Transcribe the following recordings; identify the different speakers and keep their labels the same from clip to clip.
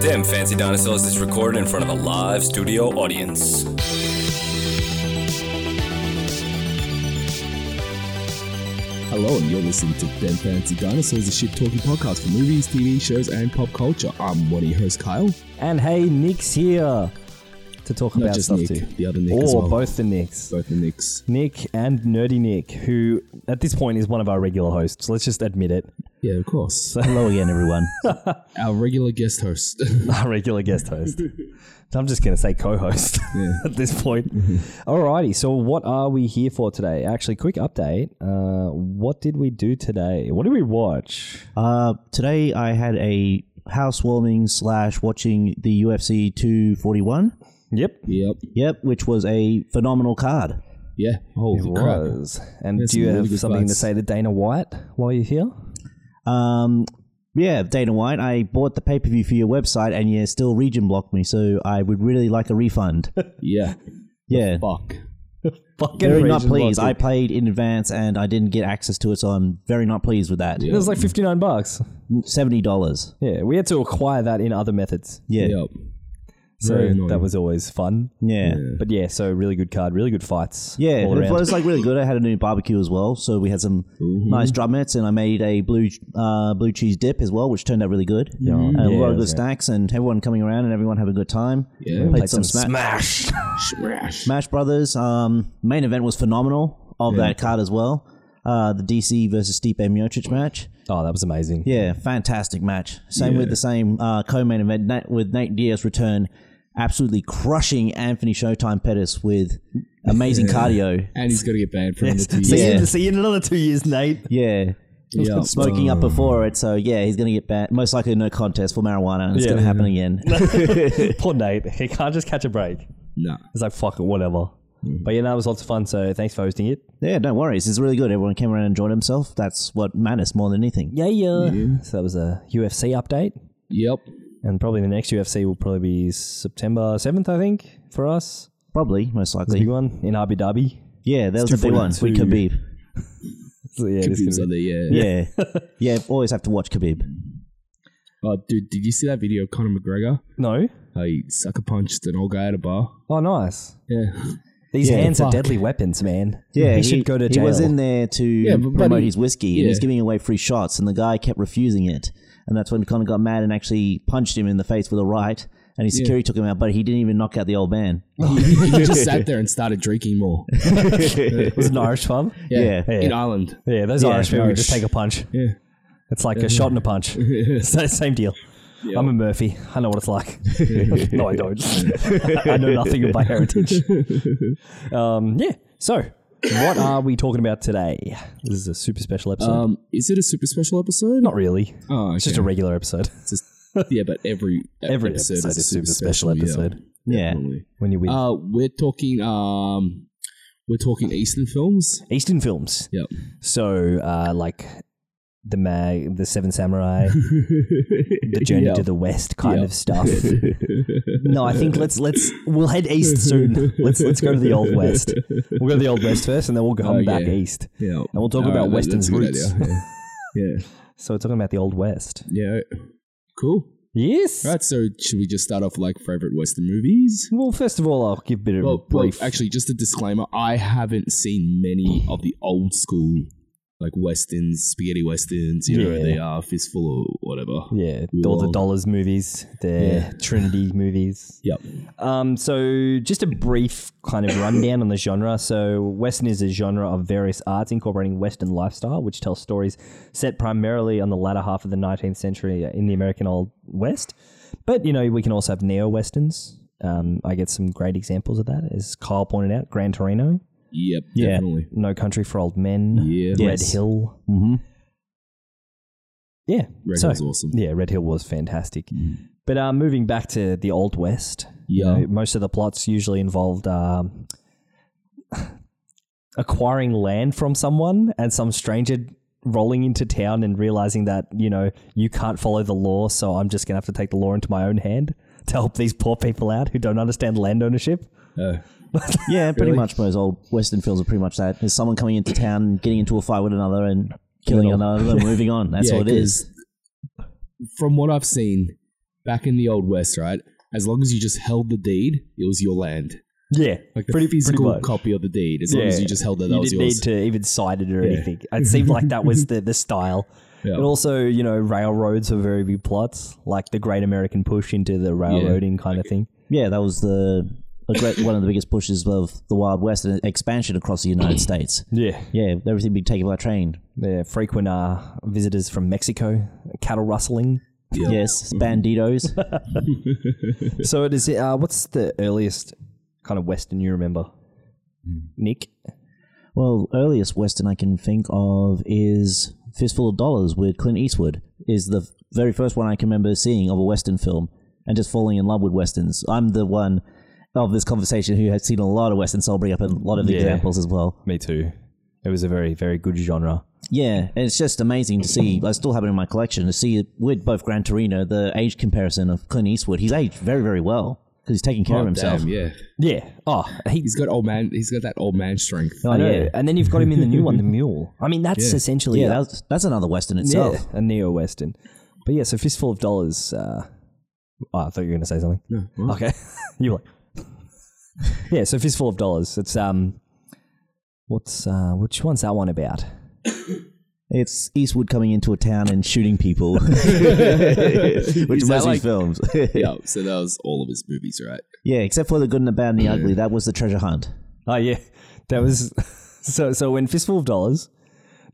Speaker 1: Damn, Fancy Dinosaurs is recorded in front of a live studio audience.
Speaker 2: Hello, and you're listening to Them Fancy Dinosaurs, a shit talking podcast for movies, TV shows, and pop culture. I'm one of your hosts, Kyle.
Speaker 3: And hey, Nick's here to talk
Speaker 2: Not
Speaker 3: about
Speaker 2: just
Speaker 3: stuff
Speaker 2: Nick,
Speaker 3: too.
Speaker 2: the other Nick
Speaker 3: or
Speaker 2: as well.
Speaker 3: both the Nicks,
Speaker 2: Both the Knicks.
Speaker 3: Nick and Nerdy Nick, who at this point is one of our regular hosts. Let's just admit it.
Speaker 2: Yeah, of course.
Speaker 3: Hello again, everyone.
Speaker 2: Our regular guest host.
Speaker 3: our regular guest host. I'm just gonna say co-host at this point.
Speaker 2: Mm-hmm.
Speaker 3: Alrighty, so what are we here for today? Actually, quick update. Uh, what did we do today? What did we watch?
Speaker 4: Uh, today I had a housewarming slash watching the UFC 241.
Speaker 3: Yep,
Speaker 2: yep.
Speaker 4: Yep, which was a phenomenal card.
Speaker 2: Yeah. Holy
Speaker 3: it
Speaker 2: crap.
Speaker 3: was. And
Speaker 2: There's
Speaker 3: do you
Speaker 2: some really
Speaker 3: have
Speaker 2: good
Speaker 3: something to
Speaker 2: fights.
Speaker 3: say to Dana White while you're here?
Speaker 4: Um, yeah, Dana White, I bought the pay per view for your website, and you still region blocked me, so I would really like a refund.
Speaker 2: Yeah.
Speaker 4: yeah,
Speaker 2: Fuck.
Speaker 3: Fucking
Speaker 4: very not pleased. I
Speaker 3: I
Speaker 4: paid in advance, and I didn't get access to it, so I'm very not pleased with that.
Speaker 3: it was like fifty nine bucks.
Speaker 4: Seventy dollars.
Speaker 3: Yeah, we had to acquire that in other methods.
Speaker 4: Yeah.
Speaker 2: Yep.
Speaker 3: So
Speaker 2: Very annoying.
Speaker 3: that was always fun.
Speaker 4: yeah.
Speaker 3: But yeah, so really good card, really good fights.
Speaker 4: Yeah,
Speaker 3: all
Speaker 4: it
Speaker 3: around.
Speaker 4: was like really good. I had a new barbecue as well, so we had some nice drumettes, and I made a blue uh, blue cheese dip as well, which turned out really good. Yeah, and a
Speaker 3: Yeah, it
Speaker 4: lot of good
Speaker 3: was
Speaker 4: snacks, and everyone coming around and everyone having a good time.
Speaker 2: Yeah.
Speaker 4: played,
Speaker 3: Played
Speaker 4: some, Sma-
Speaker 3: smash.
Speaker 2: Smash.
Speaker 4: Smash Brothers. Um, main event was phenomenal of that card as well. Uh, the DC versus Stipe Miocic match.
Speaker 3: Oh, that was amazing.
Speaker 4: Yeah, fantastic match. Same
Speaker 2: Yeah.
Speaker 4: with the same uh, co-main event Nat, with Nate Diaz return, absolutely crushing Anthony Showtime Pettis with amazing cardio.
Speaker 2: And he's got to get banned for another two
Speaker 3: See,
Speaker 2: years.
Speaker 3: you,
Speaker 4: Yeah.
Speaker 3: see you in another two years, Nate.
Speaker 4: Yeah.
Speaker 2: Yeah.
Speaker 4: Smoking up before it, so yeah, he's going to get banned. Most likely, no contest for marijuana. and It's
Speaker 3: Yeah.
Speaker 4: going to happen again.
Speaker 3: Poor Nate. He can't just catch a break.
Speaker 2: Nah.
Speaker 3: It's like, fuck it, whatever. But yeah, no, it was lots of fun. So thanks for hosting it.
Speaker 4: yeah, no worries. It's really good. Everyone came around and enjoyed himself. That's what matters more than anything.
Speaker 3: Yeah, yeah. So that was a UFC update.
Speaker 2: Yep.
Speaker 3: And probably the next UFC will probably be September 7th, I think, for us.
Speaker 4: Probably, most
Speaker 3: The big
Speaker 4: likely.
Speaker 3: one in Abu Dhabi.
Speaker 4: Yeah, that was a big one. We
Speaker 3: 242.
Speaker 4: Khabib.
Speaker 3: So yeah, this is
Speaker 2: Khabib's
Speaker 3: gonna
Speaker 2: on
Speaker 3: be-
Speaker 2: there, yeah.
Speaker 4: Yeah, yeah. Always have to watch Khabib.
Speaker 2: Oh, dude, did you see that video of Conor McGregor?
Speaker 3: no?
Speaker 2: How he sucker punched an old guy at a bar.
Speaker 3: Oh, nice.
Speaker 2: Yeah.
Speaker 3: These
Speaker 4: Yeah,
Speaker 3: hands are
Speaker 2: fuck.
Speaker 3: deadly weapons, man.
Speaker 4: Yeah,
Speaker 3: he, should go to jail.
Speaker 4: He was in there to
Speaker 2: but- but
Speaker 4: promote
Speaker 2: he-
Speaker 4: his whiskey, and he's
Speaker 2: yeah.
Speaker 4: giving away free shots, and the guy kept refusing it, and that's when Conor got mad and actually punched him in the face with a right, and his security took him out, but he didn't even knock out the old man.
Speaker 2: he, he just sat there and started drinking more.
Speaker 3: was it an Irish pub.
Speaker 4: Yeah.
Speaker 2: In Ireland.
Speaker 3: Yeah, those
Speaker 4: Yeah,
Speaker 3: Irish people would
Speaker 4: Irish.
Speaker 3: just take a punch.
Speaker 2: Yeah.
Speaker 3: It's like a shot and a punch. It's the Same deal. I'm a Murphy. I know what it's like. no, I don't. I know nothing of my heritage. Um, yeah. So, what are we talking about today? This is a super special episode.
Speaker 2: Um, is it a super special episode?
Speaker 3: Not really.
Speaker 2: Oh,
Speaker 3: It's just a regular episode.
Speaker 2: It's just- yeah, but every
Speaker 3: Every episode, is a super special, episode.
Speaker 4: Yeah.
Speaker 2: Yeah.
Speaker 3: When you win
Speaker 2: Uh, we're talking um, we're talking Eastern films.
Speaker 3: Eastern films,
Speaker 2: Yep.
Speaker 3: so uh, like the mag, the Seven Samurai, the Journey to the West kind
Speaker 2: Yeah.
Speaker 3: of stuff. no, I think let's let's we'll head east soon. Let's let's go to the old west. We'll go to the old west first, and then we'll come
Speaker 2: Oh,
Speaker 3: back
Speaker 2: yeah.
Speaker 3: east.
Speaker 2: Yeah.
Speaker 3: And we'll talk
Speaker 2: All
Speaker 3: about
Speaker 2: right, that-
Speaker 3: Western's
Speaker 2: that's a good
Speaker 3: roots.
Speaker 2: idea. Yeah.
Speaker 3: So we're talking about the old west.
Speaker 2: yeah. Yeah. Cool.
Speaker 3: Yes.
Speaker 2: All right. So should we just start off with, like favorite Western movies?
Speaker 3: Well, first of all, I'll give a bit of a
Speaker 2: Well, well,
Speaker 3: brief.
Speaker 2: actually, just a disclaimer: I haven't seen many of the old school, like westerns, spaghetti westerns. You know,
Speaker 3: Yeah.
Speaker 2: they are fistful or whatever.
Speaker 3: yeah,
Speaker 2: We
Speaker 3: all the
Speaker 2: will-
Speaker 3: dollars movies, the Trinity movies.
Speaker 2: Yep.
Speaker 3: Um, so just a brief kind of rundown on the genre. So Western is a genre of various arts incorporating Western lifestyle, which tells stories set primarily on the latter half of the 19th century in the American Old West. But you know, we can also have neo westerns. Um, I get some great examples of that, as Kyle pointed out. Gran Torino,
Speaker 2: Yep.
Speaker 4: Yeah.
Speaker 2: Definitely.
Speaker 3: No Country for Old Men,
Speaker 2: Yeah.
Speaker 3: Red
Speaker 4: Yes.
Speaker 3: Hill.
Speaker 2: Mm-hmm.
Speaker 4: hmm
Speaker 3: Yeah,
Speaker 2: Red
Speaker 3: so-
Speaker 2: Hill's awesome.
Speaker 3: Yeah, Red Hill was fantastic. But uh, moving back to the Old West, you
Speaker 2: Mm. Yeah.
Speaker 3: know, most of the plots usually involved um, acquiring land from someone and some stranger rolling into town and realizing that, you know, you can't follow the law, so I'm just going to have to take the law into my own hand to help these poor people out who don't understand land ownership.
Speaker 2: Uh,
Speaker 4: Yeah, pretty much most old Western films are pretty much that. There's someone coming into town, getting into a fight with another, and killing another, and moving on. That's
Speaker 2: Yeah,
Speaker 4: all it is.
Speaker 2: from what I've seen, back in the old west, right? As long as you just held the deed, it was your land.
Speaker 3: Yeah,
Speaker 2: Like the
Speaker 3: pretty
Speaker 2: physical
Speaker 3: pretty much.
Speaker 2: copy of the deed. As long as
Speaker 3: Yeah.
Speaker 2: you just held it, that
Speaker 3: You
Speaker 2: was
Speaker 3: didn't
Speaker 2: yours.
Speaker 3: need to even cite it or
Speaker 2: Yeah.
Speaker 3: anything. It seemed like that was the, the style.
Speaker 2: Yeah.
Speaker 3: And also, you know, railroads were very big plots, like the Great American Push into the railroading kind of thing.
Speaker 4: Yeah, that was the a great one of the biggest pushes of the Wild West and expansion across the United States.
Speaker 3: Yeah.
Speaker 4: Yeah, everything being taken by train.
Speaker 3: Yeah, frequent uh, visitors from Mexico, cattle rustling.
Speaker 4: Yes, banditos.
Speaker 3: so it is. Uh, what's the earliest kind of Western you remember, Hmm. Nick?
Speaker 4: Well, earliest western I can think of is Fistful of Dollars with Clint Eastwood. Is the very first one I can remember seeing of a western film and just falling in love with westerns. I'm the one of this conversation who has seen a lot of westerns, so I'll bring up a lot of
Speaker 3: Yeah.
Speaker 4: examples as well.
Speaker 3: Me too. It was a very very good genre.
Speaker 4: Yeah, and it's just amazing to see. I still have it in my collection to see it with both Gran Torino the age comparison of Clint Eastwood. He's aged very, very well because he's taking care
Speaker 2: Oh,
Speaker 4: of himself.
Speaker 2: damn, yeah.
Speaker 3: Yeah. Oh, he,
Speaker 2: He's got old man. He's got that old man strength.
Speaker 4: Oh,
Speaker 3: I know.
Speaker 4: yeah.
Speaker 3: And then you've got him in the new one, the Mule. I mean, that's essentially
Speaker 4: Yeah,
Speaker 3: a-
Speaker 4: that's, that's another western
Speaker 3: yeah,
Speaker 4: itself.
Speaker 3: a neo western. But yeah, so fistful of dollars. Uh, oh, I thought you were going to say something.
Speaker 2: No,
Speaker 3: Okay, you were like. yeah, so fistful of dollars. It's um, what's uh, which one's that one about?
Speaker 4: It's Eastwood coming into a town and shooting people, which
Speaker 2: Is
Speaker 4: was
Speaker 2: that like-
Speaker 4: his films.
Speaker 2: yeah. So that was all of his movies, right?
Speaker 4: yeah, except for the good and the bad and the ugly. That was the treasure hunt.
Speaker 3: Oh yeah, that was so. So when Fistful of Dollars,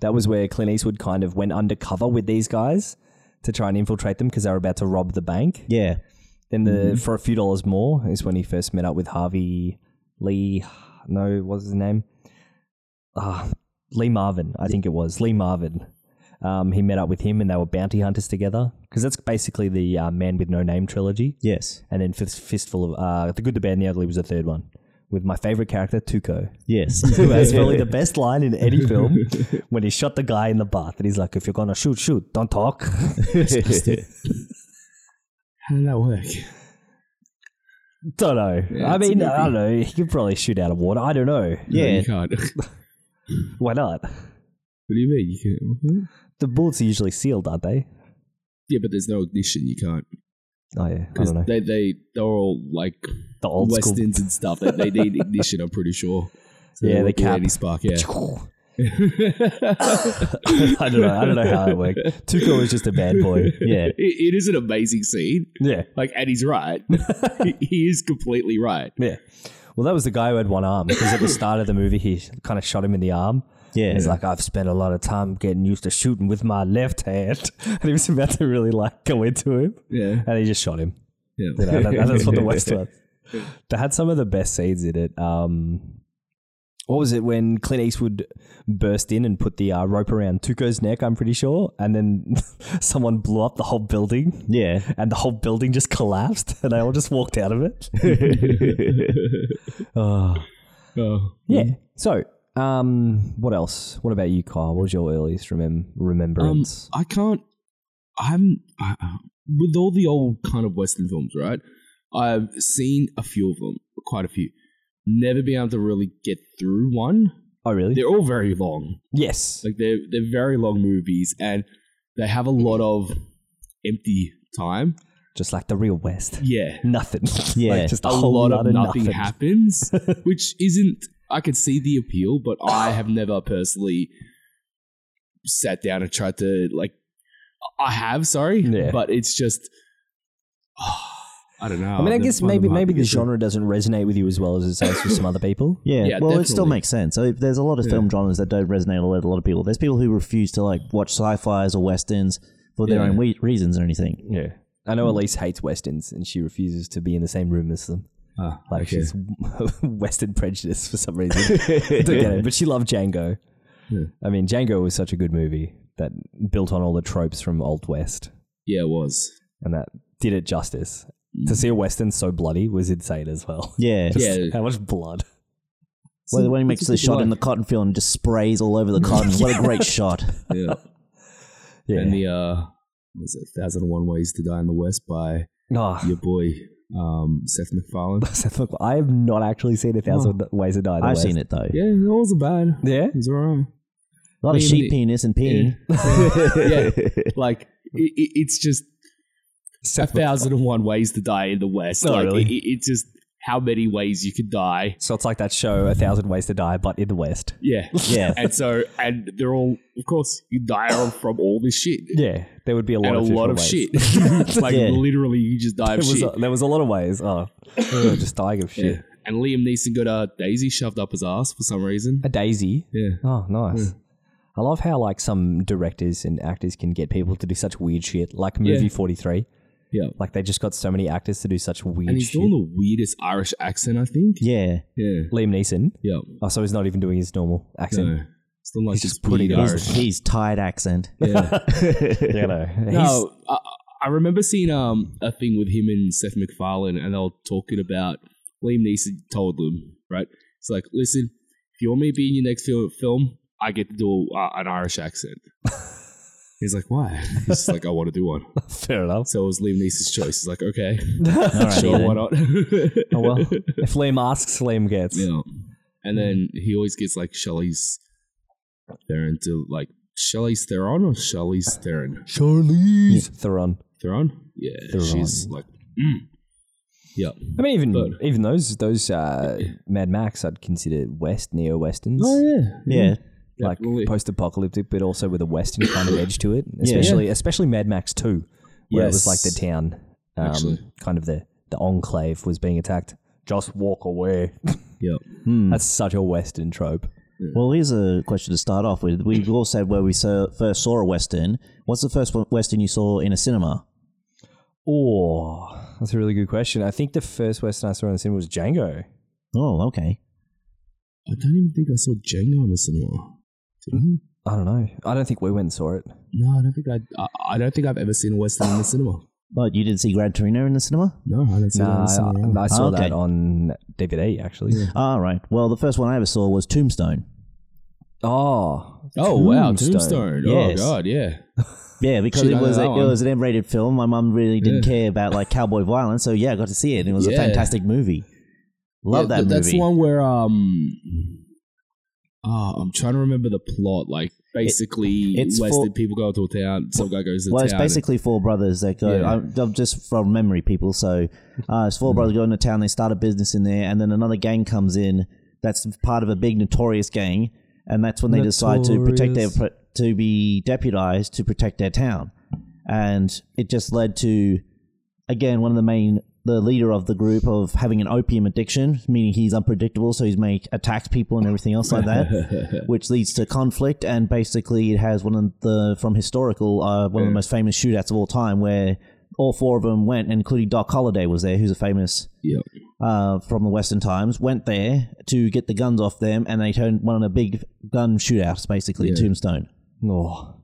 Speaker 3: that was where Clint Eastwood kind of went undercover with these guys to try and infiltrate them because they were about to rob the bank.
Speaker 4: Yeah,
Speaker 3: Then the for a few dollars more is when he first met up with Harvey Lee. No, what was his name? Ah, Lee Marvin, I think it was Lee Marvin. Um, he met up with him and they were bounty hunters together because that's basically the uh, Man with No Name trilogy.
Speaker 4: yes,
Speaker 3: And then Fist- Fistful of uh, the Good, the Bad, and the Ugly was the third one with my favorite character Tuco
Speaker 4: yes.
Speaker 3: who has probably the best line in any film when he shot the guy in the bath and he's like, if you're gonna shoot, shoot, don't talk.
Speaker 2: How did that work?
Speaker 3: don't know.
Speaker 2: Yeah,
Speaker 3: I
Speaker 2: it's a
Speaker 3: mean, I
Speaker 2: movie.
Speaker 3: don't know. He could probably shoot out of water. I don't know.
Speaker 2: No,
Speaker 4: yeah,
Speaker 2: you can't. what
Speaker 3: Why not?
Speaker 2: do you mean you can't?
Speaker 3: The bullets are usually sealed, aren't they?
Speaker 2: Yeah, but there's no ignition. You can't.
Speaker 3: Oh yeah, I
Speaker 2: Because
Speaker 3: don't know.
Speaker 2: they they they're all like
Speaker 3: the old
Speaker 2: westerns and stuff. They, they need ignition. I'm pretty sure. So
Speaker 3: Yeah,
Speaker 2: there
Speaker 3: they
Speaker 2: won't be
Speaker 3: cap.
Speaker 2: any spark. Yeah.
Speaker 3: school. I don't know. I don't know how it worked. Tuco was just a bad boy.
Speaker 4: yeah.
Speaker 2: It, it is an amazing scene.
Speaker 3: Yeah,
Speaker 2: Like, and he's right. he, he is completely right.
Speaker 3: yeah. Well, that was the guy who had one arm because at the start of the movie he kind of shot him in the arm.
Speaker 4: Yeah.
Speaker 3: And he's like, I've spent a lot of time getting used to shooting with my left hand. And he was about to really like go into him.
Speaker 2: Yeah.
Speaker 3: And he just shot him.
Speaker 2: Yeah.
Speaker 3: You know, that, that's what the West was. They had some of the best scenes in it. Um, what was it when Clint Eastwood burst in and put the uh, rope around Tuco's neck, I'm pretty sure. And then someone blew up the whole building.
Speaker 4: Yeah.
Speaker 3: And the whole building just collapsed. And they all just walked out of it. Oh.
Speaker 2: Oh.
Speaker 3: Yeah. So, um, what else? What about you, Kyle? What was your earliest remem-
Speaker 2: Um,
Speaker 3: remembrance?
Speaker 2: I can't. I'm I, I- with all the old kind of Western films, right? I've seen a few of them, quite a few. Never been able to really get through one.
Speaker 3: oh, really?
Speaker 2: They're all very long.
Speaker 3: Yes.
Speaker 2: Like they're they're very long movies, and they have a lot of empty time.
Speaker 3: Just like the real West.
Speaker 2: Yeah,
Speaker 3: Nothing.
Speaker 4: Yeah.
Speaker 3: Like just a,
Speaker 2: a
Speaker 3: whole
Speaker 2: lot, of nothing,
Speaker 3: nothing.
Speaker 2: happens, which isn't. I could see the appeal, but I have never personally sat down and tried to like. I have, sorry,
Speaker 3: Yeah.
Speaker 2: but it's just. I don't know.
Speaker 3: I mean, I
Speaker 2: I've
Speaker 3: guess
Speaker 2: found
Speaker 3: maybe
Speaker 2: them hard
Speaker 3: maybe
Speaker 2: to
Speaker 3: the
Speaker 2: get through.
Speaker 3: genre doesn't resonate with you as well as it does with some other people.
Speaker 4: Yeah,
Speaker 2: Yeah,
Speaker 4: well, it still
Speaker 2: definitely.
Speaker 4: makes sense. So there's a lot of film genres that don't resonate with a lot of people. There's people who refuse to like watch sci-fi's or westerns for their
Speaker 2: Yeah.
Speaker 4: own we- reasons or anything.
Speaker 3: Yeah. I know Elise hates westerns, and she refuses to be in the same room as them.
Speaker 2: Ah,
Speaker 3: Like
Speaker 2: okay.
Speaker 3: she's Western prejudice for some reason. Don't get it, but she loved Django.
Speaker 2: Yeah.
Speaker 3: I mean, Django was such a good movie that built on all the tropes from Old West.
Speaker 2: yeah, it was. Mm.
Speaker 3: and that did it justice. To see a western so bloody was insane as well.
Speaker 4: Yeah,
Speaker 3: Just
Speaker 2: Yeah.
Speaker 3: how much blood?
Speaker 4: Well, when he makes
Speaker 2: It's
Speaker 4: the
Speaker 2: just
Speaker 4: shot in the
Speaker 2: like-
Speaker 4: cotton field and just sprays all over the cotton, what a great shot!
Speaker 2: yeah.
Speaker 3: Yeah.
Speaker 2: and the uh, what was it Thousand and One Ways to Die in the West by
Speaker 3: Ah,
Speaker 2: your boy um Seth MacFarlane?
Speaker 3: Seth MacFarlane. I have not actually seen a thousand ways to die. in the
Speaker 4: I've
Speaker 3: West.
Speaker 4: seen it though.
Speaker 2: Yeah, it wasn't bad.
Speaker 3: Yeah.
Speaker 2: It was alright.
Speaker 4: A lot of
Speaker 2: Yeah,
Speaker 4: sheep
Speaker 2: but-
Speaker 4: penis and peeing.
Speaker 2: yeah, like it, it, it's just a
Speaker 5: Seth MacFarlane.
Speaker 2: thousand and one ways to die in the West.
Speaker 3: Oh,
Speaker 2: like,
Speaker 3: really?
Speaker 2: it- it- it's just how many ways you could die.
Speaker 3: So it's like that show, A Thousand Ways to Die, but in the West.
Speaker 2: Yeah.
Speaker 4: Yeah.
Speaker 2: and so, and they're all, of course, you die on from all this shit.
Speaker 3: Yeah, there would be a lot
Speaker 2: And a
Speaker 3: of different
Speaker 2: lot of
Speaker 3: ways.
Speaker 2: shit. like,
Speaker 4: Yeah.
Speaker 2: literally, you just die
Speaker 3: There
Speaker 2: of
Speaker 3: was,
Speaker 2: shit.
Speaker 3: a, there was a lot of ways. Oh, Ugh, just dying of shit.
Speaker 2: Yeah. And Liam Neeson got a daisy shoved up his ass for some reason.
Speaker 3: A daisy.
Speaker 2: Yeah.
Speaker 3: Oh, nice.
Speaker 2: Hmm.
Speaker 3: I love how like some directors and actors can get people to do such weird shit, like movie
Speaker 2: Yeah.
Speaker 3: forty three.
Speaker 2: Yeah.
Speaker 3: Like they just got so many actors to do such weird
Speaker 2: And he's
Speaker 3: shit.
Speaker 2: doing the weirdest Irish accent, I think.
Speaker 4: Yeah.
Speaker 2: Yeah.
Speaker 3: Liam Neeson.
Speaker 2: Yeah.
Speaker 3: Oh, so he's not even doing his normal accent.
Speaker 2: No. Still like
Speaker 3: He's
Speaker 2: this
Speaker 3: just putting
Speaker 2: weird
Speaker 3: it on.
Speaker 2: Irish.
Speaker 4: His, his tired accent.
Speaker 2: Yeah.
Speaker 3: You know, he's,
Speaker 2: no, I, I remember seeing um a thing with him and Seth MacFarlane, and they were talking about Liam Neeson told them right. It's like, listen, if you want me to be in your next film, film I get to do uh, an Irish accent. He's like, why? He's like, I want to do one.
Speaker 3: fair enough.
Speaker 2: So it was Liam Neeson's choice. He's like, okay,
Speaker 4: Alrighty
Speaker 2: sure,
Speaker 4: then.
Speaker 2: why not?
Speaker 3: Oh well, if Liam asks, Liam gets.
Speaker 2: Yeah. And then he always gets like Shelley's Theron to like Shelley's Theron or Shelley's Theron?
Speaker 3: Charlize Theron.
Speaker 2: Theron? Yeah.
Speaker 3: Theron.
Speaker 2: She's like, mm. yeah.
Speaker 3: I mean, even
Speaker 2: But-
Speaker 3: even those those uh, Mad Max, I'd consider West neo westerns.
Speaker 2: Oh, yeah.
Speaker 4: Yeah.
Speaker 3: like
Speaker 2: Definitely.
Speaker 3: post apocalyptic, but also with a western kind of edge to it. Especially especially Mad Max Two, where it was like the
Speaker 2: Yes.
Speaker 3: town, um,
Speaker 2: Actually.
Speaker 3: kind of the the enclave was being attacked. Just walk away.
Speaker 2: Yeah.
Speaker 3: That's such a western trope.
Speaker 4: Well, here's a question to start off with. We've all said where we saw, first saw a Western. What's the first one- Western you saw in a cinema?
Speaker 3: Oh, that's a really good question. I think the first western I saw in the cinema was Django.
Speaker 4: Oh, okay.
Speaker 2: I don't even think I saw Django in the cinema. Did I?
Speaker 3: I don't know. I don't think we went and saw it.
Speaker 2: No, I don't think I, I. I don't think I've ever seen a western in the cinema.
Speaker 4: But you didn't see Gran Torino in the cinema?
Speaker 2: No, I don't see that in
Speaker 3: Nah,
Speaker 2: the cinema.
Speaker 3: I, I saw
Speaker 4: Ah, okay.
Speaker 3: that on DVD actually.
Speaker 4: Ah, right. Well, the first one I ever saw was Tombstone.
Speaker 3: Oh,
Speaker 2: oh wow, Tombstone.
Speaker 4: Yes.
Speaker 2: Oh god, yeah.
Speaker 4: Yeah, because
Speaker 2: Shit,
Speaker 4: it
Speaker 2: I know
Speaker 4: was
Speaker 2: that
Speaker 4: a,
Speaker 2: one.
Speaker 4: it was an M-rated film. My mum really didn't
Speaker 2: Yeah.
Speaker 4: care about like cowboy violence, so yeah, I got to see it. and It was a
Speaker 2: Yeah.
Speaker 4: fantastic movie. Love
Speaker 2: Yeah,
Speaker 4: that
Speaker 2: th-
Speaker 4: movie.
Speaker 2: That's the one where um, ah, I'm trying to remember the plot. Like basically,
Speaker 4: it's
Speaker 2: Western
Speaker 4: for-
Speaker 2: people go to a town. Some guy goes to
Speaker 4: Well,
Speaker 2: town.
Speaker 4: it's basically four brothers that go.
Speaker 2: Yeah.
Speaker 4: I'm, I'm just from memory, people. So uh, it's 4 brothers go into town. They start a business in there, and then another gang comes in. That's part of a big notorious gang, and that's when they decide to protect their pro- to be deputized to protect their town, and it just led to again one of the main the leader of the group of having an opium addiction meaning he's unpredictable so he's make attacks people and everything else like that which leads to conflict and basically it has one of the from historical uh, one of the most famous shootouts of all time where all four of them went including doc holliday was there who's a famous
Speaker 2: yeah.
Speaker 4: uh, from the western times went there to get the guns off them and they turned one of the big gun shootouts basically in tombstone
Speaker 3: Oh,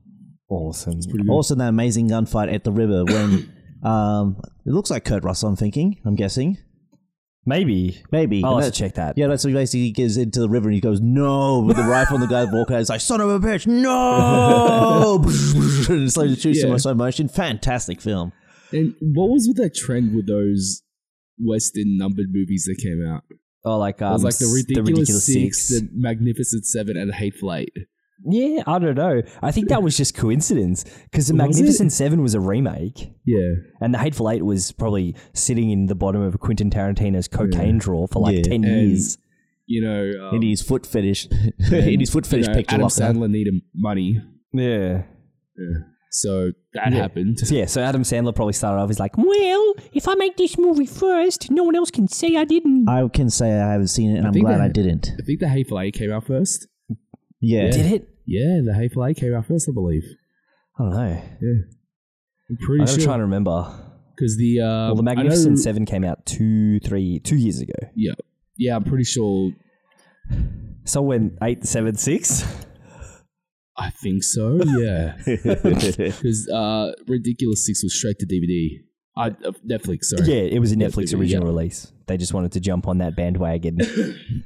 Speaker 3: awesome.
Speaker 4: also that amazing gunfight at the river when um, it looks like kurt russell i'm thinking i'm guessing
Speaker 3: Maybe.
Speaker 4: Maybe.
Speaker 3: I'll
Speaker 4: And
Speaker 3: have to
Speaker 4: that-
Speaker 3: check that.
Speaker 4: Yeah, that's what he basically gives into the river and he goes, no, with the rifle and the guy walking out. He's like, son of a bitch, no! and slowly shoots him
Speaker 2: Yeah.
Speaker 4: in slow motion. Fantastic film.
Speaker 2: And what was with that trend with those Western numbered movies that came out?
Speaker 3: Oh, like um,
Speaker 2: it was like the
Speaker 3: s-
Speaker 2: ridiculous,
Speaker 3: Ridiculous
Speaker 2: six, the magnificent seven, and the hateful eight.
Speaker 3: yeah, I don't know. I think that was just coincidence because the
Speaker 2: Was
Speaker 3: Magnificent Seven was a remake,
Speaker 2: Yeah,
Speaker 3: and the Hateful Eight was probably sitting in the bottom of Quentin Tarantino's cocaine drawer for like
Speaker 4: Yeah.
Speaker 3: ten
Speaker 2: And-
Speaker 3: years.
Speaker 2: you know, um,
Speaker 4: in his foot fetish. in his foot
Speaker 2: you
Speaker 4: fetish
Speaker 2: know,
Speaker 4: picture.
Speaker 2: Adam
Speaker 4: locker.
Speaker 2: Sandler needed money,
Speaker 3: Yeah,
Speaker 2: so that happened.
Speaker 3: So, yeah. So Adam Sandler probably started off as like, "Well, if I make this movie first, no one else can say I didn't."
Speaker 4: I can say I haven't seen it and I am
Speaker 2: think
Speaker 4: glad
Speaker 2: they-
Speaker 4: I didn't.
Speaker 2: I think the hateful eight came out first.
Speaker 4: Yeah.
Speaker 3: Did it?
Speaker 2: Yeah, the hateful eight came out first, I believe.
Speaker 3: I don't know.
Speaker 2: I'm
Speaker 3: I'm
Speaker 2: pretty
Speaker 3: gonna try
Speaker 2: sure
Speaker 3: and remember.
Speaker 2: because the um,
Speaker 3: well, the
Speaker 2: I know-
Speaker 3: Magnificent Seven came out two, three, two years ago.
Speaker 2: Yeah, yeah, I'm pretty sure.
Speaker 3: So when eight, seven, six.
Speaker 2: I think so. Yeah, because uh, Ridiculous Six was straight to DVD. I, uh, Netflix, sorry.
Speaker 3: Yeah, it was a
Speaker 2: Yeah,
Speaker 3: Netflix
Speaker 2: yeah.
Speaker 3: original release. They just wanted to jump on that bandwagon.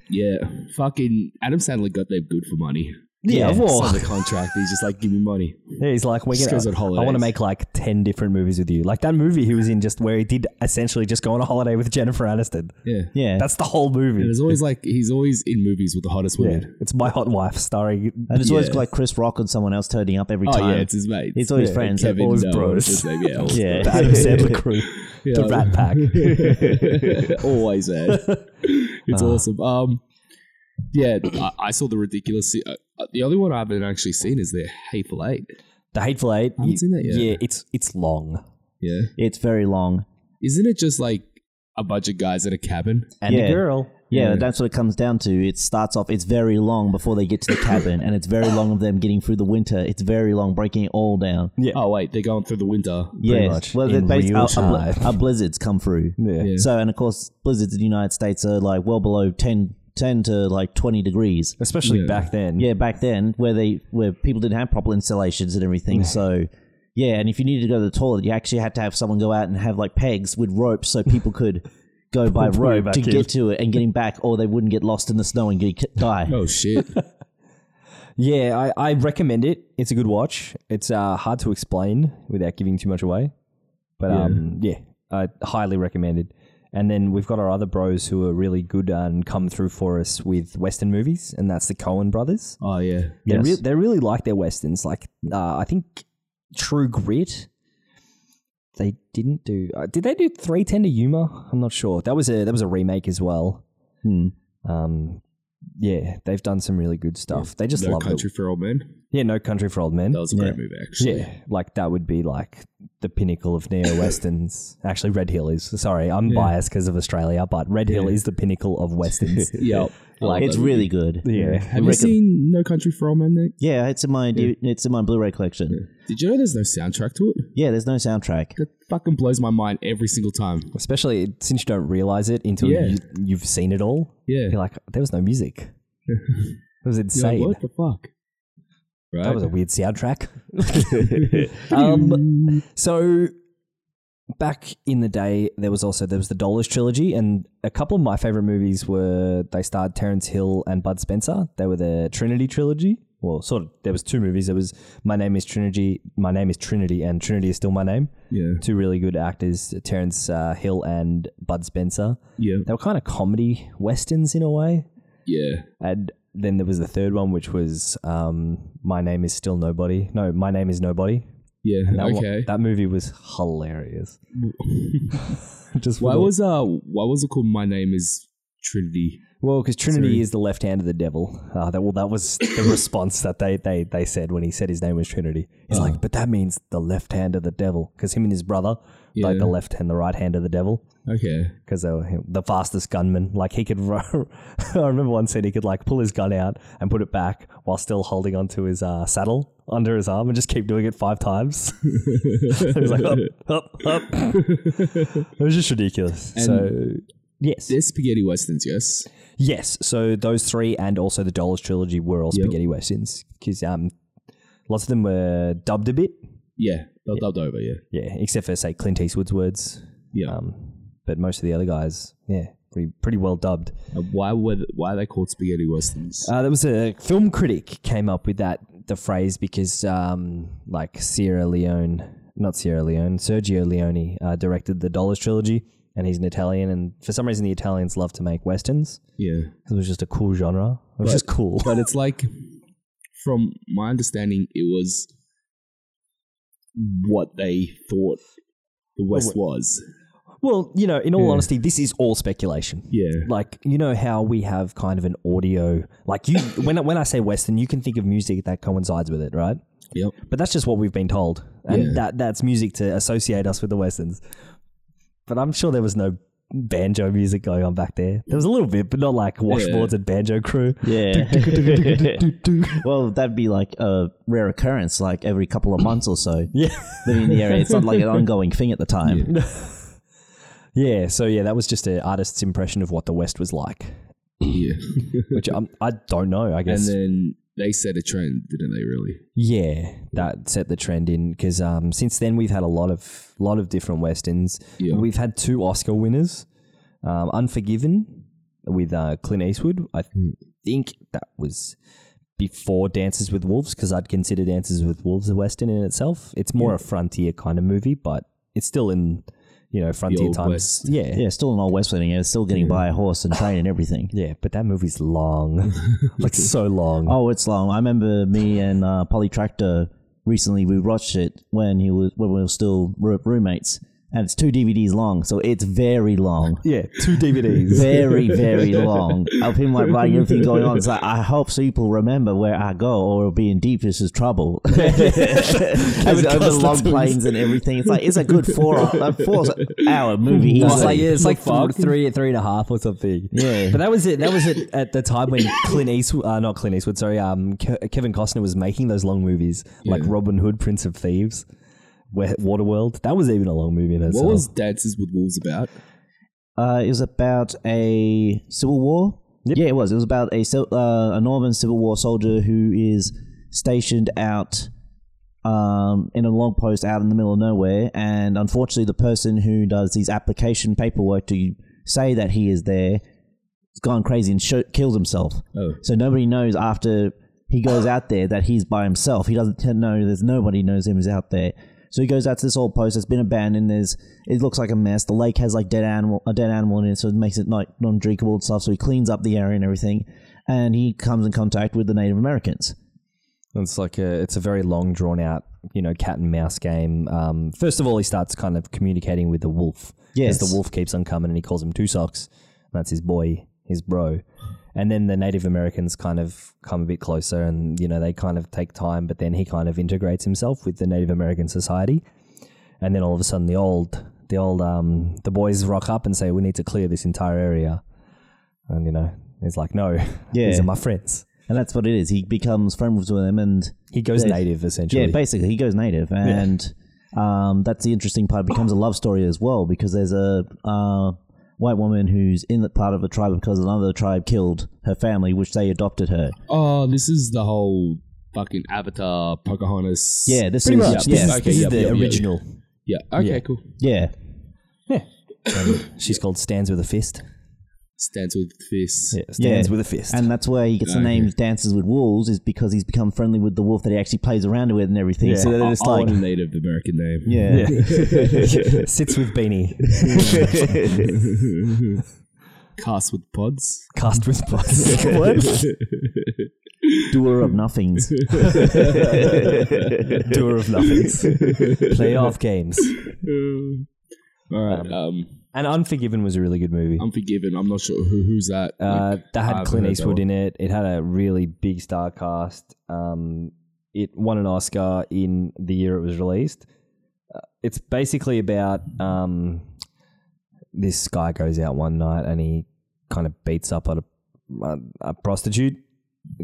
Speaker 2: Yeah. Fucking Adam Sandler got them good for money.
Speaker 3: Yeah, well,
Speaker 2: signed a contract. He's just like, give me money.
Speaker 3: he's like, we're
Speaker 2: Just
Speaker 3: gonna.
Speaker 2: goes on
Speaker 3: I want to
Speaker 2: holidays.
Speaker 3: make like ten different movies with you, like that movie he was in, just where he did essentially just go on a holiday with Jennifer Aniston.
Speaker 2: Yeah.
Speaker 4: Yeah,
Speaker 3: That's the whole movie.
Speaker 2: And there's always like he's always in movies with the hottest
Speaker 3: Yeah,
Speaker 2: women.
Speaker 3: it's my hot wife starring.
Speaker 4: and it's always
Speaker 2: yeah.
Speaker 4: like Chris Rock and someone else turning up every
Speaker 2: Oh
Speaker 4: time.
Speaker 2: yeah, it's his mate.
Speaker 4: It's always friends.
Speaker 2: Kevin,
Speaker 3: always
Speaker 2: no,
Speaker 3: bros.
Speaker 2: what's his name? Yeah, always
Speaker 4: Yeah.
Speaker 2: bros.
Speaker 3: the Adam Sandler crew, the
Speaker 2: Yeah.
Speaker 3: Rat Pack.
Speaker 2: always man. It's awesome. Um, yeah, I, I saw the ridiculous. Uh, uh, the only one I haven't actually seen is the Hateful Eight.
Speaker 3: The Hateful Eight.
Speaker 2: haven't seen that yet.
Speaker 3: Yeah, it's it's long
Speaker 2: Yeah,
Speaker 4: It's very long.
Speaker 2: isn't it just like a bunch of guys in a cabin?
Speaker 3: and
Speaker 4: Yeah.
Speaker 3: a girl.
Speaker 4: Yeah, that's what it comes down to. It starts off, it's very long before they get to the cabin, and it's very long of them getting through the winter. It's very long, breaking it all down.
Speaker 3: Yeah.
Speaker 2: Oh wait, they're going through the winter.
Speaker 4: yes.
Speaker 3: much,
Speaker 4: Well, they're
Speaker 3: in
Speaker 4: based,
Speaker 3: real
Speaker 4: our, our bl-
Speaker 3: time.
Speaker 4: our blizzards come through.
Speaker 3: Yeah.
Speaker 2: Yeah.
Speaker 4: So, and of course, blizzards in the United States are like well below 10, 10 to like 20 degrees.
Speaker 3: especially back then.
Speaker 4: Yeah, back then, where they where people didn't have proper installations and everything. so, yeah, and if you needed to go to the toilet, you actually had to have someone go out and have like pegs with ropes so people could go by
Speaker 3: Pull you
Speaker 4: rope
Speaker 3: back
Speaker 4: to
Speaker 3: in.
Speaker 4: get to it and getting back, or they wouldn't get lost in the snow and get, die.
Speaker 2: Oh shit!
Speaker 3: Yeah, I, I recommend it. It's a good watch. It's uh, hard to explain without giving too much away. But yeah. um yeah, I highly recommend it. And then we've got our other bros who are really good and come through for us with Western movies, and that's the Cohen brothers.
Speaker 2: Oh yeah.
Speaker 3: They,
Speaker 4: Yes.
Speaker 3: re- they really like their Westerns. Like, uh, I think True Grit, they didn't do. Uh, did they do 310 to Yuma? I'm not sure. That was a, that was a remake as well.
Speaker 4: Hmm.
Speaker 3: Um, yeah, they've done some really good stuff. They just
Speaker 2: no
Speaker 3: love it.
Speaker 2: country for old men.
Speaker 3: Yeah, No Country for Old Men.
Speaker 2: That was a great movie, actually.
Speaker 3: Yeah, like that would be like the pinnacle of neo westerns. Actually, Red Hill is. Sorry, I'm biased because of Australia, but Red Hill is the pinnacle of westerns.
Speaker 2: Yeah.
Speaker 3: Like-
Speaker 4: it's really good.
Speaker 3: yeah,
Speaker 2: Have you seen No Country for Old Men? Nick?
Speaker 4: Yeah, it's in my D- it's in my Blu-ray collection.
Speaker 2: Did you know there's no soundtrack to it?
Speaker 4: Yeah, there's no soundtrack.
Speaker 2: That fucking blows my mind every single time.
Speaker 3: especially since you don't realize it until
Speaker 2: Yeah.
Speaker 3: you, you've seen it all.
Speaker 2: Yeah.
Speaker 3: You're like, there was no music. It was
Speaker 2: You're like,
Speaker 3: insane.
Speaker 2: what the fuck? Right.
Speaker 3: that was a weird soundtrack. um, so back in the day, there was also there was the Dollars trilogy, and a couple of my favorite movies were they starred Terrence Hill and Bud Spencer. They were the Trinity trilogy. Well, sort of. There was two movies. There was My Name Is Trinity, My Name Is Trinity, and Trinity is Still My Name.
Speaker 2: yeah.
Speaker 3: Two really good actors, Terrence uh, Hill and Bud Spencer.
Speaker 2: Yeah.
Speaker 3: They were kind of comedy westerns in a way.
Speaker 2: Yeah.
Speaker 3: And then there was the third one, which was um, My Name Is Still Nobody. No, My Name Is Nobody.
Speaker 2: Yeah.
Speaker 3: That one-
Speaker 2: okay.
Speaker 3: that movie was hilarious. Just
Speaker 2: why
Speaker 3: with all-
Speaker 2: was uh why was it called My Name Is Trinity?
Speaker 3: well because Trinity is the left hand of the devil. Uh, that well, that was the response that they, they they said when he said his name was Trinity. He's
Speaker 2: Uh.
Speaker 3: like, but that means the left hand of the devil because him and his brother, like
Speaker 2: Yeah.
Speaker 3: the left and the right hand of the devil.
Speaker 2: Okay.
Speaker 3: because they were the fastest gunman. Like he could, ru- I remember one scene he could like pull his gun out and put it back while still holding onto his uh, saddle under his arm and just keep doing it five times. it was like up, up, up. it was just ridiculous. so yes,
Speaker 2: They're spaghetti westerns, yes.
Speaker 3: yes. So those three and also the Dollars trilogy were all spaghetti westerns because um, lots of them were dubbed a bit.
Speaker 2: Yeah. They're dubbed over, yeah.
Speaker 3: Yeah, except for say Clint Eastwood's words.
Speaker 2: Yeah.
Speaker 3: Um, but most of the other guys, yeah, pretty, pretty well dubbed.
Speaker 2: And why were th- why are they called spaghetti westerns?
Speaker 3: Uh, there was a film critic came up with that the phrase because um, like Sierra Leone, not Sierra Leone, Sergio Leone uh, directed the Dollars trilogy, and he's an Italian, and for some reason the Italians love to make westerns.
Speaker 2: yeah.
Speaker 3: It was just a cool genre. It was
Speaker 2: Right.
Speaker 3: just cool.
Speaker 2: but it's like from my understanding it was what they thought the west was
Speaker 3: well, you know, in all
Speaker 2: Yeah.
Speaker 3: honesty, this is all speculation.
Speaker 2: yeah
Speaker 3: Like you know how we have kind of an audio like you when I- when I say western you can think of music that coincides with it right
Speaker 2: yep
Speaker 3: But that's just what we've been told, and
Speaker 2: Yeah.
Speaker 3: that that's music to associate us with the westerns. But I'm sure there was no banjo music going on back there. There was a little bit, but not like washboards and banjo crew.
Speaker 4: Yeah. well, that'd be like a rare occurrence, like every couple of months or so.
Speaker 3: Yeah,
Speaker 4: Living in the area, it's not like an ongoing thing at the time.
Speaker 3: yeah. So yeah, that was just an artist's impression of what the West was like,
Speaker 2: yeah
Speaker 3: which I'm, I don't know. I
Speaker 2: and
Speaker 3: guess
Speaker 2: then they set a trend didn't they really
Speaker 3: yeah, that set the trend in because um, since then we've had a lot of lot of different westerns.
Speaker 2: Yeah.
Speaker 3: We've had two Oscar winners, um, Unforgiven with uh, Clint Eastwood. I think that was before Dances with Wolves because I'd consider Dances with Wolves a western in itself. It's more a frontier kind of movie, but it's still in you know frontier
Speaker 2: old
Speaker 3: times.
Speaker 2: west.
Speaker 3: Yeah,
Speaker 4: Yeah, still an old West thing. It's still getting by a horse and train and everything.
Speaker 3: yeah, but that movie's long, like so long.
Speaker 4: Oh, it's long. I remember me and uh, Polly Tractor recently we watched it when he was when we were still roo- roommates, and it's two DVDs long, so it's very long.
Speaker 3: Yeah, two DVDs.
Speaker 4: Very, very long of him like writing everything going on. It's like I hope so people remember where I go, or it'll be in deepest is trouble. As over the long
Speaker 3: Constantine.
Speaker 4: planes and everything. It's like it's a good four uh, four hour movie.
Speaker 3: It's
Speaker 4: easily.
Speaker 3: like, yeah, it's like
Speaker 2: fuck?
Speaker 3: th- three, three and a half or something. Yeah, but that was it. That was it at the time when Clint Eastwood, uh, not Clint Eastwood, sorry, um, Ke- Kevin Costner was making those long movies like Robin Hood, Prince of Thieves, Wa- Waterworld. That was even a long movie in itself.
Speaker 2: What was Dances with Wolves about?
Speaker 4: Uh, it was about a civil war. Yeah, it was. It was about a cil- uh, a Northern Civil War soldier who is stationed out um, in a long post out in the middle of nowhere, and unfortunately, the person who does these application paperwork to say that he is there has gone crazy and sho kills himself.
Speaker 2: Oh.
Speaker 4: So nobody knows after he goes out there that he's by himself. He doesn't know there's nobody knows him is out there. So he goes out to this old post that's been abandoned. There's it looks like a mess. The lake has like dead animal a dead animal in it, so it makes it like non drinkable and stuff. So he cleans up the area and everything, and he comes in contact with the Native Americans.
Speaker 3: It's like a, it's a very long, drawn out, you know, cat and mouse game. Um, first of all, he starts kind of communicating with the wolf. 'cause
Speaker 4: Yes.
Speaker 3: the wolf keeps on coming, and he calls him Two Socks. And that's his boy, his bro. And then the Native Americans kind of come a bit closer, and you know they kind of take time, but then he kind of integrates himself with the Native American society. And then all of a sudden, the old, the old, um, the boys rock up and say, "We need to clear this entire area." And you know, he's like, "No, these
Speaker 4: Yeah.
Speaker 3: are my friends."
Speaker 4: And that's what it is. He becomes friends with them, and
Speaker 3: He goes
Speaker 4: They-
Speaker 3: native essentially.
Speaker 4: yeah, basically he goes native, and um, that's the interesting part. It becomes a love story as well because there's a uh, white woman who's in the part of a tribe because another tribe killed her family, which they adopted her.
Speaker 2: Oh, this is the whole fucking Avatar, Pocahontas.
Speaker 4: Yeah, this
Speaker 3: Pretty
Speaker 4: is
Speaker 3: much.
Speaker 4: yeah,
Speaker 3: This, is,
Speaker 2: Okay,
Speaker 3: this
Speaker 2: yeah,
Speaker 3: is the
Speaker 2: yeah, yeah, yeah.
Speaker 3: original.
Speaker 2: yeah. Okay,
Speaker 3: Yeah.
Speaker 2: cool.
Speaker 4: yeah.
Speaker 3: She's called Stands with a Fist.
Speaker 2: Stands with fists.
Speaker 3: Stands
Speaker 4: Yeah.
Speaker 3: with a Fist.
Speaker 4: And that's where he gets the name Dances with Wolves is because he's become friendly with the wolf that he actually plays around with and everything.
Speaker 3: Yeah.
Speaker 4: So
Speaker 2: I,
Speaker 4: that
Speaker 2: I
Speaker 4: it's like,
Speaker 2: want a Native American name.
Speaker 4: yeah.
Speaker 3: yeah. Sits with Beanie.
Speaker 2: Cast with pods.
Speaker 3: Cast with Buzz.
Speaker 4: doer of nothings.
Speaker 3: Doer of nothings. Playoff games.
Speaker 2: All right. Um,
Speaker 3: And Unforgiven was a really good movie.
Speaker 2: Unforgiven. I'm not sure who, who's that.
Speaker 3: Uh,
Speaker 2: Like,
Speaker 3: that had
Speaker 2: I've
Speaker 3: Clint
Speaker 2: heard that
Speaker 3: Eastwood
Speaker 2: one.
Speaker 3: in it. It had a really big star cast. Um, it won an Oscar in the year it was released. Uh, it's basically about um, this guy goes out one night and he kind of beats up a, a, a prostitute,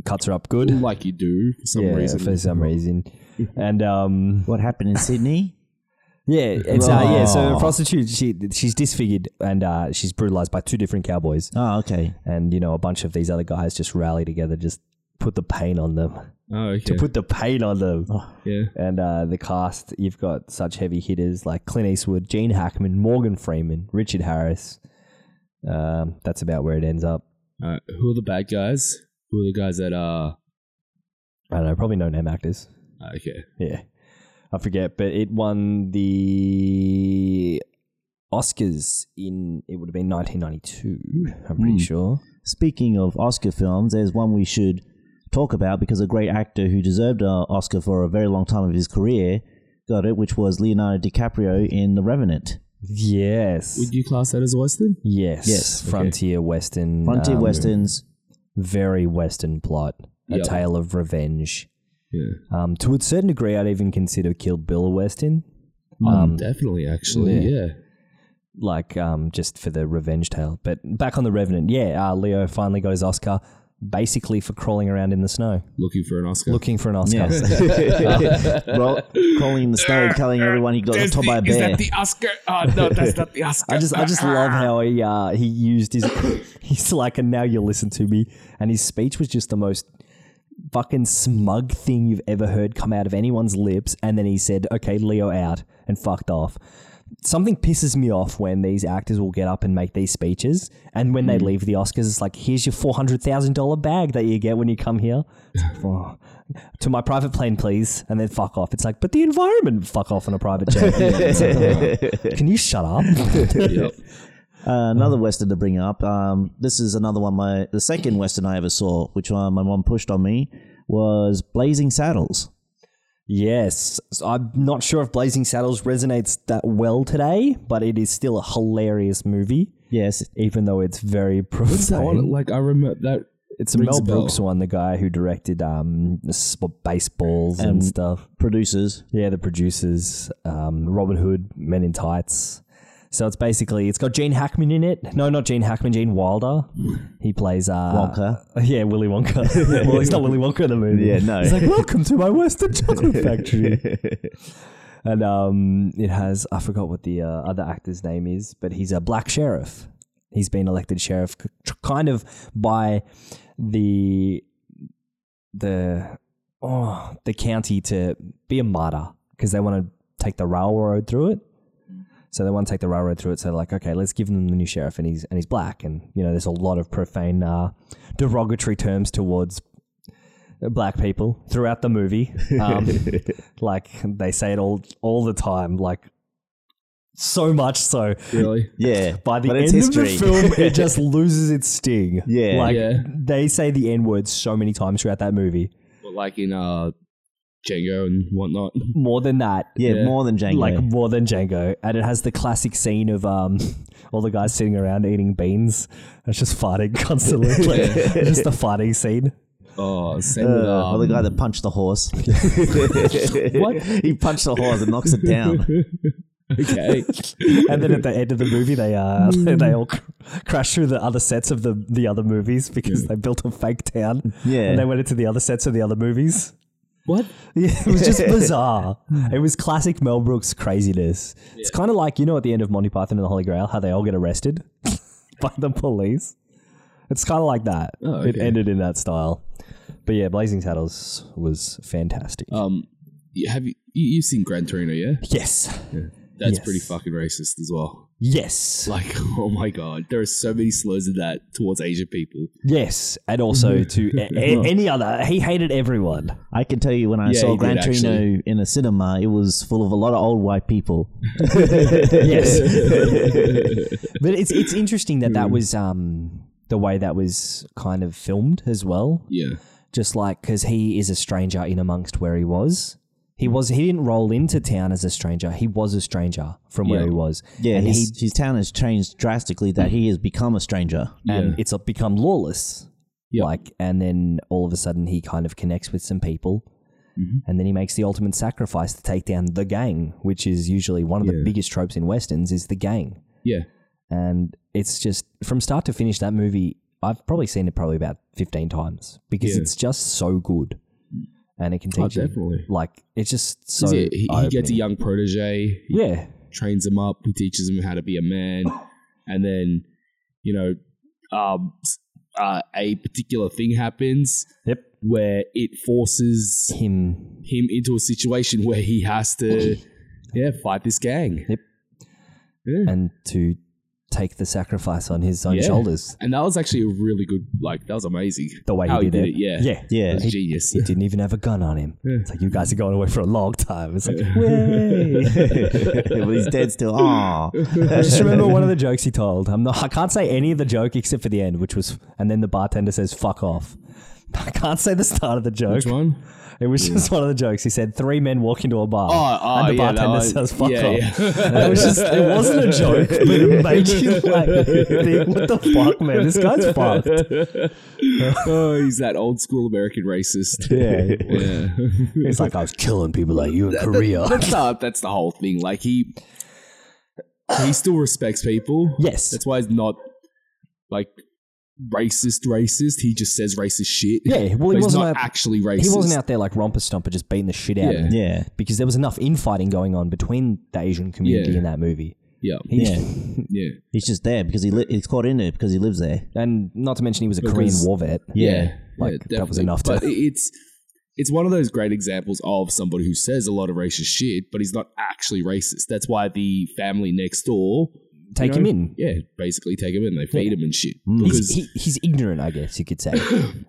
Speaker 3: cuts her up good.
Speaker 2: like you do for some
Speaker 3: yeah,
Speaker 2: reason.
Speaker 3: for some reason. And um,
Speaker 4: what happened in Sydney?
Speaker 3: yeah, it's uh, yeah. So
Speaker 4: Oh.
Speaker 3: a prostitute, she she's disfigured and uh, she's brutalized by two different cowboys
Speaker 4: Oh, okay.
Speaker 3: and you know a bunch of these other guys just rally together just put the pain on them
Speaker 2: Oh, okay.
Speaker 3: to put the pain on them
Speaker 2: yeah.
Speaker 3: and uh, the cast you've got such heavy hitters like clint eastwood gene hackman morgan freeman richard harris um, that's about where it ends up
Speaker 2: All right. Who are the bad guys? Who are the guys that are? uh,
Speaker 3: i don't know probably no name actors
Speaker 2: Okay.
Speaker 3: yeah i forget but it won the oscars in it would have been 1992 i'm pretty sure
Speaker 4: Speaking of Oscar films, there's one we should talk about because a great actor who deserved an Oscar for a very long time of his career got it, which was Leonardo DiCaprio in The Revenant.
Speaker 3: yes
Speaker 2: Would you class that as Western?
Speaker 3: yes
Speaker 4: Yes,
Speaker 2: okay.
Speaker 3: frontier western
Speaker 4: Frontier
Speaker 3: um,
Speaker 4: Westerns.
Speaker 3: very Western plot, a
Speaker 2: Yep.
Speaker 3: tale of revenge.
Speaker 2: Yeah.
Speaker 3: Um, to a certain degree, I'd even consider Kill Bill a Western,
Speaker 2: Um, definitely, actually. Yeah.
Speaker 3: like um, just for the revenge tale. But back on the Revenant, yeah, uh, Leo finally got his Oscar, basically for crawling around in the snow,
Speaker 2: Looking for an Oscar.
Speaker 3: looking for an Oscar.
Speaker 4: Yes. Well, crawling in the snow, telling everyone he got topped by a bear.
Speaker 2: Oscar? Oh, no, that's not the Oscar.
Speaker 3: I just, I just love how he uh, he used his. He's like, and now you listen to me, and his speech was just the most fucking smug thing you've ever heard come out of anyone's lips. And then he said, "Okay, Leo out," and fucked off. something pisses me off when these actors will get up and make these speeches, and when they leave the Oscars, it's like, here's your four hundred thousand dollar bag that you get when you come here. It's like, "Oh, to my private plane, please, and then fuck off. It's like, but the environment, fuck off on a private jet. It's like, "Oh, can you shut up?
Speaker 2: Yep.
Speaker 4: Uh, another western to bring up. Um, this is another one. My the second western I ever saw, which uh, my mom pushed on me, was Blazing Saddles.
Speaker 3: yes, So I'm not sure if Blazing Saddles resonates that well today, but it is still a hilarious movie,
Speaker 4: Yes,
Speaker 3: even though it's very
Speaker 2: What's that one?
Speaker 3: profane.
Speaker 2: Like I remember that.
Speaker 3: It's a
Speaker 2: Rings
Speaker 3: Mel
Speaker 2: a bell.
Speaker 3: Brooks one, the guy who directed um, s- baseballs and
Speaker 4: And-
Speaker 3: stuff.
Speaker 4: producers.
Speaker 3: Um, Yeah, the producers, um, Robin Hood, Men in Tights. So it's basically it's got Gene Hackman in it. No, not Gene Hackman. Gene Wilder. He plays uh,
Speaker 4: Wonka.
Speaker 3: Yeah, Willy Wonka. well, he's not Willy Wonka in the movie.
Speaker 4: Yeah, no.
Speaker 3: He's like, "Welcome to my Western Chocolate Factory." and um, it has I forgot what the uh, other actor's name is, but he's a black sheriff. He's been elected sheriff, k- tr- kind of by the the oh, the county to be a martyr because they want to take the railroad through it. So they want to take the railroad through it. So they're like, okay, let's give them the new sheriff, and he's and he's black, and you know, there's a lot of profane, uh, derogatory terms towards black people throughout the movie. Um, like they say it all all the time, like so much so
Speaker 2: Really?
Speaker 4: Yeah,
Speaker 3: by the
Speaker 4: but
Speaker 3: end
Speaker 4: it's history.
Speaker 3: of the film, it just loses its sting.
Speaker 4: Yeah.
Speaker 3: like
Speaker 2: Yeah.
Speaker 3: they say the n word so many times throughout that movie.
Speaker 2: But like in uh, Django and whatnot.
Speaker 3: More than that,
Speaker 4: yeah,
Speaker 2: Yeah.
Speaker 4: more than Django.
Speaker 3: like more than Django, and it has the classic scene of um, all the guys sitting around eating beans. It's just farting constantly, like, it's just the farting scene.
Speaker 2: Oh, same
Speaker 4: Uh,
Speaker 2: with
Speaker 4: or
Speaker 2: um,
Speaker 4: the guy that punched the horse.
Speaker 3: What?
Speaker 4: He punched the horse and knocks it down.
Speaker 2: okay.
Speaker 3: And then at the end of the movie, they uh, they all cr- crash through the other sets of the the other movies because they built a fake town.
Speaker 4: Yeah.
Speaker 3: and they went into the other sets of the other movies.
Speaker 2: what?
Speaker 3: Yeah, it was just bizarre. it was classic Mel Brooks craziness. It's kind of like you know at the end of Monty Python and the Holy Grail how they all get arrested by the police. It's kind of like that.
Speaker 2: Oh,
Speaker 3: It
Speaker 2: okay.
Speaker 3: ended in that style. But yeah, Blazing Saddles was fantastic.
Speaker 2: Um, you- have you, you you've seen Gran Torino? Yeah,
Speaker 3: yes.
Speaker 2: that's
Speaker 3: Yes.
Speaker 2: pretty fucking racist as well.
Speaker 3: Yes.
Speaker 2: Like, oh my god, there are so many slurs in that towards Asian people.
Speaker 3: yes. And also to a- a- any other. He hated everyone.
Speaker 4: I can tell you when I
Speaker 2: Yeah,
Speaker 4: saw
Speaker 2: he did,
Speaker 4: Gran Torino
Speaker 2: actually.
Speaker 4: in a cinema, it was full of a lot of old white people.
Speaker 3: yes. but it's it's interesting that that was um the way that was kind of filmed as well.
Speaker 2: Yeah,
Speaker 3: just like because he is a stranger in amongst where he was. He was he didn't roll into town as a stranger. He was a stranger from where
Speaker 2: Yeah.
Speaker 3: he was.
Speaker 4: Yeah,
Speaker 3: and he
Speaker 4: his, his town has changed drastically that he has become a stranger.
Speaker 3: and
Speaker 2: Yeah.
Speaker 3: it's uh, become lawless.
Speaker 2: Yeah.
Speaker 3: Like, and then all of a sudden he kind of connects with some people,
Speaker 2: Mm-hmm.
Speaker 3: and then he makes the ultimate sacrifice to take down the gang, which is usually one of the
Speaker 2: Yeah.
Speaker 3: biggest tropes in westerns is the gang.
Speaker 2: yeah.
Speaker 3: and it's just from start to finish that movie i've probably seen it probably about 15 times because
Speaker 2: Yeah.
Speaker 3: it's just so good and it can teach
Speaker 2: Oh,
Speaker 3: you
Speaker 2: definitely.
Speaker 3: like it's just so
Speaker 2: So he, he gets a
Speaker 3: eye-opening.
Speaker 2: young protege. He
Speaker 3: yeah
Speaker 2: trains him up. He teaches him how to be a man, and then you know, um, s- uh, a particular thing happens
Speaker 3: yep
Speaker 2: where it forces
Speaker 3: him
Speaker 2: him into a situation where he has to, yeah, fight this gang.
Speaker 3: Yep.
Speaker 2: Yeah.
Speaker 3: and to take the sacrifice on his own
Speaker 2: Yeah.
Speaker 3: shoulders
Speaker 2: And that was actually a really good, like, that was amazing.
Speaker 3: the way he,
Speaker 2: How
Speaker 3: did, it.
Speaker 2: yeah.
Speaker 3: yeah
Speaker 2: It
Speaker 4: Yeah.
Speaker 2: was genius.
Speaker 3: he didn't even have a gun on him it's like you guys are going away for a long time it's like way
Speaker 4: but he's dead still. Ah. Aw.
Speaker 3: I just remember one of the jokes he told. I'm not, I can't say any of the joke except for the end, which was, and then the bartender says, fuck off. I can't say the start of the joke.
Speaker 2: Which one?
Speaker 3: It was just one of the jokes. He said, three men walk into a bar.
Speaker 2: Oh, oh,
Speaker 3: and the
Speaker 2: yeah, that
Speaker 3: bartender
Speaker 2: one-
Speaker 3: says, fuck
Speaker 2: yeah,
Speaker 3: off.
Speaker 2: yeah.
Speaker 3: It was just, it wasn't a joke, but it made you like, think, what the fuck, man? This guy's fucked.
Speaker 2: oh, he's that old school American racist.
Speaker 3: Yeah.
Speaker 2: Yeah.
Speaker 3: It's like, I was killing people like you in Korea.
Speaker 2: that's, not, that's the whole thing. Like, he he still respects people.
Speaker 3: Yes.
Speaker 2: That's why he's not, like, racist, racist. He just says racist shit.
Speaker 3: Yeah, well, he
Speaker 2: But he's
Speaker 3: wasn't
Speaker 2: not
Speaker 3: a-
Speaker 2: actually racist.
Speaker 3: He wasn't out there like romper stomper just beating the shit out of
Speaker 2: Yeah.
Speaker 3: him.
Speaker 4: Yeah.
Speaker 3: Because there was enough infighting going on between the Asian community
Speaker 2: Yeah.
Speaker 3: in that movie.
Speaker 2: Yeah.
Speaker 3: He
Speaker 4: Yeah.
Speaker 2: Yeah.
Speaker 4: He's just there because he li- he's caught in it because he lives there.
Speaker 3: and not to mention he was a Korean
Speaker 2: Because-
Speaker 3: war vet.
Speaker 4: Yeah.
Speaker 3: like, that was
Speaker 2: definitely.
Speaker 3: enough to-
Speaker 2: But it- it's it's one of those great examples of somebody who says a lot of racist shit, but he's not actually racist. That's why the family next door you
Speaker 3: Take him in.
Speaker 2: Yeah, basically take him in. They feed him and shit.
Speaker 3: He's,
Speaker 2: Because
Speaker 3: Mm. he, he's ignorant, I guess you could say.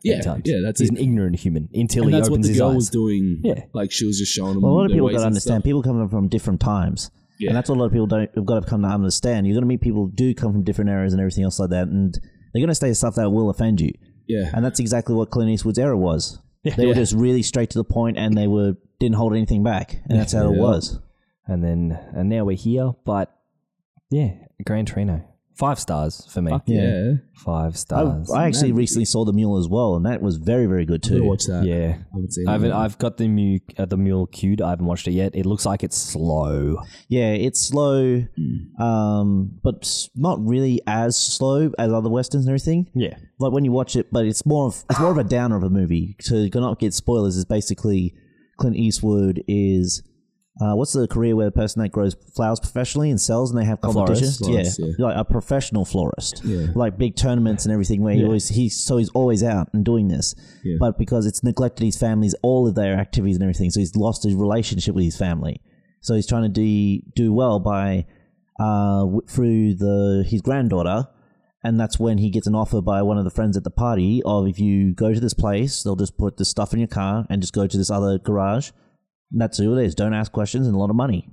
Speaker 2: yeah,
Speaker 3: at times.
Speaker 2: yeah, that's
Speaker 3: he's
Speaker 2: it.
Speaker 3: an ignorant human until
Speaker 2: And
Speaker 3: he
Speaker 2: that's what
Speaker 3: opens
Speaker 2: the
Speaker 3: his
Speaker 2: girl
Speaker 3: eyes.
Speaker 2: was doing.
Speaker 3: Yeah.
Speaker 2: like she was just showing him.
Speaker 4: Well, a lot of
Speaker 2: their
Speaker 4: people
Speaker 2: ways
Speaker 4: got to
Speaker 2: and
Speaker 4: understand.
Speaker 2: stuff.
Speaker 4: People come from different times,
Speaker 2: Yeah.
Speaker 4: and that's what a lot of people don't have got to come to understand. You're going to meet people who do come from different areas and everything else like that, and they're going to say stuff that will offend you.
Speaker 2: Yeah,
Speaker 4: And that's exactly what Clint Eastwood's era was. They were just really straight to the point, and they were didn't hold anything back, and that's how it was.
Speaker 3: and then and now we're here. But yeah, Gran Trino, five stars for me.
Speaker 2: yeah. Uh,
Speaker 3: Five
Speaker 4: I,
Speaker 3: stars.
Speaker 4: I actually recently saw The Mule as well, and that was very, very good
Speaker 2: I
Speaker 4: too.
Speaker 2: watch that.
Speaker 3: yeah,
Speaker 2: I haven't seen
Speaker 3: I haven't,
Speaker 2: that.
Speaker 3: I've got the mule, uh, the mule queued. I haven't watched it yet. It looks like it's slow.
Speaker 4: Yeah, it's slow,
Speaker 2: Hmm.
Speaker 4: um, but s- not really as slow as other westerns and everything.
Speaker 3: Yeah,
Speaker 4: like when you watch it, but it's more of it's more of a downer of a movie. To not get spoilers is basically Clint Eastwood is uh, what's the career where the person that grows flowers professionally and sells and they have competitions?
Speaker 3: florist?
Speaker 2: Florist,
Speaker 4: yeah.
Speaker 2: yeah.
Speaker 4: like a professional florist, like big tournaments and everything. Where he always he's so he's always out and doing this,
Speaker 2: Yeah.
Speaker 4: but because it's neglected his family's all of their activities and everything, so he's lost his relationship with his family. So he's trying to do do well by uh, w- through the his granddaughter, and that's when he gets an offer by one of the friends at the party of if you go to this place, they'll just put the stuff in your car and just go to this other garage. And that's who it is. Don't ask questions and a lot of money.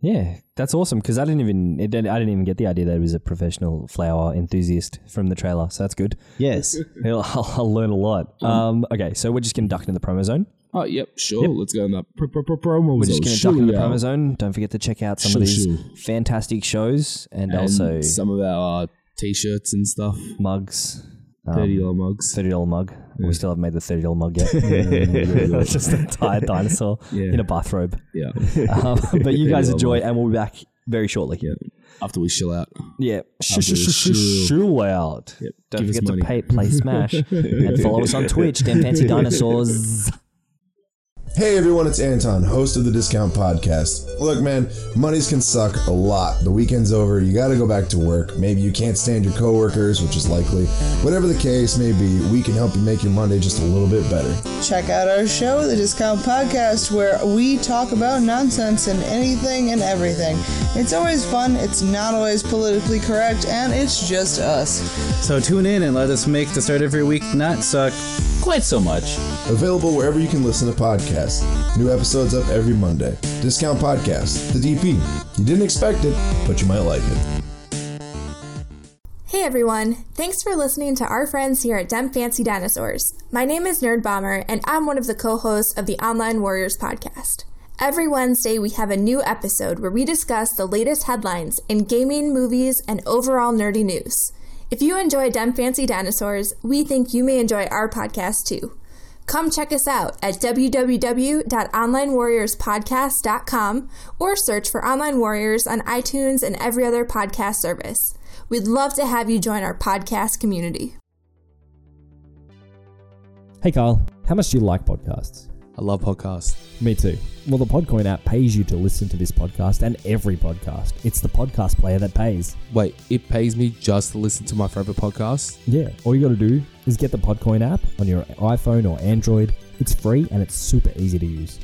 Speaker 3: yeah, that's awesome. Because I didn't even it, didn't- I didn't even get the idea that he was a professional flower enthusiast from the trailer. So that's good.
Speaker 4: Yes.
Speaker 3: I'll, I'll, I'll learn a lot. Um, okay, so we're just gonna duck into the promo zone.
Speaker 2: Oh, yep, sure. Let's go in that pro- pro- pro- promo.
Speaker 3: We're just going to duck into the promo zone. Don't forget to check out some
Speaker 2: Shoo,
Speaker 3: of these
Speaker 2: shoo.
Speaker 3: fantastic shows and,
Speaker 2: And
Speaker 3: also
Speaker 2: some of our uh, t-shirts and stuff.
Speaker 3: mugs.
Speaker 2: Thirty
Speaker 3: Um,
Speaker 2: dollar mugs.
Speaker 3: Thirty dollar mug. We still haven't made the thirty dollar mug yet. It's just a tired dinosaur
Speaker 2: Yeah.
Speaker 3: in a bathrobe.
Speaker 2: Yeah.
Speaker 3: Um, but you guys
Speaker 2: $30
Speaker 3: enjoy, and we'll be back very shortly.
Speaker 2: yeah. After we chill out.
Speaker 3: Yeah, shoo,
Speaker 2: After
Speaker 3: shoo, shoo, shoo,
Speaker 2: shoo.
Speaker 3: shoo out. Don't
Speaker 2: Give us
Speaker 3: forget to
Speaker 2: money.
Speaker 3: pay, play Smash and follow us on Twitch. Damn fancy dinosaurs.
Speaker 5: Hey everyone, it's Anton, host of the Discount Podcast. Look, man, monies can suck a lot. The weekend's over, you gotta go back to work. Maybe you can't stand your coworkers, which is likely. Whatever the case may be, we can help you make your Monday just a little bit better.
Speaker 6: Check out our show, The Discount Podcast, where we talk about nonsense and anything and everything. It's always fun, it's not always politically correct, and it's just us.
Speaker 7: So tune in and let us make the start of your week not suck quite so much.
Speaker 5: Available wherever you can listen to podcasts. New episodes up every Monday. Discount Podcast, the DP. You didn't expect it, but you might like it.
Speaker 8: Hey everyone! Thanks for listening to our friends here at Dumb Fancy Dinosaurs. My name is Nerd Bomber, and I'm one of the co hosts of the Online Warriors podcast. Every Wednesday, we have a new episode where we discuss the latest headlines in gaming, movies, and overall nerdy news. If you enjoy Dumb Fancy Dinosaurs, we think you may enjoy our podcast too. Come check us out at www.onlinewarriorspodcast.com or search for Online Warriors on iTunes and every other podcast service. We'd love to have you join our podcast community.
Speaker 9: Hey Carl, how much do you like podcasts?
Speaker 10: I love podcasts.
Speaker 9: Me too. Well, the Podcoin app pays you to listen to this podcast and every podcast. It's the podcast player that pays.
Speaker 10: Wait, it pays me just to listen to my favorite podcasts?
Speaker 9: Yeah, all you gotta do is get the Podcoin app on your iPhone or Android. It's free and it's super easy to use.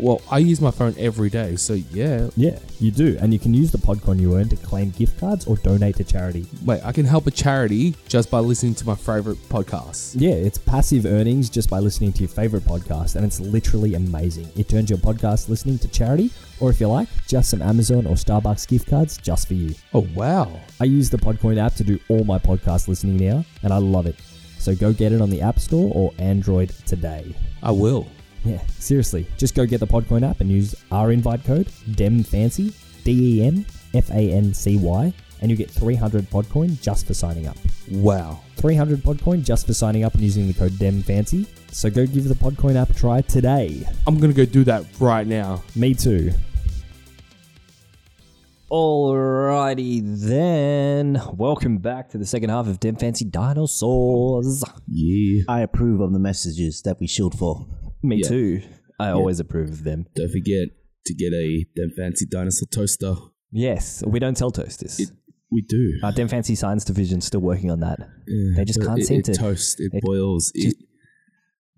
Speaker 10: Well, I use my phone every day, so yeah.
Speaker 9: Yeah, you do, and you can use the Podcoin you earn to claim gift cards or donate to charity.
Speaker 10: Wait, I can help a charity just by listening to my favorite podcasts.
Speaker 9: Yeah, it's passive earnings just by listening to your favorite podcast, and it's literally amazing. It turns your podcast listening to charity, or if you like, just some Amazon or Starbucks gift cards just for you.
Speaker 10: Oh, wow.
Speaker 9: I use the Podcoin app to do all my podcast listening now, and I love it. So go get it on the App Store or Android today.
Speaker 10: I will.
Speaker 9: Yeah, seriously, just go get the Podcoin app and use our invite code DEMFANCY, D E M F A N C Y, and you get 300 Podcoin just for signing up.
Speaker 10: Wow.
Speaker 9: 300 Podcoin just for signing up and using the code DEMFANCY. So go give the Podcoin app a try today.
Speaker 10: I'm going to go do that right now.
Speaker 9: Me too.
Speaker 3: Alrighty then. Welcome back to the second half of Dem Fancy Dinosaurs.
Speaker 2: Yeah.
Speaker 4: I approve of the messages that we shield for.
Speaker 3: Me too. I always approve of them.
Speaker 2: Don't forget to get a them fancy dinosaur toaster.
Speaker 3: Yes, we don't sell toasters.
Speaker 2: We do.
Speaker 3: Our Dem Fancy Science Division's still working on that.
Speaker 2: Yeah,
Speaker 3: they just
Speaker 2: but
Speaker 3: can't
Speaker 2: it,
Speaker 3: seem
Speaker 2: it
Speaker 3: to.
Speaker 2: toast. It,
Speaker 3: it
Speaker 2: boils. It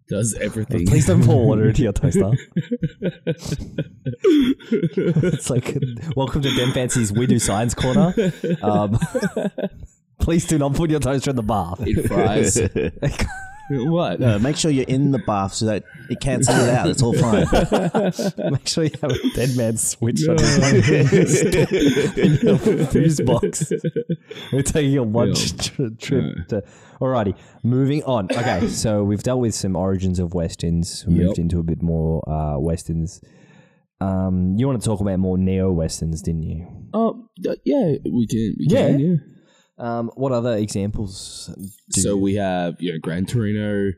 Speaker 2: does everything.
Speaker 3: Please don't pour water into your toaster. it's like, welcome to Den Fancy's We Do Science Corner. Um, please do not put your toaster in the bath.
Speaker 2: It fries. what?
Speaker 4: No, Uh, make sure you're in the bath so that it cancels it out. It's all fine.
Speaker 3: Make sure you have a dead man switch on your fuse box. We're taking a lunch tri- trip. To, alrighty, moving on. Okay, so we've dealt with some origins of westerns. We moved
Speaker 2: Yep.
Speaker 3: into a bit more uh, westerns. Um, you want to talk about more neo westerns, didn't you?
Speaker 2: Um, yeah, we can. We
Speaker 3: Yeah.
Speaker 2: can yeah.
Speaker 3: Um, what other examples? do-
Speaker 2: So we have you know Gran Torino,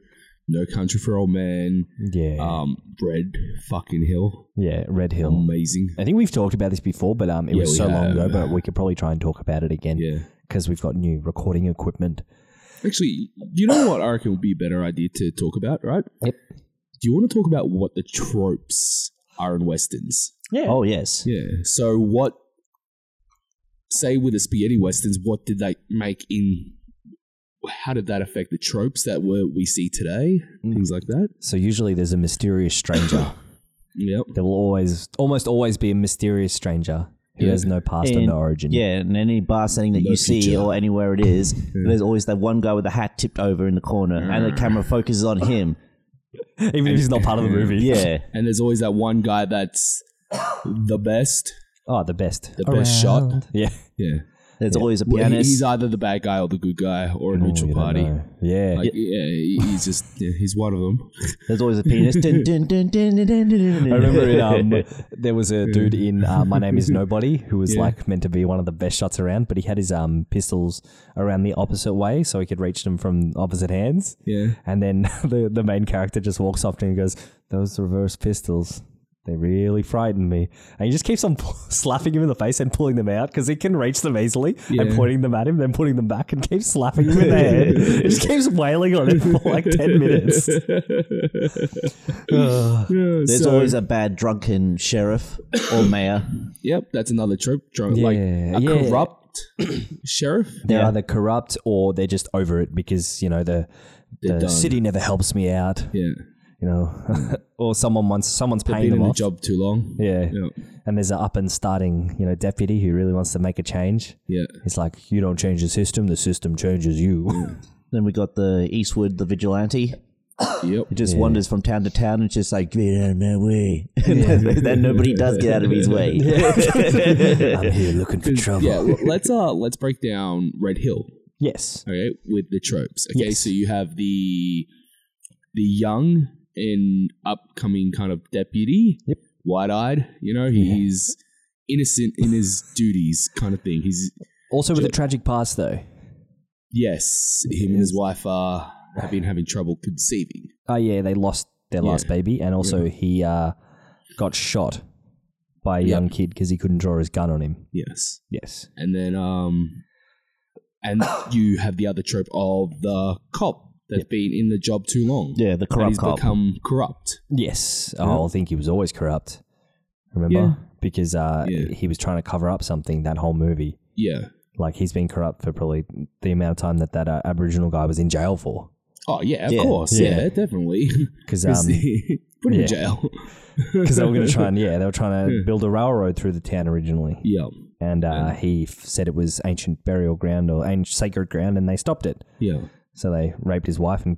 Speaker 2: No Country for Old Men,
Speaker 3: yeah,
Speaker 2: um, Red Fucking Hill,
Speaker 3: yeah, Red Hill.
Speaker 2: amazing.
Speaker 3: I think we've talked about this before, but um, it
Speaker 2: Yeah,
Speaker 3: was
Speaker 2: we
Speaker 3: so long
Speaker 2: have.
Speaker 3: ago. But we could probably try and talk about it again.
Speaker 2: Yeah.
Speaker 3: because we've got new recording equipment.
Speaker 2: Actually, you know what I reckon would be a better idea to talk about, right?
Speaker 3: Yep.
Speaker 2: Do you want to talk about what the tropes are in westerns?
Speaker 3: Yeah.
Speaker 4: Oh yes.
Speaker 2: Yeah. So what? Say with the spaghetti westerns, what did they make in? How did that affect the tropes that were we see today?
Speaker 3: Mm.
Speaker 2: Things like that.
Speaker 3: So usually there's a mysterious stranger.
Speaker 2: Yep.
Speaker 3: there will always, almost always be a mysterious stranger who
Speaker 2: Yeah.
Speaker 3: has no past or
Speaker 4: And-
Speaker 3: no origin.
Speaker 4: Yeah, in any bar setting that
Speaker 2: No
Speaker 4: you see
Speaker 2: future.
Speaker 4: or anywhere it is, there's always that one guy with the hat tipped over in the corner, and the camera focuses on him.
Speaker 3: Even if he's not part of the movie.
Speaker 4: Yeah,
Speaker 2: And there's always that one guy that's the best,
Speaker 3: Oh, the best. Oh,
Speaker 2: the best shot.
Speaker 3: Yeah.
Speaker 2: Yeah.
Speaker 4: there's always a
Speaker 2: Well, he-
Speaker 4: pianist.
Speaker 2: He's either the bad guy or the good guy or a
Speaker 3: Oh,
Speaker 2: neutral
Speaker 3: you don't
Speaker 2: party.
Speaker 3: know. Yeah.
Speaker 2: Like, yeah, he- he's just yeah, he's one of them.
Speaker 4: There's always a pianist. Dun, dun, dun, dun, dun, dun, dun, dun.
Speaker 3: I remember in, um, there was a dude in uh, My Name Is Nobody who was like meant to be one of the best shots around, but he had his um, pistols around the opposite way so he could reach them from opposite hands.
Speaker 2: Yeah.
Speaker 3: And then the, the main character just walks up to him and goes, Those reverse pistols, they really frighten me. And he just keeps on slapping him in the face and pulling them out because he can reach them easily and
Speaker 2: Yeah.
Speaker 3: pointing them at him, then putting them back and keeps slapping him in the head. He just keeps wailing on him for like 10 minutes.
Speaker 4: There's always a bad drunken sheriff or mayor.
Speaker 2: Yep, that's another trope. trope like
Speaker 3: Yeah,
Speaker 2: a
Speaker 3: yeah.
Speaker 2: corrupt sheriff.
Speaker 3: They're either corrupt or they're just over it because, you know, the,
Speaker 2: They're
Speaker 3: the
Speaker 2: done.
Speaker 3: city never helps me out,
Speaker 2: Yeah,
Speaker 3: you know, or someone wants, someone's
Speaker 2: they've
Speaker 3: paying them
Speaker 2: been in the
Speaker 3: off.
Speaker 2: job too long.
Speaker 3: Yeah.
Speaker 2: Yeah.
Speaker 3: And there's an up and starting, you know, deputy who really wants to make a change.
Speaker 2: Yeah.
Speaker 3: It's like you don't change the system; the system changes you.
Speaker 2: Mm.
Speaker 4: Then we got the Eastwood, the vigilante.
Speaker 2: Yep.
Speaker 4: He just wanders from town to town and just like get out of my way. then nobody does get out of his way.
Speaker 3: I'm here looking for trouble.
Speaker 2: Yeah. l- let's uh let's break down Red Hill.
Speaker 3: Yes.
Speaker 2: Okay, with the tropes. Okay,
Speaker 3: Yes.
Speaker 2: so you have the the young and upcoming kind of deputy,
Speaker 3: Yep.
Speaker 2: wide eyed. You know, he's innocent in his duties, kind of thing. He's
Speaker 3: Also with a tragic past, though.
Speaker 2: yes, him and his wife are have been having trouble conceiving.
Speaker 3: Oh yeah, they lost their last baby, and also he uh, got shot by a young kid because he couldn't draw his gun on him.
Speaker 2: Yes,
Speaker 3: Yes.
Speaker 2: and then um, and you have the other trope of the cop that's been in the job too long.
Speaker 4: Yeah, the
Speaker 2: And
Speaker 4: corrupt
Speaker 2: he's
Speaker 4: cop.
Speaker 2: become corrupt.
Speaker 3: Yes. Oh, I think he was always corrupt. Remember, because uh,
Speaker 2: Yeah.
Speaker 3: he was trying to cover up something that whole movie.
Speaker 2: Yeah.
Speaker 3: Like he's been corrupt for probably the amount of time that that uh, Aboriginal guy was in jail for.
Speaker 2: Oh yeah, of
Speaker 4: Yeah,
Speaker 2: course.
Speaker 3: yeah.
Speaker 2: yeah definitely.
Speaker 3: Because
Speaker 2: Is
Speaker 3: um,
Speaker 2: he- put him
Speaker 3: yeah.
Speaker 2: in jail.
Speaker 3: because they were going to try and yeah, they were trying to build a railroad through the town originally,
Speaker 2: Yeah,
Speaker 3: and uh, he f- said it was ancient burial ground or ancient sacred ground, and they stopped it.
Speaker 2: yeah,
Speaker 3: So they raped his wife and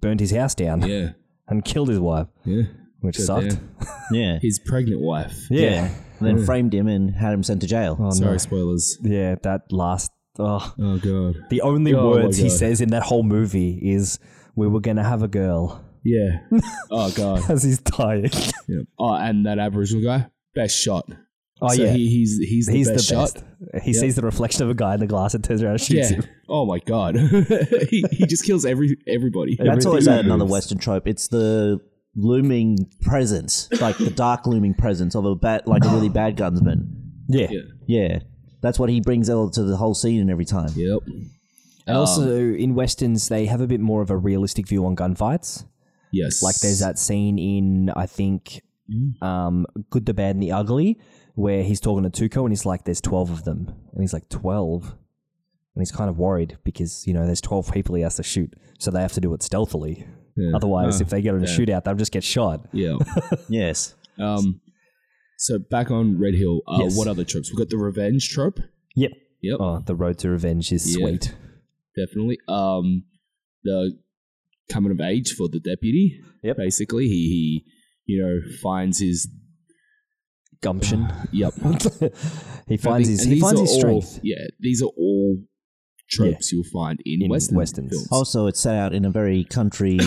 Speaker 3: burned his house down
Speaker 2: yeah,
Speaker 3: and killed his wife,
Speaker 2: yeah.
Speaker 3: which
Speaker 2: Good
Speaker 3: sucked.
Speaker 2: there.
Speaker 4: Yeah.
Speaker 2: His pregnant wife.
Speaker 3: Yeah. yeah,
Speaker 4: And then framed him and had him sent to jail.
Speaker 2: Sorry, spoilers.
Speaker 3: that last. Oh,
Speaker 2: Oh god.
Speaker 3: the only
Speaker 2: Oh, my
Speaker 3: words he
Speaker 2: God.
Speaker 3: says in that whole movie is, "We were going to have a girl."
Speaker 2: Yeah. oh god.
Speaker 3: As he's dying.
Speaker 2: Yeah. Oh, and that Aboriginal guy, best shot.
Speaker 3: Oh
Speaker 2: So
Speaker 3: yeah.
Speaker 2: he, he's he's the
Speaker 3: He's
Speaker 2: best shot.
Speaker 3: He sees the reflection of a guy in the glass and turns around and shoots
Speaker 2: Yeah.
Speaker 3: him.
Speaker 2: Oh my god. he, he just kills every everybody.
Speaker 4: That's always
Speaker 3: Everything
Speaker 4: another
Speaker 3: moves.
Speaker 4: Western trope. It's the looming presence, like the dark looming presence of a bad, like a really bad gunsman.
Speaker 3: Yeah.
Speaker 4: Yeah, that's what he brings out to the whole scene and every time.
Speaker 2: Yep.
Speaker 3: And also
Speaker 2: Um,
Speaker 3: in westerns, they have a bit more of a realistic view on gunfights.
Speaker 2: Yes.
Speaker 3: Like there's that scene in I think um, Good, the Bad, and the Ugly where he's talking to Tuco and he's like, "There's twelve of them," and he's like, 12? and he's kind of worried because you know there's twelve people he has to shoot, so they have to do it stealthily. Otherwise,
Speaker 2: Oh,
Speaker 3: if they get in a
Speaker 2: yeah.
Speaker 3: shootout, they'll just get shot.
Speaker 2: Yeah.
Speaker 4: Yes.
Speaker 2: Um, so back on Red Hill, uh,
Speaker 3: Yes.
Speaker 2: what other tropes? We've got the revenge trope.
Speaker 3: Yep.
Speaker 2: Yep.
Speaker 3: Oh, the road to revenge is
Speaker 2: Yeah.
Speaker 3: sweet.
Speaker 2: Definitely. Um, the coming of age for the deputy.
Speaker 3: Yep.
Speaker 2: Basically, he, he you know, finds his.
Speaker 3: Gumption.
Speaker 2: Yep.
Speaker 3: he finds his he finds his strength.
Speaker 2: yeah, these are all tropes you'll find in,
Speaker 3: In
Speaker 2: Western
Speaker 3: Westerns. Oh,
Speaker 2: films. Uh,
Speaker 4: Also, it's set out in a very country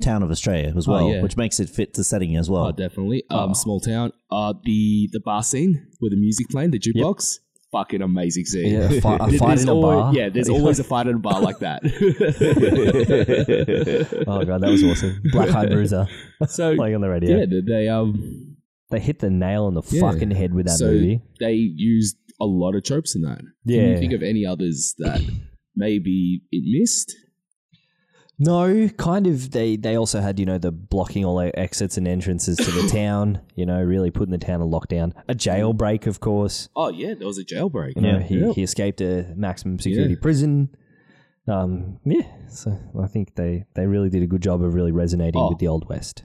Speaker 4: town of Australia as
Speaker 2: Oh,
Speaker 4: well,
Speaker 2: yeah.
Speaker 4: which makes it fit the setting as well.
Speaker 2: Oh, definitely. Um, small town. Uh, the the bar scene with the music playing, the jukebox. Fucking amazing scene.
Speaker 3: Yeah, a fi- a
Speaker 2: There's
Speaker 3: fight in a
Speaker 2: always-
Speaker 3: bar.
Speaker 2: Yeah, there's always a fight in a bar like that.
Speaker 3: oh god, that was awesome. Black Eye Bruiser
Speaker 2: so
Speaker 3: playing on the radio.
Speaker 2: yeah, they- they um,
Speaker 3: They hit the nail on the
Speaker 2: Yeah.
Speaker 3: fucking head with that
Speaker 2: so
Speaker 3: movie.
Speaker 2: they used a lot of tropes in that. Can
Speaker 3: Yeah.
Speaker 2: you think of any others that maybe it missed?
Speaker 3: No, kind of. They they also had you know the blocking all e-, exits and entrances to the town. You know, really putting the town in lockdown. A jailbreak, of course.
Speaker 2: Oh yeah, there was a jailbreak.
Speaker 3: You know,
Speaker 4: Yeah.
Speaker 3: he,
Speaker 2: Yeah.
Speaker 3: he escaped a maximum security prison. Um, yeah. So I think they they really did a good job of really resonating
Speaker 2: Oh.
Speaker 3: with the old west.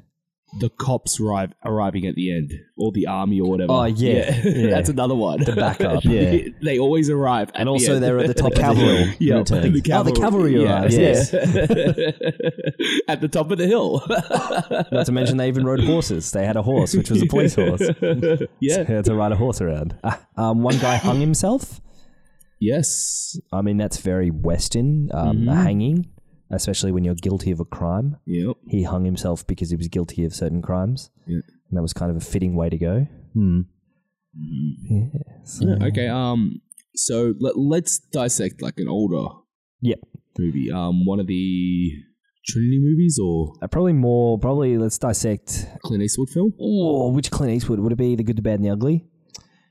Speaker 2: The cops arrive arriving at the end, or the army, or whatever.
Speaker 3: Oh, yeah. Yeah.
Speaker 2: that's another one. The
Speaker 3: backup.
Speaker 2: yeah, they always arrive, at
Speaker 3: And
Speaker 2: the
Speaker 3: also
Speaker 2: end.
Speaker 3: they were at the top of the
Speaker 2: cavalry.
Speaker 3: hill.
Speaker 2: Yeah,
Speaker 4: Return.
Speaker 2: the
Speaker 3: Oh, the cavalry arrived, yes.
Speaker 2: yes. at the top of the hill.
Speaker 3: Not to mention they even rode horses. They had a horse, which was a police horse.
Speaker 2: yeah.
Speaker 3: to ride a horse around. Ah, um, one guy hung himself.
Speaker 2: Yes.
Speaker 3: I mean, that's very Western, um,
Speaker 2: Mm-hmm.
Speaker 3: a hanging, especially when you're guilty of a crime.
Speaker 2: Yep.
Speaker 3: He hung himself because he was guilty of certain crimes.
Speaker 2: Yeah.
Speaker 3: And that was kind of a fitting way to go. Mm-hmm.
Speaker 2: Yeah, okay. Um. So let, let's dissect like an older
Speaker 3: Yep.
Speaker 2: movie. Um. One of the Trinity movies or
Speaker 3: Uh, probably more, probably let's dissect.
Speaker 2: Clint Eastwood film.
Speaker 3: Oh, which Clint Eastwood? Would it be The Good, the Bad, and the Ugly?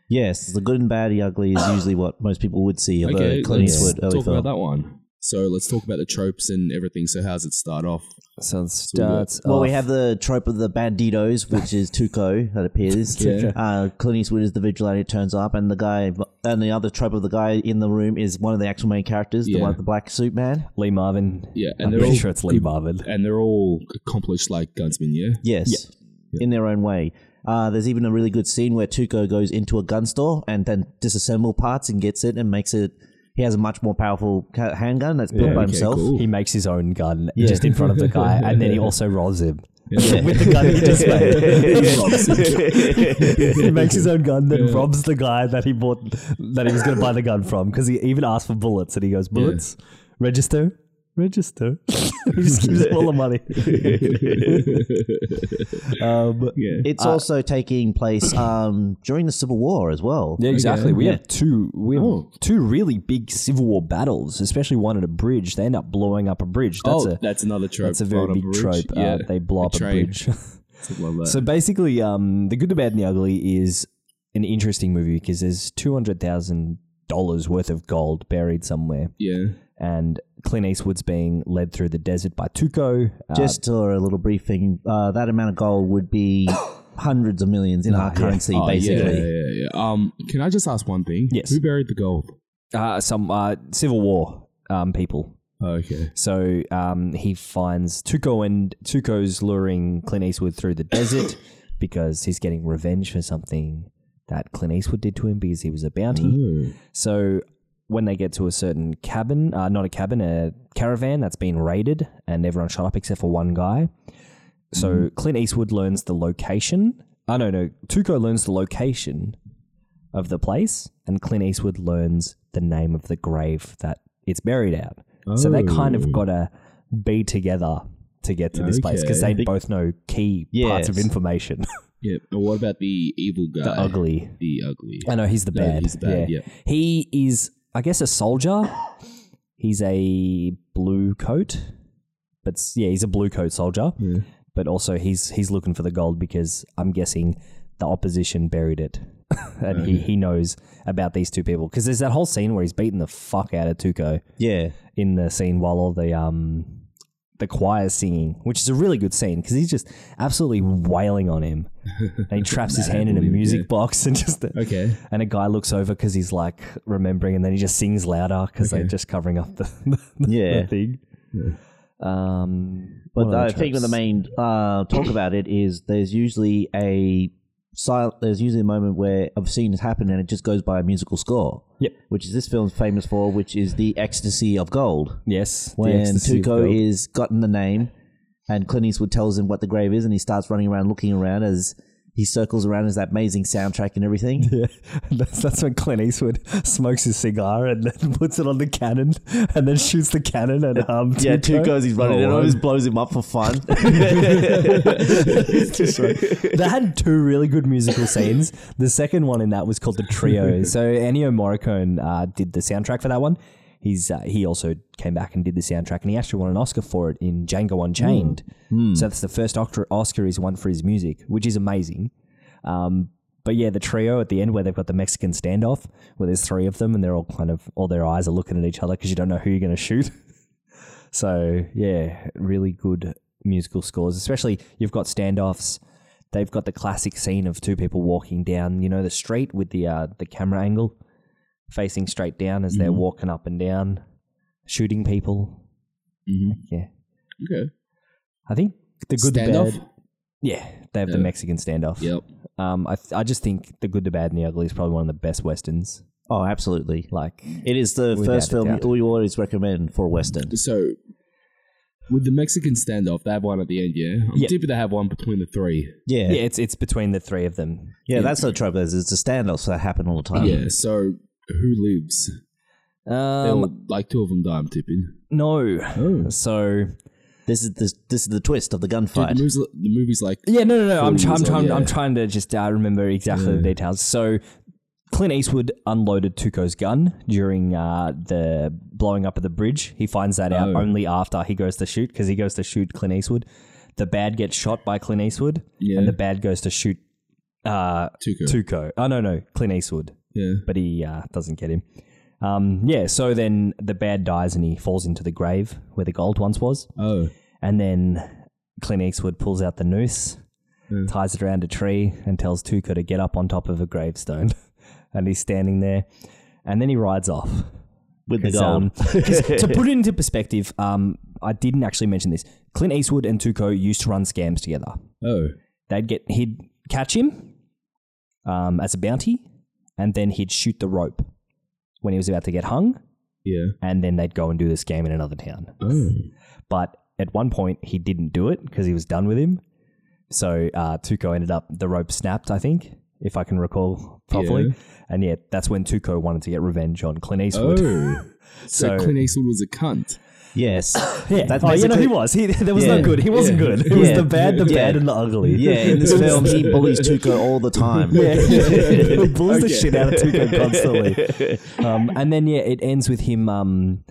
Speaker 4: Yes, the good and bad, the ugly is usually what most people would see of
Speaker 2: Okay.
Speaker 4: a Clint
Speaker 2: let's
Speaker 4: Eastwood early
Speaker 2: talk
Speaker 4: film.
Speaker 2: about that one. So let's talk about the tropes and everything. So how's it start off?
Speaker 3: So it starts.
Speaker 4: Well, we
Speaker 2: Ah.
Speaker 3: off-
Speaker 4: have the trope of the banditos, which is Tuco that appears.
Speaker 2: Yeah.
Speaker 4: uh, Clint Eastwood is the vigilante who turns up, and the guy, and the other trope of the guy in the room is one of the actual main characters, the
Speaker 2: Yeah.
Speaker 4: one with the black suit man.
Speaker 3: Lee Marvin.
Speaker 2: Yeah, and
Speaker 3: I'm
Speaker 2: they're
Speaker 3: pretty
Speaker 2: all
Speaker 3: sure it's Lee Marvin.
Speaker 2: And they're all accomplished like gunsmen. Yeah.
Speaker 4: Yes, in their own way. Uh, there's even a really good scene where Tuco goes into a gun store and then disassemble parts and gets it and makes it. He has a much more powerful ca- handgun that's built by
Speaker 2: okay,
Speaker 4: himself.
Speaker 2: cool.
Speaker 3: He makes his own gun just in front of the guy, and then he also rolls him. With the gun he just made, he makes his own gun, then robs the guy that he bought, that he was going to buy the gun from, because he even asked for bullets, and he goes, "Bullets, register, register." he just gives him all the money. um,
Speaker 2: Yeah.
Speaker 4: It's also taking place um, during the Civil War as well.
Speaker 3: Yeah, exactly. We
Speaker 2: yeah. Oh.
Speaker 3: have two we have two really big Civil War battles, especially one at a bridge. They end up blowing up a bridge. That's
Speaker 2: oh,
Speaker 3: a
Speaker 2: that's another trope.
Speaker 3: that's a very
Speaker 2: Blown up
Speaker 3: big
Speaker 2: bridge.
Speaker 3: trope.
Speaker 2: Yeah.
Speaker 3: Uh, they blow up a
Speaker 2: train.
Speaker 3: bridge.
Speaker 2: Something like that.
Speaker 3: so basically, um, the good, the bad, and the ugly is an interesting movie because there's two hundred thousand dollars worth of gold buried somewhere,
Speaker 2: yeah.
Speaker 3: and Clint Eastwood's being led through the desert by Tuco. Uh,
Speaker 4: Just for a little briefing, uh, that amount of gold would be hundreds of millions in our currency,
Speaker 2: Oh,
Speaker 4: basically.
Speaker 2: Yeah, yeah, yeah. Um, can I just ask one thing?
Speaker 3: Yes.
Speaker 2: Who buried the gold?
Speaker 3: uh, some uh, Civil War um, people.
Speaker 2: Okay.
Speaker 3: So um, he finds Tuco and Tuco's luring Clint Eastwood through the desert because he's getting revenge for something that Clint Eastwood did to him because he was a bounty. So when they get to a certain cabin, uh, not a cabin, a caravan that's been raided and everyone shut up except for one guy. So Clint Eastwood learns the location. Oh, no, no. Tuco learns the location of the place and Clint Eastwood learns the name of the grave that it's buried at. So they kind of got to be together to get to this place because they both know key parts of
Speaker 4: Yes.
Speaker 3: information.
Speaker 2: Yeah. And what about the evil guy?
Speaker 3: the ugly.
Speaker 2: The ugly.
Speaker 3: I know he's the
Speaker 2: No,
Speaker 3: bad.
Speaker 2: he's bad, yeah.
Speaker 3: He is, I guess, a soldier. He's a blue coat, but s- yeah, he's a blue coat soldier. But also, he's he's looking for the gold because I'm guessing the opposition buried it, and he, he knows about these two people because there's that whole scene where he's beating the fuck out of Tuco
Speaker 4: Yeah.
Speaker 3: in the scene while all the um the choir's singing, which is a really good scene because he's just absolutely wailing on him. And he traps his hand in a music box and just
Speaker 2: Okay.
Speaker 3: And a guy looks over because he's like remembering, and then he just sings louder because they're just covering up the, the,
Speaker 4: Yeah.
Speaker 3: the thing. Um,
Speaker 4: But
Speaker 3: one of
Speaker 4: I think
Speaker 3: tropes.
Speaker 4: the main uh, talk about it is there's usually a sil- there's usually a moment where a scene has happened and it just goes by a musical score.
Speaker 3: Yep.
Speaker 4: Which is this film's famous for, which is the ecstasy of gold.
Speaker 3: yes, the
Speaker 4: When
Speaker 3: ecstasy of
Speaker 4: Tuco
Speaker 3: gold.
Speaker 4: is gotten the name, and Clint Eastwood tells him what the grave is, and he starts running around looking around as he circles around as that amazing soundtrack and everything.
Speaker 3: Yeah, that's, that's when Clint Eastwood smokes his cigar and then puts it on the cannon and then shoots the cannon and um
Speaker 4: Yeah, two goes. He's running, and
Speaker 3: Oh,
Speaker 4: always blows him up for fun.
Speaker 3: That's right. They had two really good musical scenes. The second one in that was called the Trio. So Ennio Morricone uh, did the soundtrack for that one. He's uh, he also came back and did the soundtrack, and he actually won an Oscar for it in Django Unchained.
Speaker 4: Hmm.
Speaker 3: So that's the first Oct- Oscar he's won for his music, which is amazing. Um, but yeah, the trio at the end where they've got the Mexican standoff, where there's three of them and they're all kind of all their eyes are looking at each other because you don't know who you're going to shoot. So yeah, really good musical scores. Especially you've got standoffs. They've got the classic scene of two people walking down, you know, the street with the uh, the camera angle facing straight down as
Speaker 2: Mm-hmm.
Speaker 3: they're walking up and down, shooting people. Yeah,
Speaker 2: Mm-hmm. Okay.
Speaker 3: I think the good, the
Speaker 2: Standoff?
Speaker 3: bad. Yeah, they have the
Speaker 2: Yeah.
Speaker 3: Mexican standoff.
Speaker 2: Yep.
Speaker 3: Um, I th- I just think the good, the bad, and the ugly is probably one of the best westerns.
Speaker 4: oh, absolutely!
Speaker 3: Like,
Speaker 4: It is the
Speaker 3: Without
Speaker 4: first
Speaker 3: a
Speaker 4: film
Speaker 3: doubt.
Speaker 4: we always recommend for a western.
Speaker 2: So, with the Mexican standoff, they have one at the end, yeah? I'm
Speaker 3: Yeah.
Speaker 2: deeper they have one between the three.
Speaker 3: yeah, it's it's between the three of them.
Speaker 4: Yeah, that's the trouble. Is it's the standoffs that happen all the time.
Speaker 2: yeah, so who lives? They all- Oh.
Speaker 3: Um,
Speaker 2: like two of them die, I'm tipping.
Speaker 3: no, so
Speaker 4: This is this this is the twist of the
Speaker 2: Dude, the,
Speaker 4: gunfight.
Speaker 2: movie's, the movie's like,
Speaker 3: yeah, no, no, no. I'm, try- I'm
Speaker 2: Four years old,
Speaker 3: trying, I'm
Speaker 2: yeah.
Speaker 3: trying to just uh, remember exactly the details. So, Clint Eastwood unloaded Tuco's gun during uh, the blowing up of the bridge. He finds that out
Speaker 2: Oh.
Speaker 3: only after he goes to shoot because he goes to shoot Clint Eastwood. The bad gets shot by Clint Eastwood,
Speaker 2: Yeah.
Speaker 3: and the bad goes to shoot uh,
Speaker 2: Tuco.
Speaker 3: Tuco. Oh no, no, Clint Eastwood.
Speaker 2: yeah.
Speaker 3: but he uh, doesn't get him. Um, yeah, so then the bad dies and he falls into the grave where the gold once was.
Speaker 2: Oh,
Speaker 3: And then Clint Eastwood pulls out the noose, ties it around a tree, and tells Tuco to get up on top of a gravestone. and he's standing there. And then he rides off.
Speaker 4: With the
Speaker 3: 'Cause, um, 'cause to put it into perspective, um, I didn't actually mention this. Clint Eastwood and Tuco used to run scams together.
Speaker 2: oh,
Speaker 3: They'd get he'd catch him um, as a bounty, and then he'd shoot the rope when he was about to get hung,
Speaker 2: yeah.
Speaker 3: and then they'd go and do this game in another town.
Speaker 2: Oh,
Speaker 3: But at one point, he didn't do it because he was done with him. So uh, Tuco ended up the rope snapped, I think, if I can recall properly.
Speaker 2: Yeah.
Speaker 3: And yeah, that's when Tuco wanted to get revenge on Clint Eastwood.
Speaker 2: oh.
Speaker 3: So-
Speaker 2: so, Clint Eastwood was a cunt.
Speaker 4: yes.
Speaker 3: Yeah,
Speaker 4: That's
Speaker 3: oh, you know, he
Speaker 4: basically-
Speaker 3: was. He there was
Speaker 4: Yeah.
Speaker 3: no good. He wasn't
Speaker 2: Yeah.
Speaker 3: good. It was
Speaker 4: Yeah.
Speaker 3: the bad, the
Speaker 4: Yeah.
Speaker 3: bad, and the ugly.
Speaker 4: Yeah, in this film, he bullies Tuco all the time.
Speaker 3: Yeah, he bulls the
Speaker 2: Okay.
Speaker 3: shit out of Tuco constantly. Um, and then yeah, it ends with him um,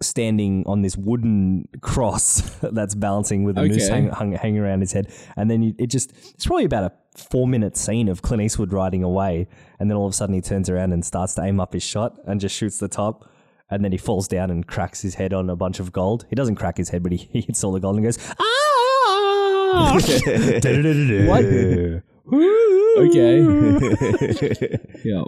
Speaker 3: standing on this wooden cross that's balancing with a noose
Speaker 2: Okay.
Speaker 3: hang, hung, hanging around his head. And then you, it just it's probably about a four minute scene of Clint Eastwood riding away, and then all of a sudden he turns around and starts to aim up his shot and just shoots the top. And then he falls down and cracks his head on a bunch of gold. He doesn't crack his head, but he, he hits all the gold and goes, ah! what?
Speaker 2: Okay. yeah.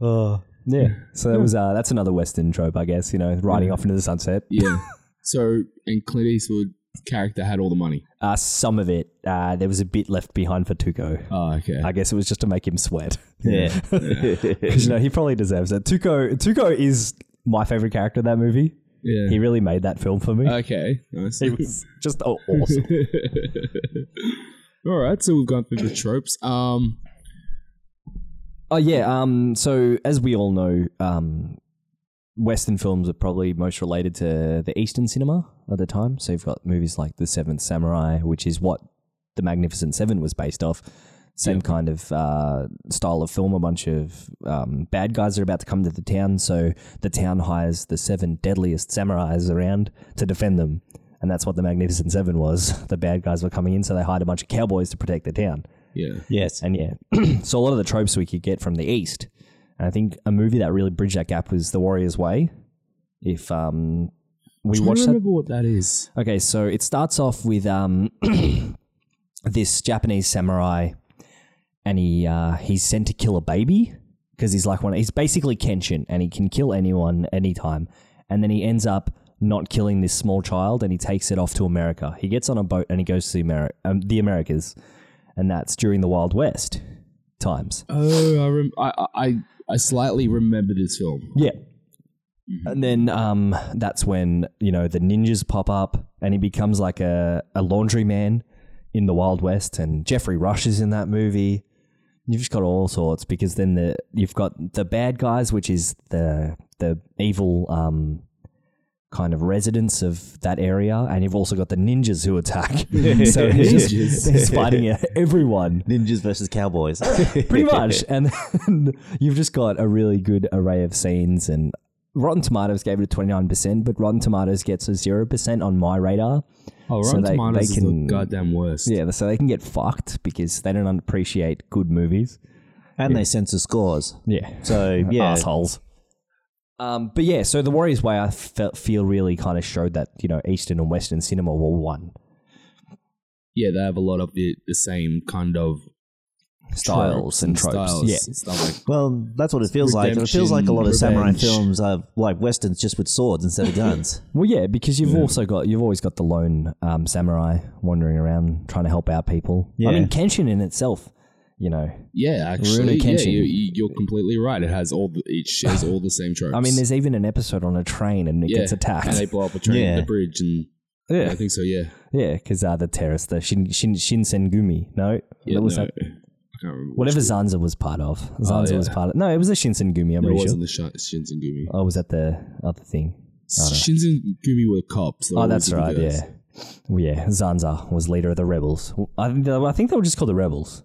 Speaker 3: Oh, yeah. So that was uh, that's another Western trope, I guess. You know, riding off into the sunset.
Speaker 2: Yeah. So, and Clint Eastwood character had all the money.
Speaker 3: Uh, some of it, uh, there was a bit left behind for Tuco.
Speaker 2: Oh, okay.
Speaker 3: I guess it was just to make him sweat.
Speaker 4: Yeah.
Speaker 3: Because you know he probably deserves it. Tuco, Tuco is my favorite character in that movie.
Speaker 2: yeah.
Speaker 3: He really made that film for me.
Speaker 2: Uh, okay. Nice.
Speaker 3: he was just aw- awesome.
Speaker 2: All right, so we've gone through the tropes. Um,
Speaker 3: Oh yeah. Um. So as we all know, um, Western films are probably most related to the Eastern cinema at the time. So you've got movies like The Seventh Samurai, which is what The Magnificent Seven was based off. Same kind of uh, style of film. A bunch of um, bad guys are about to come to the town, so the town hires the seven deadliest samurais around to defend them, and that's what the Magnificent Seven was. The bad guys were coming in, so they hired a bunch of cowboys to protect the town.
Speaker 2: yeah,
Speaker 4: yes.
Speaker 3: And yeah, so a lot of the tropes we could get from the East. And I think a movie that really bridged that gap was The Warrior's Way. If um, we
Speaker 2: Trying to
Speaker 3: watched that.
Speaker 2: remember what that is.
Speaker 3: Okay, so it starts off with um, this Japanese samurai, and he uh, he's sent to kill a baby because he's like one. He's basically Kenshin, and he can kill anyone anytime. And then he ends up not killing this small child, and he takes it off to America. He gets on a boat and he goes to the, Ameri- um, the Americas, and that's during the Wild West times.
Speaker 2: Oh, I, rem- I, I- I, I slightly remember this film.
Speaker 3: Yeah. And then um, that's when, you know, the ninjas pop up and he becomes like a, a laundryman in the Wild West. And Jeffrey Rush is in that movie. You've just got all sorts because then the you've got the bad guys, which is the the evil um, kind of residents of that area, and you've also got the ninjas who attack. so he's, just,
Speaker 4: Ninjas.
Speaker 3: he's fighting everyone
Speaker 4: Ninjas versus cowboys.
Speaker 3: pretty much. And then you've just got a really good array of scenes. And Rotten Tomatoes gave it a 29%, but Rotten Tomatoes gets a 0% on my radar.
Speaker 2: Oh,
Speaker 3: So
Speaker 2: Rotten
Speaker 3: they-
Speaker 2: Tomatoes
Speaker 3: they
Speaker 2: is the
Speaker 3: can-
Speaker 2: goddamn worst.
Speaker 3: Yeah, so they can get fucked because they don't appreciate good movies.
Speaker 4: and they censor scores.
Speaker 3: Yeah.
Speaker 4: So yeah,
Speaker 3: Assholes. Um, but yeah, so The Warriors Way, I felt, feel really kind of showed that, you know, Eastern and Western cinema were one
Speaker 2: Yeah, they have a lot of the, the same kind of
Speaker 3: styles and tropes.
Speaker 2: styles
Speaker 3: Yeah.
Speaker 2: and stuff like
Speaker 4: Well, that's what it feels like. It feels like a lot of
Speaker 2: Redemption,
Speaker 4: samurai
Speaker 2: revenge.
Speaker 4: films are like westerns just with swords instead of guns.
Speaker 3: Well, yeah, because you've also got you've always got the lone um, samurai wandering around trying to help out people. I mean, Kenshin in itself, you know.
Speaker 2: Yeah,
Speaker 3: Rurouni
Speaker 2: actually, yeah,
Speaker 3: Kenshin.
Speaker 2: you, you- you're completely right. It has all the, it shares all the same tropes.
Speaker 3: I mean, there's even an episode on a train and it
Speaker 2: yeah,
Speaker 3: gets attacked.
Speaker 2: and they blow up a train
Speaker 4: Yeah.
Speaker 2: at the bridge, and I
Speaker 3: yeah,
Speaker 2: think so. Yeah,
Speaker 3: yeah, because uh, the terrorist, the Shin, Shin Shinsengumi, no,
Speaker 2: yeah
Speaker 3: What was
Speaker 2: no,
Speaker 3: that?
Speaker 2: I can't remember.
Speaker 3: Whatever Zanza was part of, Zanza was
Speaker 2: yeah.
Speaker 3: part of. No, it was a Shinsengumi. I'm
Speaker 2: No, it
Speaker 3: pretty sure.
Speaker 2: wasn't the Shi- Shinsengumi.
Speaker 3: Oh, was that the other thing?
Speaker 2: Shinsengumi were the cops. they were
Speaker 3: Oh, that's right.
Speaker 2: always the good
Speaker 3: Yeah,
Speaker 2: guys.
Speaker 3: well, yeah. Zanza was leader of the rebels. I, I think they were just called the rebels.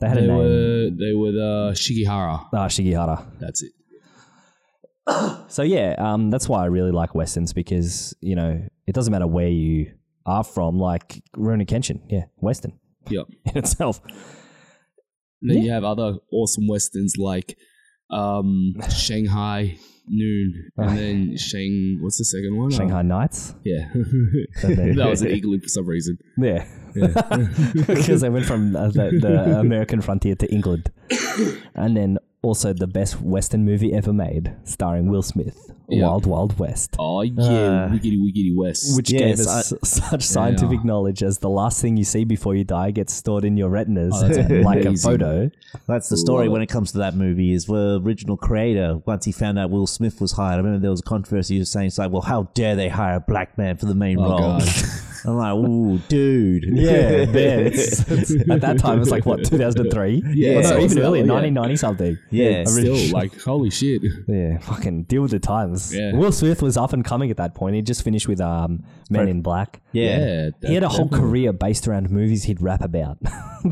Speaker 3: They had a
Speaker 2: They
Speaker 3: name.
Speaker 2: were they were the Shigihara.
Speaker 3: Ah, Shigihara.
Speaker 2: That's it.
Speaker 3: So yeah, um, that's why I really like westerns because you know it doesn't matter where you are from. Like Rurouni Kenshin, yeah, western
Speaker 2: Yep.
Speaker 3: in itself.
Speaker 2: And then
Speaker 3: Yeah.
Speaker 2: you have other awesome westerns like um, Shanghai Noon, and then Shang. What's the second one? Uh,
Speaker 3: Shanghai Nights.
Speaker 2: Yeah,
Speaker 3: then-
Speaker 2: that was an igloo for some reason.
Speaker 3: Yeah, because they went from uh, the, the American frontier to England, and then also the best western movie ever made, starring Will Smith,
Speaker 2: Yeah.
Speaker 3: Wild Wild West.
Speaker 2: Oh yeah,
Speaker 4: Uh,
Speaker 2: wiggity wiggity west.
Speaker 3: Which gave
Speaker 4: Yes,
Speaker 3: us such scientific knowledge as the last thing you see before you die gets stored in your retinas
Speaker 2: Oh, that's
Speaker 3: like a
Speaker 2: amazing.
Speaker 3: photo.
Speaker 4: That's the story when it comes to that movie. Is the original creator once he found out Will Smith was hired. I remember there was a controversy. He was saying, it's like, well, how dare they hire a black man for the main role?"
Speaker 2: God.
Speaker 4: I'm like, "Ooh, dude."
Speaker 3: Yeah, yeah. It's, it's- at that time, it's like what 2003.
Speaker 2: Yeah.
Speaker 3: Well, no, even
Speaker 2: Yeah.
Speaker 3: earlier,
Speaker 2: Yeah.
Speaker 3: 1990 something.
Speaker 4: Yeah.
Speaker 3: I really-
Speaker 2: still like holy shit.
Speaker 3: yeah, fucking deal with the times.
Speaker 2: Yeah.
Speaker 3: Will Smith was up and coming at that point. He just finished with um, Men in Black.
Speaker 4: Yeah.
Speaker 3: he had a whole
Speaker 2: definitely.
Speaker 3: career based around movies he'd rap about.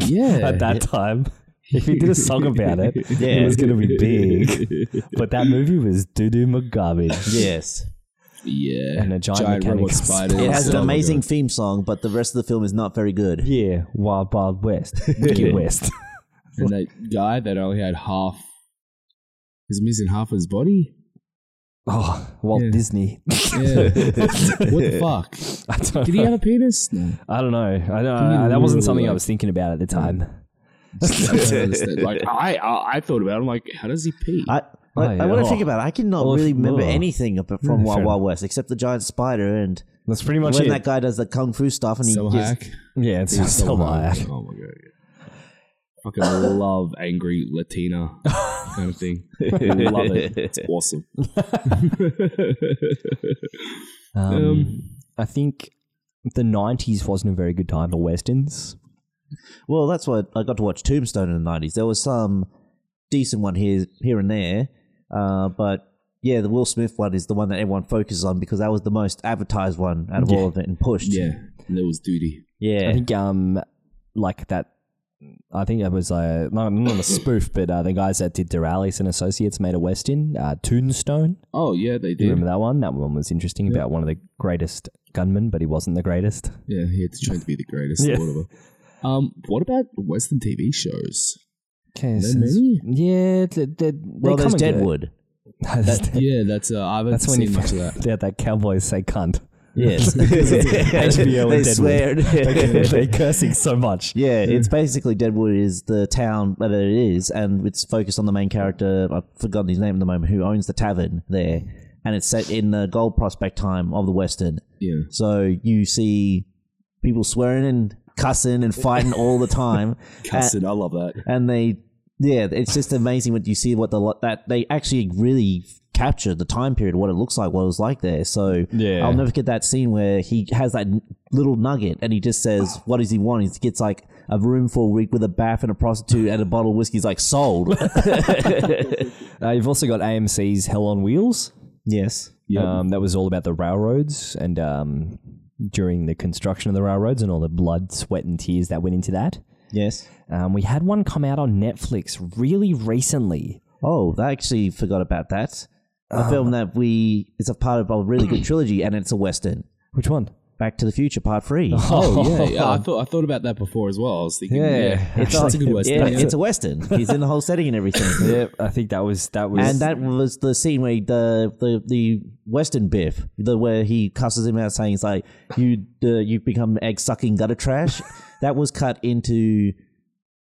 Speaker 2: Yeah.
Speaker 3: at that time. If he did a song about it, it was going to be big. But that movie was doo doo McGarbage.
Speaker 4: Yes.
Speaker 2: Yeah,
Speaker 3: And a giant mechanical
Speaker 2: robot spider.
Speaker 4: It
Speaker 2: and
Speaker 4: has an
Speaker 2: stuff.
Speaker 4: amazing theme song, but the rest of the film is not very good.
Speaker 3: Yeah, Wild Wild West. Wicked West.
Speaker 2: And that guy that only had half, he's missing half his body.
Speaker 3: Oh, Walt
Speaker 2: Yeah.
Speaker 3: Disney.
Speaker 2: Yeah, what the fuck?
Speaker 3: I don't
Speaker 2: Did he
Speaker 3: know.
Speaker 2: have a penis? No,
Speaker 3: I don't know. I don't,
Speaker 2: Couldn't
Speaker 3: I, that
Speaker 2: even
Speaker 3: wasn't
Speaker 2: remember,
Speaker 3: something I
Speaker 2: like-
Speaker 3: was thinking about at the time.
Speaker 2: I don't understand. Like I, I, I thought about. it. I'm like, how does he pee?
Speaker 4: I, I,
Speaker 3: Oh, yeah.
Speaker 4: I want to think
Speaker 3: Oh.
Speaker 4: about it. I cannot
Speaker 3: Oh,
Speaker 4: really remember
Speaker 3: oh.
Speaker 4: anything ab- from Wild
Speaker 3: fair
Speaker 4: Wild West except the giant spider and
Speaker 3: That's pretty much
Speaker 4: when
Speaker 3: it.
Speaker 4: that guy does the kung fu stuff and he
Speaker 2: Some
Speaker 4: gives,
Speaker 2: hack.
Speaker 3: yeah, it's just so
Speaker 2: Somehow.
Speaker 3: high.
Speaker 2: Oh my god. yeah. Fucking love angry Latina kind of thing. love it. It's awesome.
Speaker 3: Um,
Speaker 2: Um,
Speaker 3: I think the 90s wasn't a very good time for Westerns.
Speaker 4: Well, that's why I got to watch Tombstone in the nineties. There was some decent one here, here and there, uh, but yeah, the Will Smith one is the one that everyone focuses on because that was the most advertised one out of all of it and pushed.
Speaker 2: Yeah. And there was duty.
Speaker 4: yeah.
Speaker 3: I think, um, like that, I think it was uh, not, not a spoof, but uh, the guys that did Duralis and Associates made a Western, uh, Tombstone.
Speaker 2: Oh yeah, they
Speaker 3: Do you
Speaker 2: did.
Speaker 3: remember that one? That one was interesting about one of the greatest gunmen, but he wasn't the greatest.
Speaker 2: Yeah, he had to try to be the greatest
Speaker 3: Yeah.
Speaker 2: or whatever. Um, what about Western TV shows?
Speaker 3: Okay,
Speaker 2: so- many?
Speaker 3: yeah, they, they, they
Speaker 4: well,
Speaker 3: come
Speaker 4: there's
Speaker 3: and go.
Speaker 4: Deadwood.
Speaker 3: That's
Speaker 2: Yeah, that's uh, I haven't
Speaker 3: That's
Speaker 2: seen
Speaker 3: when you
Speaker 2: much of that.
Speaker 3: Yeah, that cowboys say cunt.
Speaker 4: Yes,
Speaker 3: HBO
Speaker 4: they
Speaker 3: and
Speaker 4: swear.
Speaker 3: They're cursing so much.
Speaker 4: Yeah, it's basically Deadwood is the town that it is, and it's focused on the main character. I've forgotten his name at the moment, who owns the tavern there, and it's set in the gold prospect time of the Western.
Speaker 2: Yeah.
Speaker 4: So you see people swearing and cussing and fighting all the time.
Speaker 2: Cussing, I love that.
Speaker 4: and they yeah it's just amazing what you see what the that they actually really capture the time period what it looks like what it was like there so
Speaker 3: Yeah.
Speaker 4: i'll never forget that scene where he has that n- little nugget and he just says what does he want he gets like a room for a week with a bath and a prostitute and a bottle of whiskey he's like sold
Speaker 3: Uh, you've also got AMC's Hell on Wheels.
Speaker 4: yes
Speaker 3: Um, that was all about the railroads and um, during the construction of the railroads and all the blood, sweat, and tears that went into that.
Speaker 4: yes
Speaker 3: Um, we had one come out on Netflix really recently.
Speaker 4: oh i actually forgot about that a
Speaker 2: Uh-huh.
Speaker 4: film that we is a part of a really good trilogy and it's a western
Speaker 3: Which one?
Speaker 4: back to the future part three
Speaker 2: Oh yeah, yeah. I thought I thought about that before as well. I was thinking, yeah,
Speaker 4: It's,
Speaker 2: that's a good western.
Speaker 4: yeah, it's a western. He's in the whole setting and everything.
Speaker 3: Yeah, I think that was that was.
Speaker 4: And that was the scene where the the, the Western Biff, the where he cusses him out, saying he's like, "You uh, you've become egg sucking gutter trash." that was cut into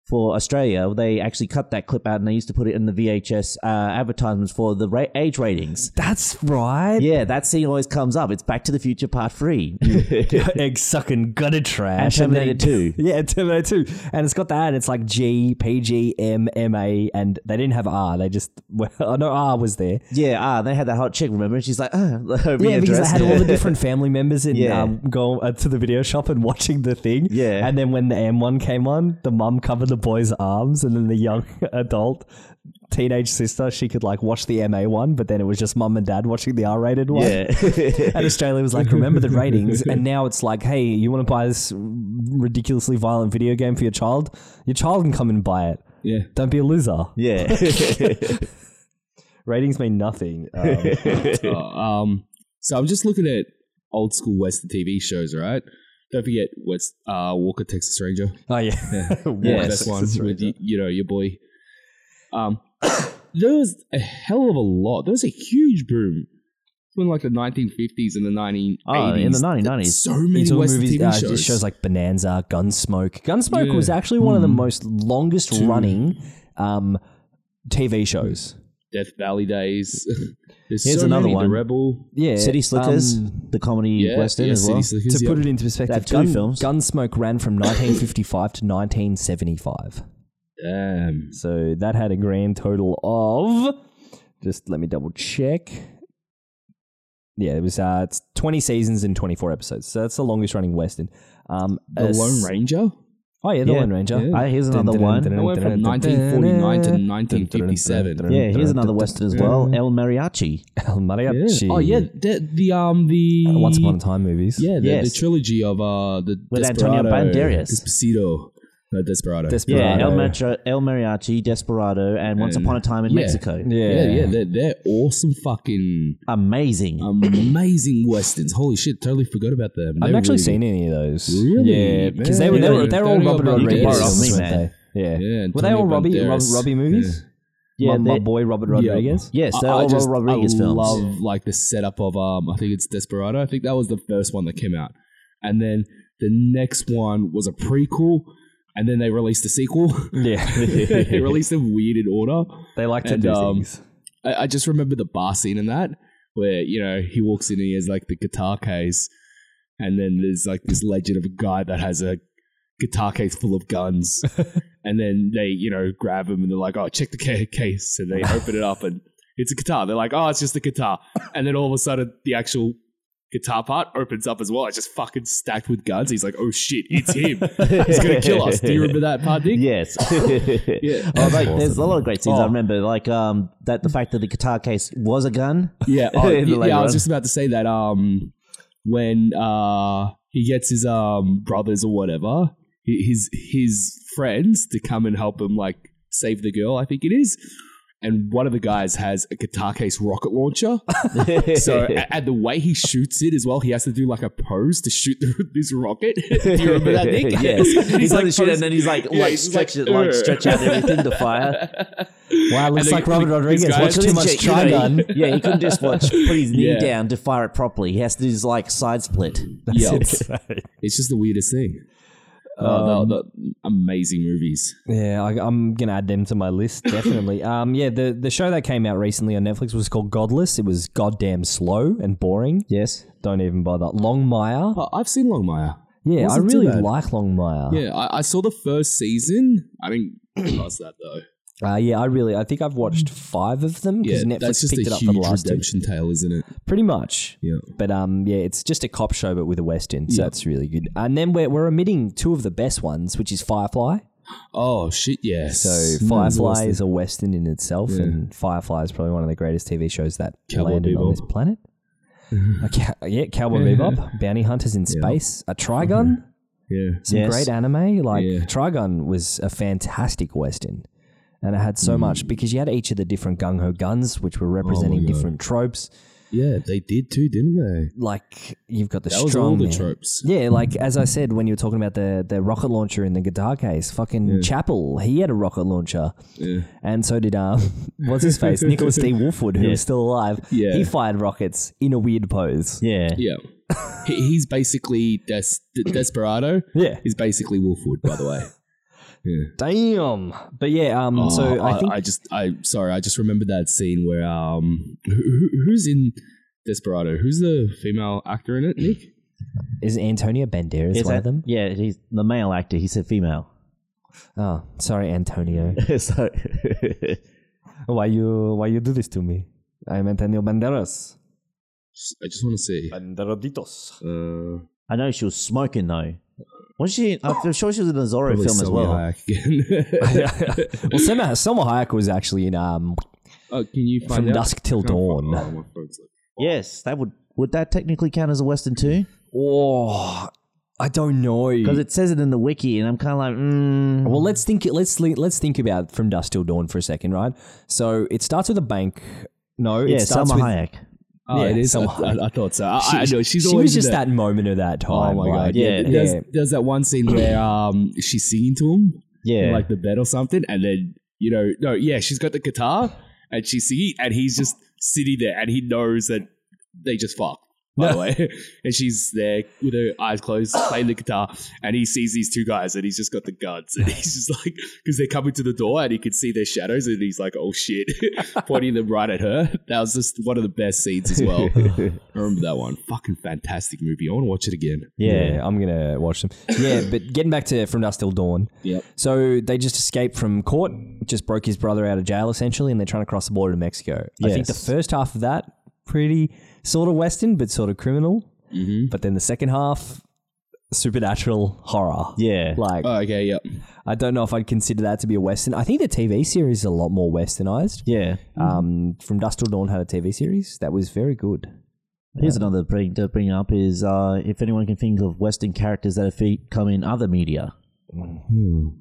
Speaker 4: for Australia. They actually cut that clip out, and they used to put it in the VHS uh, advertisements for the ra- age ratings.
Speaker 3: that's right.
Speaker 4: Yeah, that scene always comes up. It's Back to the Future Part Three.
Speaker 3: egg sucking gutter trash.
Speaker 4: And
Speaker 3: then-
Speaker 4: Terminator 2.
Speaker 3: yeah, Terminator 2. And it's got that. It's like G, PG, M, MA, and they didn't have R. They just, well, no, R was there.
Speaker 4: yeah, ah, they had that hot chick. Remember, and she's like, "Oh, over
Speaker 3: Yeah,
Speaker 4: your
Speaker 3: because
Speaker 4: dress."
Speaker 3: I had all the different family members in
Speaker 4: Yeah.
Speaker 3: um, going uh, to the video shop and watching the thing.
Speaker 4: Yeah.
Speaker 3: and then when the M one came on, the mum covered the boy's arms, and then the young adult teenage sister she could like watch the MA one, but then it was just mum and dad watching the R rated one. and Australia was like, remember the ratings, and now it's like, hey, you want to buy this ridiculously violent video game for your child? Your child can come and buy it.
Speaker 2: yeah.
Speaker 3: Don't be a loser.
Speaker 4: yeah.
Speaker 3: Ratings mean nothing. Um,
Speaker 2: Uh, um, so I'm just looking at old school Western TV shows, right? Don't forget West uh, Walker Texas Ranger.
Speaker 3: oh yeah,
Speaker 2: Yeah, that's one with you, you know your boy. Um, there was a hell of a lot. There was a huge boom in like the 1950s and the 1980s.
Speaker 4: Oh, in the 1990s.
Speaker 2: so many
Speaker 3: It's all
Speaker 2: Western
Speaker 3: movies,
Speaker 2: TV
Speaker 3: uh,
Speaker 2: shows.
Speaker 3: Just shows like Bonanza, Gunsmoke. Gunsmoke
Speaker 2: Yeah. Hmm.
Speaker 3: was actually one of the most longest
Speaker 2: Two.
Speaker 3: running um, TV shows.
Speaker 2: Death Valley Days. There's
Speaker 4: Here's
Speaker 2: so
Speaker 4: another
Speaker 2: many.
Speaker 4: one.
Speaker 2: The Rebel.
Speaker 3: Yeah,
Speaker 4: City Slickers,
Speaker 3: um,
Speaker 4: the comedy
Speaker 2: Yeah,
Speaker 4: western
Speaker 2: yeah,
Speaker 4: as
Speaker 2: City
Speaker 4: well.
Speaker 2: Slickers,
Speaker 3: to
Speaker 2: yeah.
Speaker 3: put it into
Speaker 4: They
Speaker 3: perspective,
Speaker 4: had two
Speaker 3: Gun,
Speaker 4: films.
Speaker 3: Gunsmoke ran from 1955 to 1975.
Speaker 2: Damn.
Speaker 3: So that had a grand total of. Just let me double check. Yeah, it was uh, it's 20 seasons and 24 episodes. So that's the longest running Western. Um,
Speaker 2: The
Speaker 3: as-
Speaker 2: Lone Ranger.
Speaker 3: Oh, yeah, The
Speaker 4: Yeah.
Speaker 3: Lone Ranger.
Speaker 2: Yeah.
Speaker 4: Uh, here's another one.
Speaker 2: It went from 1949 to 1957.
Speaker 4: Yeah,
Speaker 3: Uh,
Speaker 4: here's another western as well.
Speaker 2: Yeah.
Speaker 4: El Mariachi.
Speaker 3: El Mariachi.
Speaker 2: Oh yeah, the, the um the
Speaker 3: Uh, Once Upon a Time movies.
Speaker 2: yeah the,
Speaker 4: Yes.
Speaker 2: the trilogy of uh the
Speaker 4: With
Speaker 2: Desperado,
Speaker 4: Antonio Banderas.
Speaker 2: Despacito, no, Desperado.
Speaker 4: Yeah,
Speaker 3: Desperado.
Speaker 4: El, Metro, El Mariachi, Desperado, and Once
Speaker 2: And-
Speaker 4: Upon a Time in
Speaker 2: Mm. yeah.
Speaker 4: Mexico.
Speaker 3: Yeah.
Speaker 2: yeah, yeah, they're, they're awesome, fucking
Speaker 4: Amazing.
Speaker 2: Um, amazing westerns. Holy shit, totally forgot about them.
Speaker 3: I've
Speaker 2: They're
Speaker 3: actually
Speaker 2: really
Speaker 3: seen any of those.
Speaker 2: Really?
Speaker 3: Yeah, because they were
Speaker 2: Man.
Speaker 3: they were, they were all
Speaker 2: Antonio
Speaker 3: Robert Rodriguez,
Speaker 2: Banderas.
Speaker 4: Borrow me,
Speaker 3: weren't
Speaker 4: man.
Speaker 3: they? Yeah.
Speaker 2: Yeah,
Speaker 3: were they
Speaker 2: Antonio
Speaker 3: all Robbie Rob,
Speaker 2: Banderas.
Speaker 3: Robbie movies?
Speaker 4: yeah,
Speaker 3: my, my
Speaker 4: they-
Speaker 3: boy Robert Rodriguez.
Speaker 4: yes,
Speaker 2: I-
Speaker 4: they're
Speaker 2: I
Speaker 4: all
Speaker 2: just-
Speaker 4: Robert Rodriguez
Speaker 2: I
Speaker 4: films.
Speaker 2: love like the setup of um, I think it's Desperado. I think that was the first one that came out, and then the next one was a prequel, and then they released a sequel.
Speaker 3: Yeah,
Speaker 2: they released them weird in order.
Speaker 3: they like to
Speaker 2: And,
Speaker 3: do
Speaker 2: um,
Speaker 3: things.
Speaker 2: I, I just remember the bar scene in that where you know he walks in and he has like the guitar case, and then there's like this legend of a guy that has a guitar case full of guns, and then they you know grab him and they're like, oh, check the ca- case, and they open it up and it's a guitar. They're like, oh, it's just a guitar, and then all of a sudden the actual. Guitar part opens up as well. It's just fucking stacked with guns. He's like, "Oh shit, it's him! He's gonna kill us." Do you remember that part, Nick?
Speaker 4: Yes. Oh, like, There's a lot of great scenes I
Speaker 2: Oh.
Speaker 4: remember, like um, that the fact that the guitar case was a gun.
Speaker 2: Yeah, oh,
Speaker 4: In the
Speaker 2: yeah,
Speaker 4: later
Speaker 2: I was
Speaker 4: on.
Speaker 2: just about to say that. Um, when uh he gets his um brothers or whatever, hi- his his friends to come and help him like save the girl, I think it is. And one of the guys has a guitar case rocket launcher. so, a- and the way he shoots it as well, he has to do like a pose to shoot the, this rocket. Do you remember that, Nick?
Speaker 4: yes. He's, like,
Speaker 2: posing-
Speaker 4: shooting, and then he's like,
Speaker 2: Yeah,
Speaker 4: like
Speaker 2: he's
Speaker 4: stretch it, like
Speaker 2: "Ugh."
Speaker 4: stretch out everything to fire.
Speaker 3: Wow, looks
Speaker 2: they-
Speaker 3: like Robert
Speaker 2: these
Speaker 3: Rodriguez
Speaker 2: guys-
Speaker 3: watched too
Speaker 4: Couldn't
Speaker 3: much
Speaker 4: ju- you know,
Speaker 3: Trigun.
Speaker 4: he- yeah, he couldn't just watch put his knee
Speaker 2: Yeah.
Speaker 4: down to fire it properly. He has to do his like side split.
Speaker 2: Yeah,
Speaker 3: That's it.
Speaker 2: it's just the weirdest thing.
Speaker 3: Um,
Speaker 2: Uh, the, the amazing movies.
Speaker 3: Yeah, I, I'm gonna add them to my list definitely. um, yeah, the the show that came out recently on Netflix was called Godless. It was goddamn slow and boring.
Speaker 4: Yes.
Speaker 3: Don't even bother. Longmire.
Speaker 2: Uh, I've seen Longmire.
Speaker 3: Yeah, I
Speaker 2: wasn't too
Speaker 3: really
Speaker 2: bad.
Speaker 3: like Longmire.
Speaker 2: Yeah, I, I saw the first season. I didn't realize that though.
Speaker 3: Uh, yeah, I really. I think I've watched five of them
Speaker 2: Yeah,
Speaker 3: because
Speaker 2: that's
Speaker 3: Netflix
Speaker 2: just
Speaker 3: picked
Speaker 2: a
Speaker 3: it up for
Speaker 2: huge
Speaker 3: the last two.
Speaker 2: redemption tale, isn't it?
Speaker 3: Pretty much.
Speaker 2: Yeah.
Speaker 3: But um, yeah, it's just a cop show, but with a West End, so it's really good. And then we're, we're omitting two of the best ones, which is Firefly.
Speaker 2: Oh shit! Yes.
Speaker 3: So
Speaker 2: Mm,
Speaker 3: Firefly
Speaker 2: awesome.
Speaker 3: is a West End in itself, and Firefly is probably one of the greatest TV shows that
Speaker 2: Cowboy
Speaker 3: landed on
Speaker 2: Bebop.
Speaker 3: this planet. Uh, ca- yeah, Cowboy Bebop, Bounty Hunters in Space, a Trigun,
Speaker 2: Yeah.
Speaker 3: some
Speaker 4: Yes.
Speaker 3: great anime. Like
Speaker 2: Yeah.
Speaker 3: Trigun was a fantastic West End. And it had so much because you had each of the different gung ho guns, which were representing
Speaker 2: God.
Speaker 3: different tropes.
Speaker 2: Yeah, they did too, didn't they?
Speaker 3: like you've got the
Speaker 2: That
Speaker 3: strong
Speaker 2: was all the
Speaker 3: man.
Speaker 2: tropes.
Speaker 3: Yeah, like as I said when you were talking about the the rocket launcher in the guitar case, fucking Chapel, he had a rocket launcher, and so did um, what's his face, Nicholas D. Wolfwood, who is still alive.
Speaker 2: Yeah.
Speaker 3: he fired rockets in a weird pose.
Speaker 4: Yeah.
Speaker 2: Yeah. he, he's basically Des- De- Desperado.
Speaker 3: Yeah.
Speaker 2: He's basically Wolfwood, by the way.
Speaker 3: Damn. But yeah, um, so
Speaker 2: Oh,
Speaker 3: I think
Speaker 2: I just, I sorry, I just remembered that scene where um, who, who- who's in Desperado? Who's the female actor in it? Nick.
Speaker 3: is Antonio Banderas
Speaker 4: Is
Speaker 3: one
Speaker 4: that-
Speaker 3: of them.
Speaker 4: Yeah, he's the male actor. He said female.
Speaker 3: Oh, sorry, Antonio.
Speaker 4: so,
Speaker 3: why you why you do this to me? I'm Antonio Banderas.
Speaker 2: S- I just want to see.
Speaker 3: Banderaditos.
Speaker 2: Uh,
Speaker 4: I know she was smoking though. Was she?
Speaker 3: Oh.
Speaker 4: I'm sure she was in a Zorro film as well.
Speaker 2: again.
Speaker 3: well, Selma, Selma Hayek was actually in um,
Speaker 2: oh, can you find
Speaker 3: From
Speaker 2: out?
Speaker 3: Dusk Till
Speaker 2: I can't
Speaker 3: Dawn.
Speaker 2: find- oh, my phone's like-
Speaker 4: Yes, that would. Would that technically count as a western too?
Speaker 3: Oh, I don't know.
Speaker 4: Because it says it in the wiki, and I'm kind of like, mm,
Speaker 3: well, let's think. Let's le- let's think about from dusk till dawn for a second, right? So it starts with a bank. No,
Speaker 4: yeah,
Speaker 3: it starts
Speaker 4: Salma
Speaker 3: with.
Speaker 4: Hayek.
Speaker 2: Oh,
Speaker 3: Yeah,
Speaker 2: it is. I,
Speaker 3: someone-
Speaker 2: I, I thought so. I,
Speaker 3: She,
Speaker 2: I know she's
Speaker 3: she
Speaker 2: always
Speaker 3: was just
Speaker 2: in that.
Speaker 3: that moment of that time.
Speaker 2: Oh my
Speaker 3: like,
Speaker 2: god! Yeah,
Speaker 4: yeah.
Speaker 2: There's,
Speaker 3: Yeah.
Speaker 2: there's that one scene where um she's singing to him,
Speaker 4: Yeah,
Speaker 2: in, like the bed or something, and then you know, no, yeah, she's got the guitar and she's singing, and he's just sitting there, and he knows that they just fucked. By the way, and she's there with her eyes closed, playing the guitar, and he sees these two guys, and he's just got the guns, and he's just like, because they're coming to the door, and he can see their shadows, and he's like, "Oh shit," pointing them right at her. That was just one of the best scenes as well. I remember that one, fucking fantastic movie. I want to watch it again.
Speaker 3: Yeah, I'm gonna watch them. Yeah, but getting back to From Dusk Till Dawn.
Speaker 2: Yep.
Speaker 3: So they just escaped from court, just broke his brother out of jail essentially, and they're trying to cross the border to Mexico. I think the
Speaker 4: Yes.
Speaker 3: first half of that pretty sort of western, but sort of criminal. Mm-hmm. But then the second half, supernatural horror.
Speaker 4: yeah,
Speaker 3: Like
Speaker 2: Oh, okay, yep.
Speaker 3: I don't know if I'd consider that to be a western. I think the TV series is a lot more westernized.
Speaker 4: yeah.
Speaker 3: Um, from Dusk Till Dawn had a TV series that was very good.
Speaker 4: Here's another thing to bring up is uh, if anyone can think of Western characters that have fe- come in other media.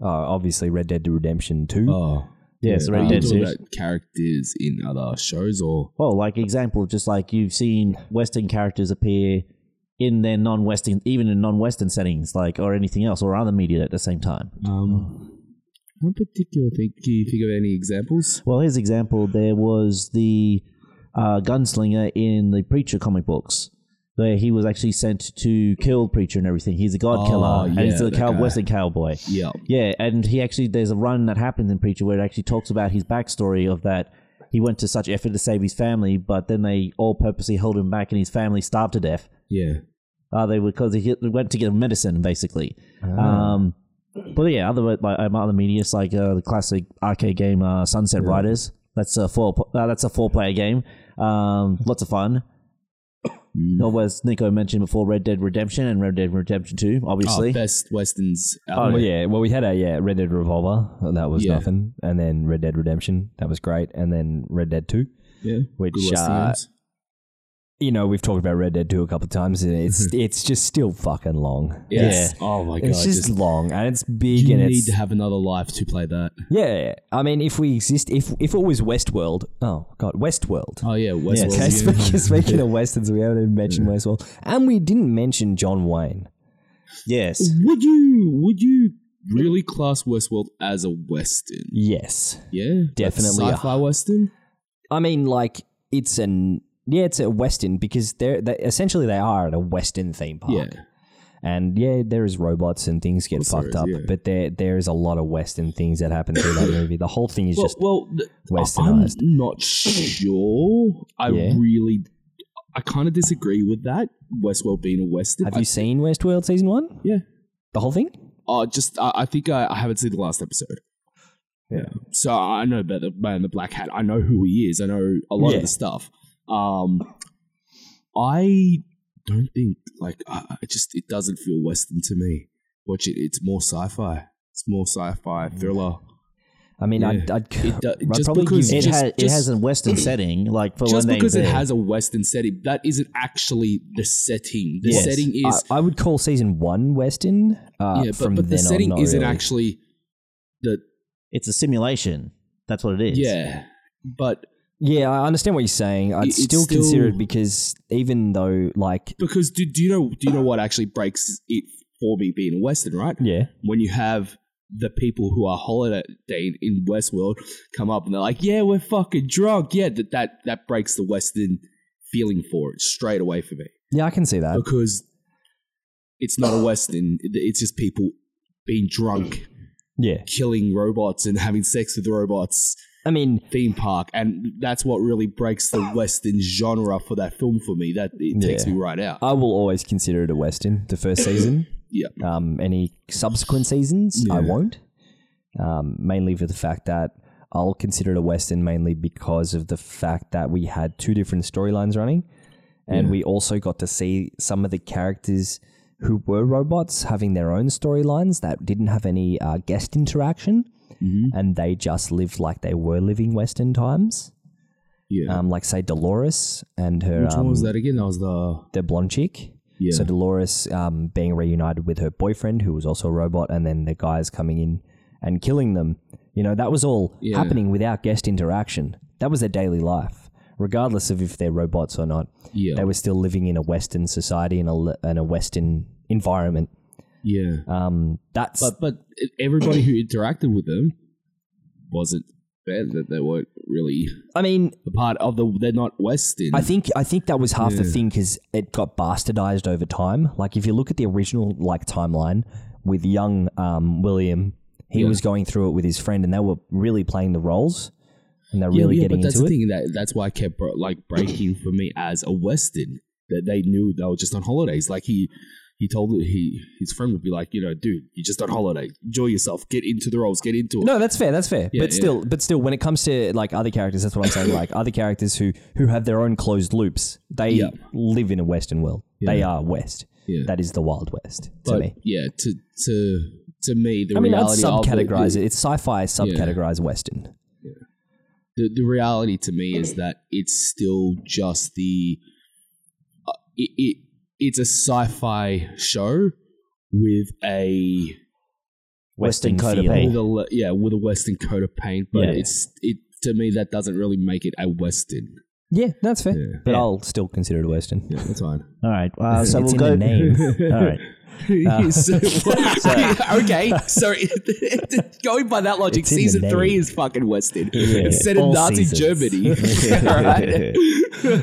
Speaker 3: Uh, obviously, Red Dead Redemption Two. Uh,
Speaker 2: Oh,
Speaker 4: Yeah, it's the Red
Speaker 2: Are you
Speaker 4: Dead
Speaker 2: talking
Speaker 4: series.
Speaker 2: about characters in other shows or
Speaker 4: Well, like example, just like you've seen Western characters appear in their non-Western, even in non-Western settings, like or anything else, or other media at the same time.
Speaker 2: um, one particular thing? Can you think of any examples?
Speaker 4: Well, here's example. There was the uh, gunslinger in the Preacher comic books, where he was actually sent to kill Preacher and everything. He's a god
Speaker 2: Oh,
Speaker 4: killer, and he's
Speaker 2: yeah,
Speaker 4: a
Speaker 2: that
Speaker 4: cow-
Speaker 2: guy.
Speaker 4: Western cowboy.
Speaker 2: Yeah.
Speaker 4: Yeah, and he actually there's a run that happens in Preacher where it actually talks about his backstory of that he went to such effort to save his family, but then they all purposely held him back, and his family starved to death.
Speaker 2: Yeah.
Speaker 4: Uh, they were because he went to get medicine basically.
Speaker 2: Ah.
Speaker 4: Um, but yeah, other like, um, other media, it's like uh, the classic arcade game uh, Sunset Riders. That's a four. pl- Uh, that's a four-player game. Um, lots of fun.
Speaker 2: Mm.
Speaker 4: Or as Nico mentioned before, Red Dead Redemption and Red Dead Redemption Two,
Speaker 2: Oh,
Speaker 4: obviously.
Speaker 2: best westerns.
Speaker 3: Oh
Speaker 2: Out there.
Speaker 3: yeah, well we had a yeah Red Dead Revolver that was
Speaker 2: Yeah.
Speaker 3: nothing, and then Red Dead Redemption that was great, and then Red Dead Two.
Speaker 2: yeah.
Speaker 3: Which,
Speaker 2: Good western
Speaker 3: uh,
Speaker 2: games.
Speaker 3: You know we've talked about Red Dead Two a couple of times, and it's it's just still fucking long.
Speaker 2: Yes. Oh my god.
Speaker 3: it's just,
Speaker 2: just-
Speaker 3: long and it's big
Speaker 2: you
Speaker 3: and
Speaker 2: need
Speaker 3: it's
Speaker 2: to have another life to play that.
Speaker 3: yeah. I mean, if we exist, if if it was Westworld, oh god, Westworld.
Speaker 2: Oh yeah, Westworld.
Speaker 3: okay,
Speaker 2: yeah.
Speaker 3: speaking, speaking of westerns, we haven't even mentioned Westworld, and we didn't mention John Wayne.
Speaker 4: yes.
Speaker 2: Would you? Would you really class Westworld as a western?
Speaker 3: Yes,
Speaker 2: Yeah, Like
Speaker 3: Definitely a-
Speaker 2: sci-fi western.
Speaker 3: I mean, like it's an yeah, it's a western because they're they, essentially they are at a western theme park.
Speaker 2: Yeah.
Speaker 3: And yeah, there is robots and things get
Speaker 2: course there
Speaker 3: fucked
Speaker 2: is,
Speaker 3: up,
Speaker 2: yeah.
Speaker 3: but there there is a lot of Western things that happen through that movie. The whole thing is
Speaker 2: well,
Speaker 3: just
Speaker 2: well, th-
Speaker 3: westernized.
Speaker 2: I'm not sure. I
Speaker 3: Yeah.
Speaker 2: really, I kind of disagree with that. Westworld being a western.
Speaker 3: Have
Speaker 2: I-
Speaker 3: you seen Westworld season one?
Speaker 2: Yeah.
Speaker 3: the whole thing.
Speaker 2: Uh, just I, I think I, I haven't seen the last episode.
Speaker 3: Yeah.
Speaker 2: So I know about the man in the black hat. I know who he is. I know a lot
Speaker 3: Yeah.
Speaker 2: of the stuff. Um, I don't think like I, I just it doesn't feel western to me. Watch it. It's more sci-fi. It's more sci-fi thriller.
Speaker 3: I mean, I'd,
Speaker 2: Yeah.
Speaker 3: I'd,
Speaker 2: It do-
Speaker 3: I'd
Speaker 2: just
Speaker 3: Mm. probably
Speaker 2: because
Speaker 3: give
Speaker 4: It,
Speaker 2: Just-
Speaker 4: ha- it
Speaker 2: just-
Speaker 4: has a Western setting, like for
Speaker 2: Just
Speaker 4: when
Speaker 2: because
Speaker 4: they
Speaker 2: it has a western setting, that isn't actually the setting. The
Speaker 3: Yes.
Speaker 2: setting is
Speaker 3: I, I would call season one Western. Uh,
Speaker 2: yeah, but,
Speaker 3: from
Speaker 2: but the
Speaker 3: then
Speaker 2: setting
Speaker 3: on, not
Speaker 2: isn't
Speaker 3: really.
Speaker 2: actually the
Speaker 4: it's a simulation. That's what it is.
Speaker 2: yeah. But
Speaker 3: Yeah, I understand what you're saying. I'd
Speaker 2: It- it's
Speaker 3: still consider it
Speaker 2: still-
Speaker 3: because even though, like,
Speaker 2: because do, do you know do you know what actually breaks it for me being a western, right?
Speaker 3: yeah,
Speaker 2: When you have the people who are holidaying in Westworld come up and they're like, "Yeah, we're fucking drunk." Yeah, that that that breaks the western feeling for it straight away for me
Speaker 3: yeah, I can see that.
Speaker 2: because it's not a western. It's just people being drunk,
Speaker 3: Yeah,
Speaker 2: killing robots and having sex with robots.
Speaker 3: I mean,
Speaker 2: theme park, and that's what really breaks the western genre for that film for me. That it takes
Speaker 3: Yeah. Uh,
Speaker 2: me right out.
Speaker 3: I will always consider it a Western. The first season,
Speaker 2: Yeah.
Speaker 3: um, any subsequent seasons, I
Speaker 2: Yeah.
Speaker 3: won't. Um, mainly for the fact that I'll consider it a Western mainly because of the fact that we had two different storylines running. And we also got to see some of the characters who were robots having their own storylines that didn't have any uh, guest interaction.
Speaker 2: Mm-hmm.
Speaker 3: And they just lived like they were living Western times.
Speaker 2: Yeah.
Speaker 3: Um, like, say, Dolores and her.
Speaker 2: Which one was
Speaker 3: um,
Speaker 2: that again? That was the
Speaker 3: the blonde chick.
Speaker 2: Yeah.
Speaker 3: So Dolores um, being reunited with her boyfriend, who was also a robot, and then the guys coming in and killing them. You know, that was all
Speaker 2: Yeah.
Speaker 3: happening without guest interaction. That was their daily life, regardless of if they're robots or not.
Speaker 2: Yeah.
Speaker 3: They were still living in a Western society and a, le- and a Western environment.
Speaker 2: yeah.
Speaker 3: Um, that's
Speaker 2: But but everybody who interacted with them wasn't bad. That they weren't really
Speaker 3: I mean,
Speaker 2: a part of the. They're not western.
Speaker 3: I think I think that was half the
Speaker 2: Yeah.
Speaker 3: thing because it got bastardized over time. Like if you look at the original like timeline with young um, William, he
Speaker 2: Yeah.
Speaker 3: was going through it with his friend, and they were really playing the roles, and they're
Speaker 2: Yeah,
Speaker 3: really
Speaker 2: yeah,
Speaker 3: getting
Speaker 2: but that's
Speaker 3: into it.
Speaker 2: the thing that that's why I kept bro- like breaking for me as a Western that they knew they were just on holidays. Like he he told he his friend would be like, you know, dude, you're just on holiday. Enjoy yourself. Get into the roles. Get into it.
Speaker 3: No, that's fair. That's fair.
Speaker 2: Yeah,
Speaker 3: but
Speaker 2: yeah.
Speaker 3: still, but still, when it comes to like other characters, that's what I'm saying. like other characters who who have their own closed loops, they
Speaker 2: Yeah.
Speaker 3: live in a Western world. They
Speaker 2: Yeah.
Speaker 3: are West.
Speaker 2: Yeah.
Speaker 3: That is the Wild West to
Speaker 2: but
Speaker 3: me.
Speaker 2: yeah, to to to me, the
Speaker 3: I mean, I'd
Speaker 2: reality of
Speaker 3: subcategorize
Speaker 2: the,
Speaker 3: it. It's sci-fi subcategorize Western.
Speaker 2: The, the reality to me is that it's still just the uh, it, it it's a sci-fi show with a
Speaker 4: Western code of
Speaker 3: feel.
Speaker 4: pain.
Speaker 2: with a le- yeah with a western coat of paint, but
Speaker 3: Yeah.
Speaker 2: it's it to me that doesn't really make it a western.
Speaker 3: Yeah, that's fair.
Speaker 2: Yeah.
Speaker 3: But
Speaker 4: Yeah.
Speaker 3: I'll still consider it a Western.
Speaker 2: Yeah, that's fine.
Speaker 4: All right. Uh, so
Speaker 3: It's
Speaker 4: we'll
Speaker 3: in
Speaker 4: go.
Speaker 3: the name.
Speaker 4: All right.
Speaker 2: Uh, So- okay, so going by that logic,
Speaker 3: It's in the
Speaker 2: season three
Speaker 3: name.
Speaker 2: is fucking western.
Speaker 3: Yeah.
Speaker 2: It's set in
Speaker 3: All
Speaker 2: Nazi
Speaker 3: seasons.
Speaker 2: Germany. all right?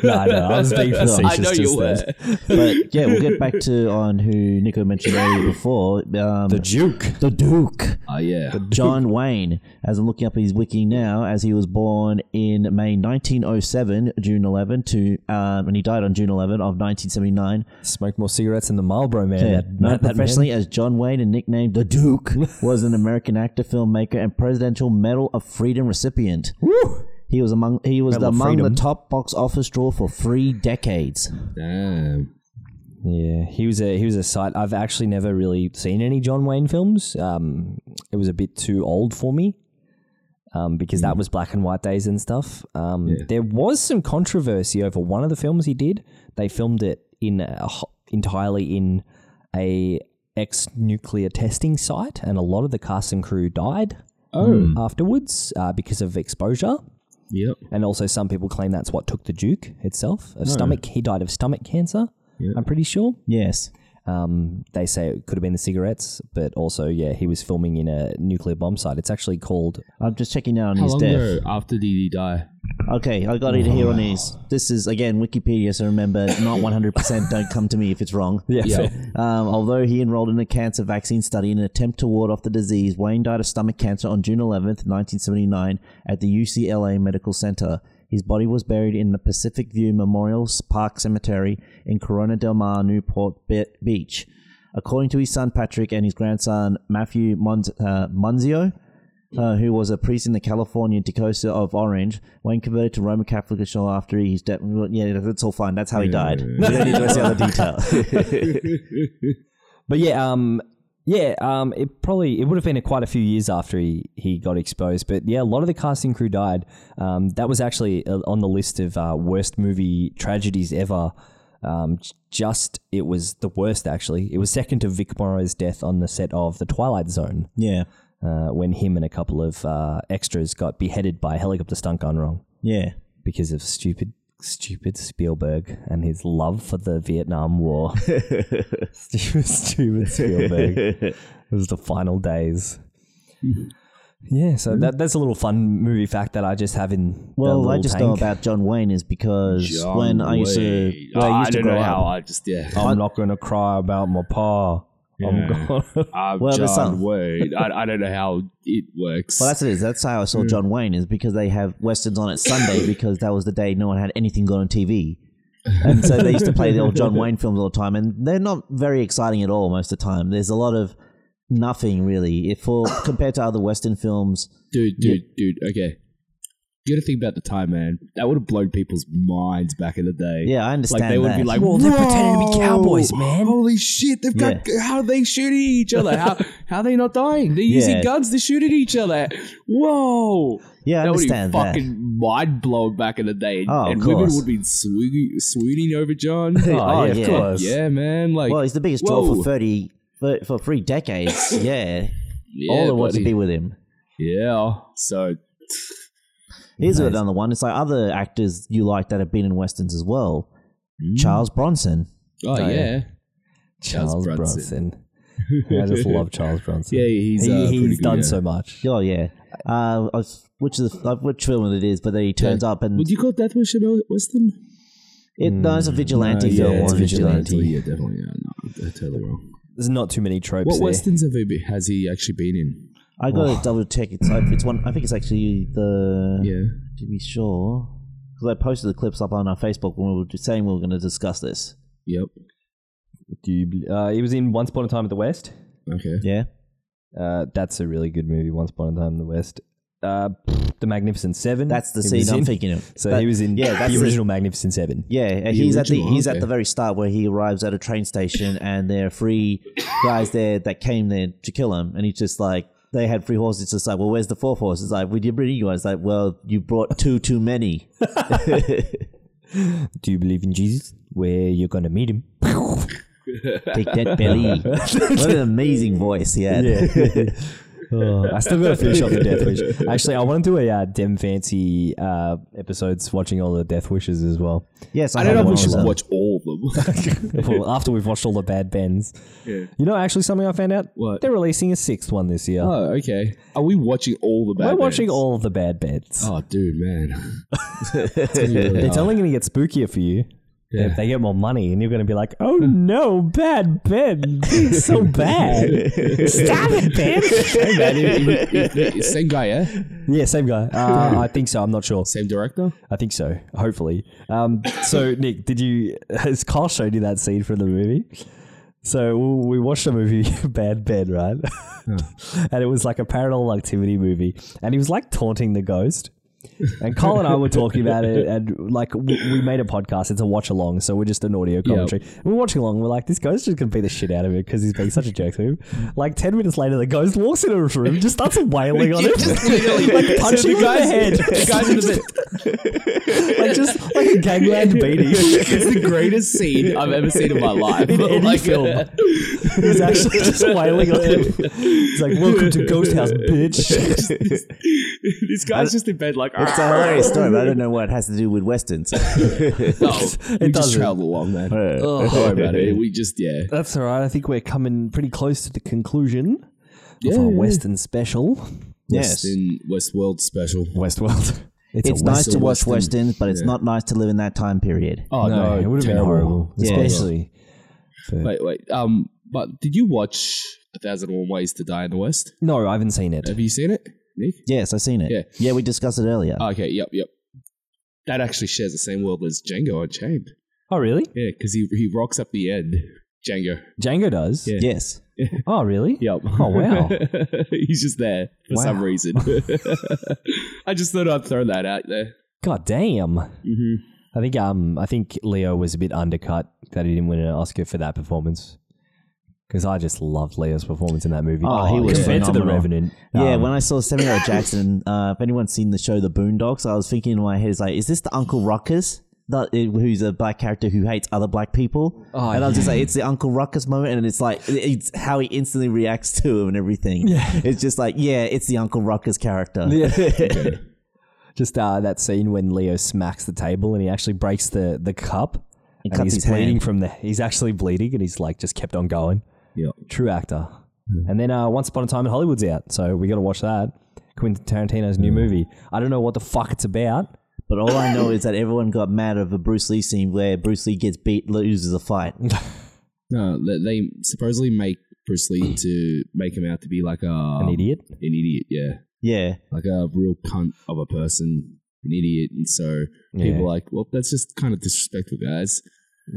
Speaker 3: No, no, I was being facetious.
Speaker 2: I know you
Speaker 3: just
Speaker 2: were.
Speaker 3: then.
Speaker 4: But yeah, we'll get back to on who Nico mentioned earlier before. Um, the Duke. The Duke.
Speaker 2: Oh yeah.
Speaker 4: John Wayne, as I'm looking up his wiki now, as he was born in May 1907, June 11, to um, and he died on June 11 of 1979.
Speaker 3: Smoked more cigarettes than the Marlboro man.
Speaker 4: Yeah,
Speaker 3: That-
Speaker 4: known
Speaker 3: that- that
Speaker 4: professionally
Speaker 3: man.
Speaker 4: as John Wayne and nicknamed the Duke, was an American actor, filmmaker, and Presidential Medal of Freedom recipient.
Speaker 3: Woo!
Speaker 4: He was among he was
Speaker 3: Medal of
Speaker 4: among the
Speaker 3: Freedom.
Speaker 4: top box office draw for three decades.
Speaker 2: Damn.
Speaker 3: Yeah, he was a he was a sight. I've actually never really seen any John Wayne films. Um, it was a bit too old for me. Um, because that was black and white days and stuff. Um, There was some controversy over one of the films he did. They filmed it in a, ho- entirely in a ex nuclear testing site, and a lot of the cast and crew died Mm.
Speaker 2: Oh.
Speaker 3: afterwards uh, because of exposure.
Speaker 2: Yep.
Speaker 3: And also, some people claim that's what took the Duke itself of stomach. He died of stomach cancer. I'm pretty sure.
Speaker 4: Yes.
Speaker 3: Um, they say it could have been the cigarettes, but also, yeah, he was filming in a nuclear bomb site. It's actually called
Speaker 4: I'm just checking out on
Speaker 2: How
Speaker 4: his
Speaker 2: long
Speaker 4: death.
Speaker 2: ago after did he die?
Speaker 4: Okay, I got it here on these. This is again Wikipedia, so remember, not 100%. don't come to me if it's wrong.
Speaker 3: Yeah. Yeah.
Speaker 4: Um, although he enrolled in a cancer vaccine study in an attempt to ward off the disease, Wayne died of stomach cancer on June 11th, 1979, at the UCLA Medical Center. His body was buried in the Pacific View Memorial Park Cemetery in Corona del Mar, Newport Be- Beach. According to his son Patrick and his grandson Matthew Mon- uh, Monzio, uh, who was a priest in the California Diocese of Orange, Wayne converted to Roman Catholic shortly after his death. Yeah, that's all fine. That's how he died. We don't need to see other detail.
Speaker 3: But yeah, um, yeah, um, it probably it would have been a, quite a few years after he, he got exposed. But yeah, a lot of the casting crew died. Um, that was actually uh, on the list of uh, worst movie tragedies ever. Um, j- just it was the worst actually. It was second to Vic Morrow's death on the set of The Twilight Zone
Speaker 4: yeah,
Speaker 3: uh, when him and a couple of uh, extras got beheaded by a helicopter stunt gone wrong
Speaker 4: yeah.
Speaker 3: because of stupid, stupid Spielberg and his love for the Vietnam War. stupid, stupid Spielberg. it was the final days. Yeah, so that,
Speaker 2: Hmm.
Speaker 3: that's a little fun movie fact that I just have in. the
Speaker 4: Well,
Speaker 3: little
Speaker 4: I just know
Speaker 3: tank.
Speaker 4: about John Wayne is because when I used to,
Speaker 2: Wayne.
Speaker 4: well, I
Speaker 2: Ah, I
Speaker 4: used to
Speaker 2: don't
Speaker 4: grow
Speaker 2: know how.
Speaker 4: up. Oh,
Speaker 2: I just yeah.
Speaker 3: I'm not gonna cry about my pa. I'm gonna.
Speaker 2: I'm
Speaker 4: Well, there's
Speaker 2: Ah, John
Speaker 4: some-
Speaker 2: Wayne. I, I don't know how it works.
Speaker 4: Well, that's it is. That's how I saw John Wayne is because they have westerns on at Sunday because that was the day no one had anything good on TV, and so they used to play the old John Wayne films all the time, and they're not very exciting at all most of the time. There's a lot of nothing really if for compared to other western films.
Speaker 2: dude, dude, dude. Okay, you got to think about the time, man. That would have blown people's minds back in the day.
Speaker 4: Yeah, I understand.
Speaker 2: Like they would
Speaker 4: that.
Speaker 2: be like,
Speaker 3: Well, they're pretending to be
Speaker 2: "Whoa,
Speaker 3: cowboys, man."
Speaker 2: Holy shit! They've got how are they shooting each other. How how are they not dying? They're using
Speaker 4: Yeah.
Speaker 2: guns to shoot at each other. Whoa!
Speaker 4: Yeah, I
Speaker 2: that
Speaker 4: understand
Speaker 2: would
Speaker 4: that.
Speaker 2: have been fucking mind blown back in the day, and,
Speaker 4: Oh, of
Speaker 2: and women would
Speaker 4: course.
Speaker 2: have been swooning, swooning over John.
Speaker 4: Oh, yeah, of yeah. course.
Speaker 2: yeah, man. Like,
Speaker 4: well, he's the biggest draw
Speaker 2: whoa.
Speaker 4: for thirty for, for three decades. yeah,
Speaker 2: yeah,
Speaker 4: all the want to
Speaker 2: buddy.
Speaker 4: be with him.
Speaker 2: Yeah, so oh,
Speaker 4: Here's another one. It's like other actors you like that have been in westerns as well.
Speaker 2: Mm.
Speaker 4: Charles Bronson.
Speaker 2: oh,
Speaker 3: yeah.
Speaker 2: yeah.
Speaker 3: Charles,
Speaker 2: Charles
Speaker 3: Bronson.
Speaker 2: Bronson.
Speaker 3: I just love Charles Bronson.
Speaker 2: Yeah, he's,
Speaker 3: He-
Speaker 2: uh, pretty
Speaker 3: he's
Speaker 2: good,
Speaker 3: done
Speaker 2: yeah.
Speaker 3: so much.
Speaker 4: Oh yeah. Uh, I was- which is uh, which film it is, but then he turns up and
Speaker 2: Would you call that wish a Western?
Speaker 4: it, no, it's a vigilante
Speaker 2: yeah,
Speaker 4: film.
Speaker 2: it's
Speaker 4: or a vigilante.
Speaker 2: vigilante. Yeah, definitely. Yeah, no, I'm totally wrong.
Speaker 3: There's not too many tropes
Speaker 2: What
Speaker 3: there.
Speaker 2: westerns have he be, has he actually been in?
Speaker 4: I gotta double check. It's like, it's one. I think it's actually the
Speaker 2: Oh. Yeah,
Speaker 4: to be sure because I posted the clips up on our Facebook when we were just saying we were going to discuss this.
Speaker 2: yep.
Speaker 3: Do you bel- uh, he was in Once Upon a Time at the West.
Speaker 2: Okay.
Speaker 4: Yeah.
Speaker 3: Uh, that's a really good movie. Once Upon a Time in the West. Uh, the Magnificent Seven.
Speaker 4: That's the
Speaker 3: he
Speaker 4: scene
Speaker 3: was
Speaker 4: I'm
Speaker 3: in.
Speaker 4: thinking of.
Speaker 3: So
Speaker 4: That-
Speaker 3: he was in
Speaker 4: yeah, that's
Speaker 3: the
Speaker 4: the-
Speaker 3: original Magnificent Seven.
Speaker 4: Yeah, and he's at
Speaker 2: original,
Speaker 4: the he's
Speaker 2: okay.
Speaker 4: at the very start where he arrives at a train station, and there are three guys there that came there to kill him, and he's just like. They had three horses. It's just like, well, where's the fourth horse? It's like, we did bring you guys. Like, well, you brought two too many.
Speaker 3: Do you believe in Jesus? Where you're gonna meet him?
Speaker 4: Take that belly. what an amazing voice he had.
Speaker 3: Oh, I still gotta finish off the Death Wish. Actually, I want to do a uh, Dem Fancy uh, episodes watching all the Death Wishes as well.
Speaker 4: Yes, I,
Speaker 2: I don't know
Speaker 4: have
Speaker 2: if
Speaker 4: one
Speaker 2: we
Speaker 4: of
Speaker 2: should watch
Speaker 4: them.
Speaker 2: all of them.
Speaker 3: well, after we've watched all the Bad Bens. You know, actually, something I found out.
Speaker 2: What?
Speaker 3: They're releasing a sixth one this year.
Speaker 2: oh, okay. Are we watching all the bad
Speaker 3: We're watching
Speaker 2: Beds?
Speaker 3: all of the Bad Bens.
Speaker 2: Oh, dude, man.
Speaker 3: It's only going to get spookier for you. If they get more money, and you're going to be like, "Oh no, bad Ben, he's so bad! Stop it, Ben!"
Speaker 2: Man, if- if- if- if- same guy, yeah?
Speaker 3: yeah, same guy. Uh, I think so. I'm not sure.
Speaker 2: Same director?
Speaker 3: I think so. Hopefully. Um, so, Nick, did you? Has Carl showed you that scene from the movie? So we watched the movie Bad Ben, right? and it was like a paranormal activity movie, and he was like taunting the ghost. And Carl and I were talking about it, and like w- we made a podcast. It's a watch along, so we're just an audio commentary. We're watching along. We're like, this ghost is gonna beat the shit out of it because he's being such a jerk to him. Like ten minutes later, the ghost walks into his room, just starts wailing on him, like punching him in the head.
Speaker 2: The guys in the bed.
Speaker 3: like just like a gangland beating.
Speaker 2: It's the greatest scene I've ever seen in my life.
Speaker 3: In any
Speaker 2: Like,
Speaker 3: film. He's actually just wailing on him. He's like, "Welcome to Ghost House, bitch."
Speaker 2: this guy's just in bed like, "Ah,
Speaker 4: It's a hilarious story, but I don't know what it has to do with westerns.
Speaker 2: oh, we just
Speaker 3: doesn't.
Speaker 2: traveled along, man. Don't worry about it. We just, yeah.
Speaker 3: That's all right. I think we're coming pretty close to the conclusion of our Western special.
Speaker 4: yes.
Speaker 2: In Westworld special.
Speaker 3: Westworld.
Speaker 4: It's, nice to watch westerns, but it's
Speaker 2: Yeah.
Speaker 4: not nice to live in that time period.
Speaker 2: Oh no,
Speaker 3: it would have been
Speaker 2: terrible.
Speaker 3: horrible,
Speaker 4: Yeah.
Speaker 3: especially. for-
Speaker 2: Wait, wait. Um, but did you watch A Thousand and One Ways to Die in the West?
Speaker 3: no, I haven't seen it.
Speaker 2: Have you seen it, Nick?
Speaker 4: Yes, I've seen it.
Speaker 2: Yeah. Oh,
Speaker 4: we discussed it earlier.
Speaker 2: Okay, yep, yep. That actually shares the same world as Django Unchained.
Speaker 3: Oh, really?
Speaker 2: Yeah, because he he rocks up the end, Django.
Speaker 3: Django does.
Speaker 2: Yeah.
Speaker 4: Yes.
Speaker 3: Oh, really?
Speaker 2: Yep.
Speaker 3: Oh, wow.
Speaker 2: He's just there for some
Speaker 3: Wow.
Speaker 2: reason. I just thought I'd throw that out there.
Speaker 3: God damn.
Speaker 2: Mm-hmm.
Speaker 3: I think um I think Leo was a bit undercut that he didn't win an Oscar for that performance. Because I just loved Leo's performance in that movie.
Speaker 4: Oh, he was
Speaker 3: compared to the
Speaker 4: phenomenal.
Speaker 3: Revenant.
Speaker 4: Yeah,
Speaker 3: um,
Speaker 4: when I saw Samuel L. Jackson, uh, if anyone's seen the show The Boondocks, I was thinking in my head, is like, is this the Uncle Ruckus? That, who's a black character who hates other black people?
Speaker 3: Oh,
Speaker 4: and I was just
Speaker 3: yeah.
Speaker 4: like, it's the Uncle Ruckus moment, and it's like, it's how he instantly reacts to him and everything. Yeah. It's just like, yeah, it's the Uncle Ruckus character.
Speaker 3: Yeah. Just uh, that scene when Leo smacks the table and he actually breaks the, the cup.
Speaker 4: He
Speaker 3: and
Speaker 4: cuts
Speaker 3: he's
Speaker 4: his
Speaker 3: bleeding
Speaker 4: hand.
Speaker 3: from the. He's actually bleeding and he's like just kept on going.
Speaker 2: Yep.
Speaker 3: True actor.
Speaker 4: Mm-hmm.
Speaker 3: And then uh, Once Upon a Time in Hollywood's out, so we got to watch that. Quentin Tarantino's
Speaker 4: Mm.
Speaker 3: new movie. I don't know what the fuck it's about.
Speaker 4: But all I know is that everyone got mad over Bruce Lee scene where Bruce Lee gets beat, loses a fight.
Speaker 2: No, they- they supposedly make Bruce Lee to make him out to be like a
Speaker 4: Oh.
Speaker 3: An idiot.
Speaker 2: an idiot. Yeah,
Speaker 4: Yeah.
Speaker 2: like a real cunt of a person, an idiot, and so
Speaker 3: Yeah.
Speaker 2: people are like, well, that's just kind of disrespectful, guys.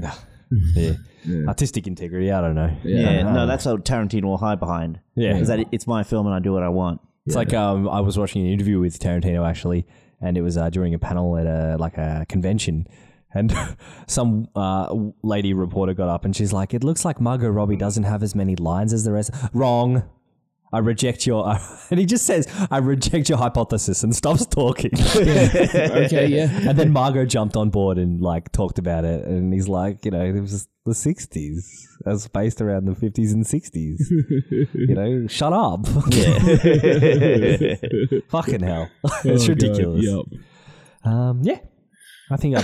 Speaker 3: Yeah.
Speaker 2: Yeah.
Speaker 3: Artistic integrity. I don't know. Uh,
Speaker 4: Yeah.
Speaker 3: I don't know.
Speaker 4: No, that's what Tarantino will hide behind.
Speaker 3: Uh-huh. Yeah.
Speaker 4: Is that it- it's my film and I do what I want.
Speaker 3: It's like um, I was watching an interview with Tarantino actually, and it was uh, during a panel at a like a convention, and some uh, w- lady reporter got up and she's like, "It looks like Margot Robbie doesn't have as many lines as the rest." Wrong. I reject your, and he just says, "I reject your hypothesis," and stops talking.
Speaker 2: okay, yeah.
Speaker 3: and then Margot jumped on board and like talked about it, and he's like, you know, it was the '60s. That was based around the '50s and '60s. you know, shut up. Fucking hell,
Speaker 2: Oh,
Speaker 3: it's ridiculous.
Speaker 2: Yep.
Speaker 3: Um, yeah, I think I,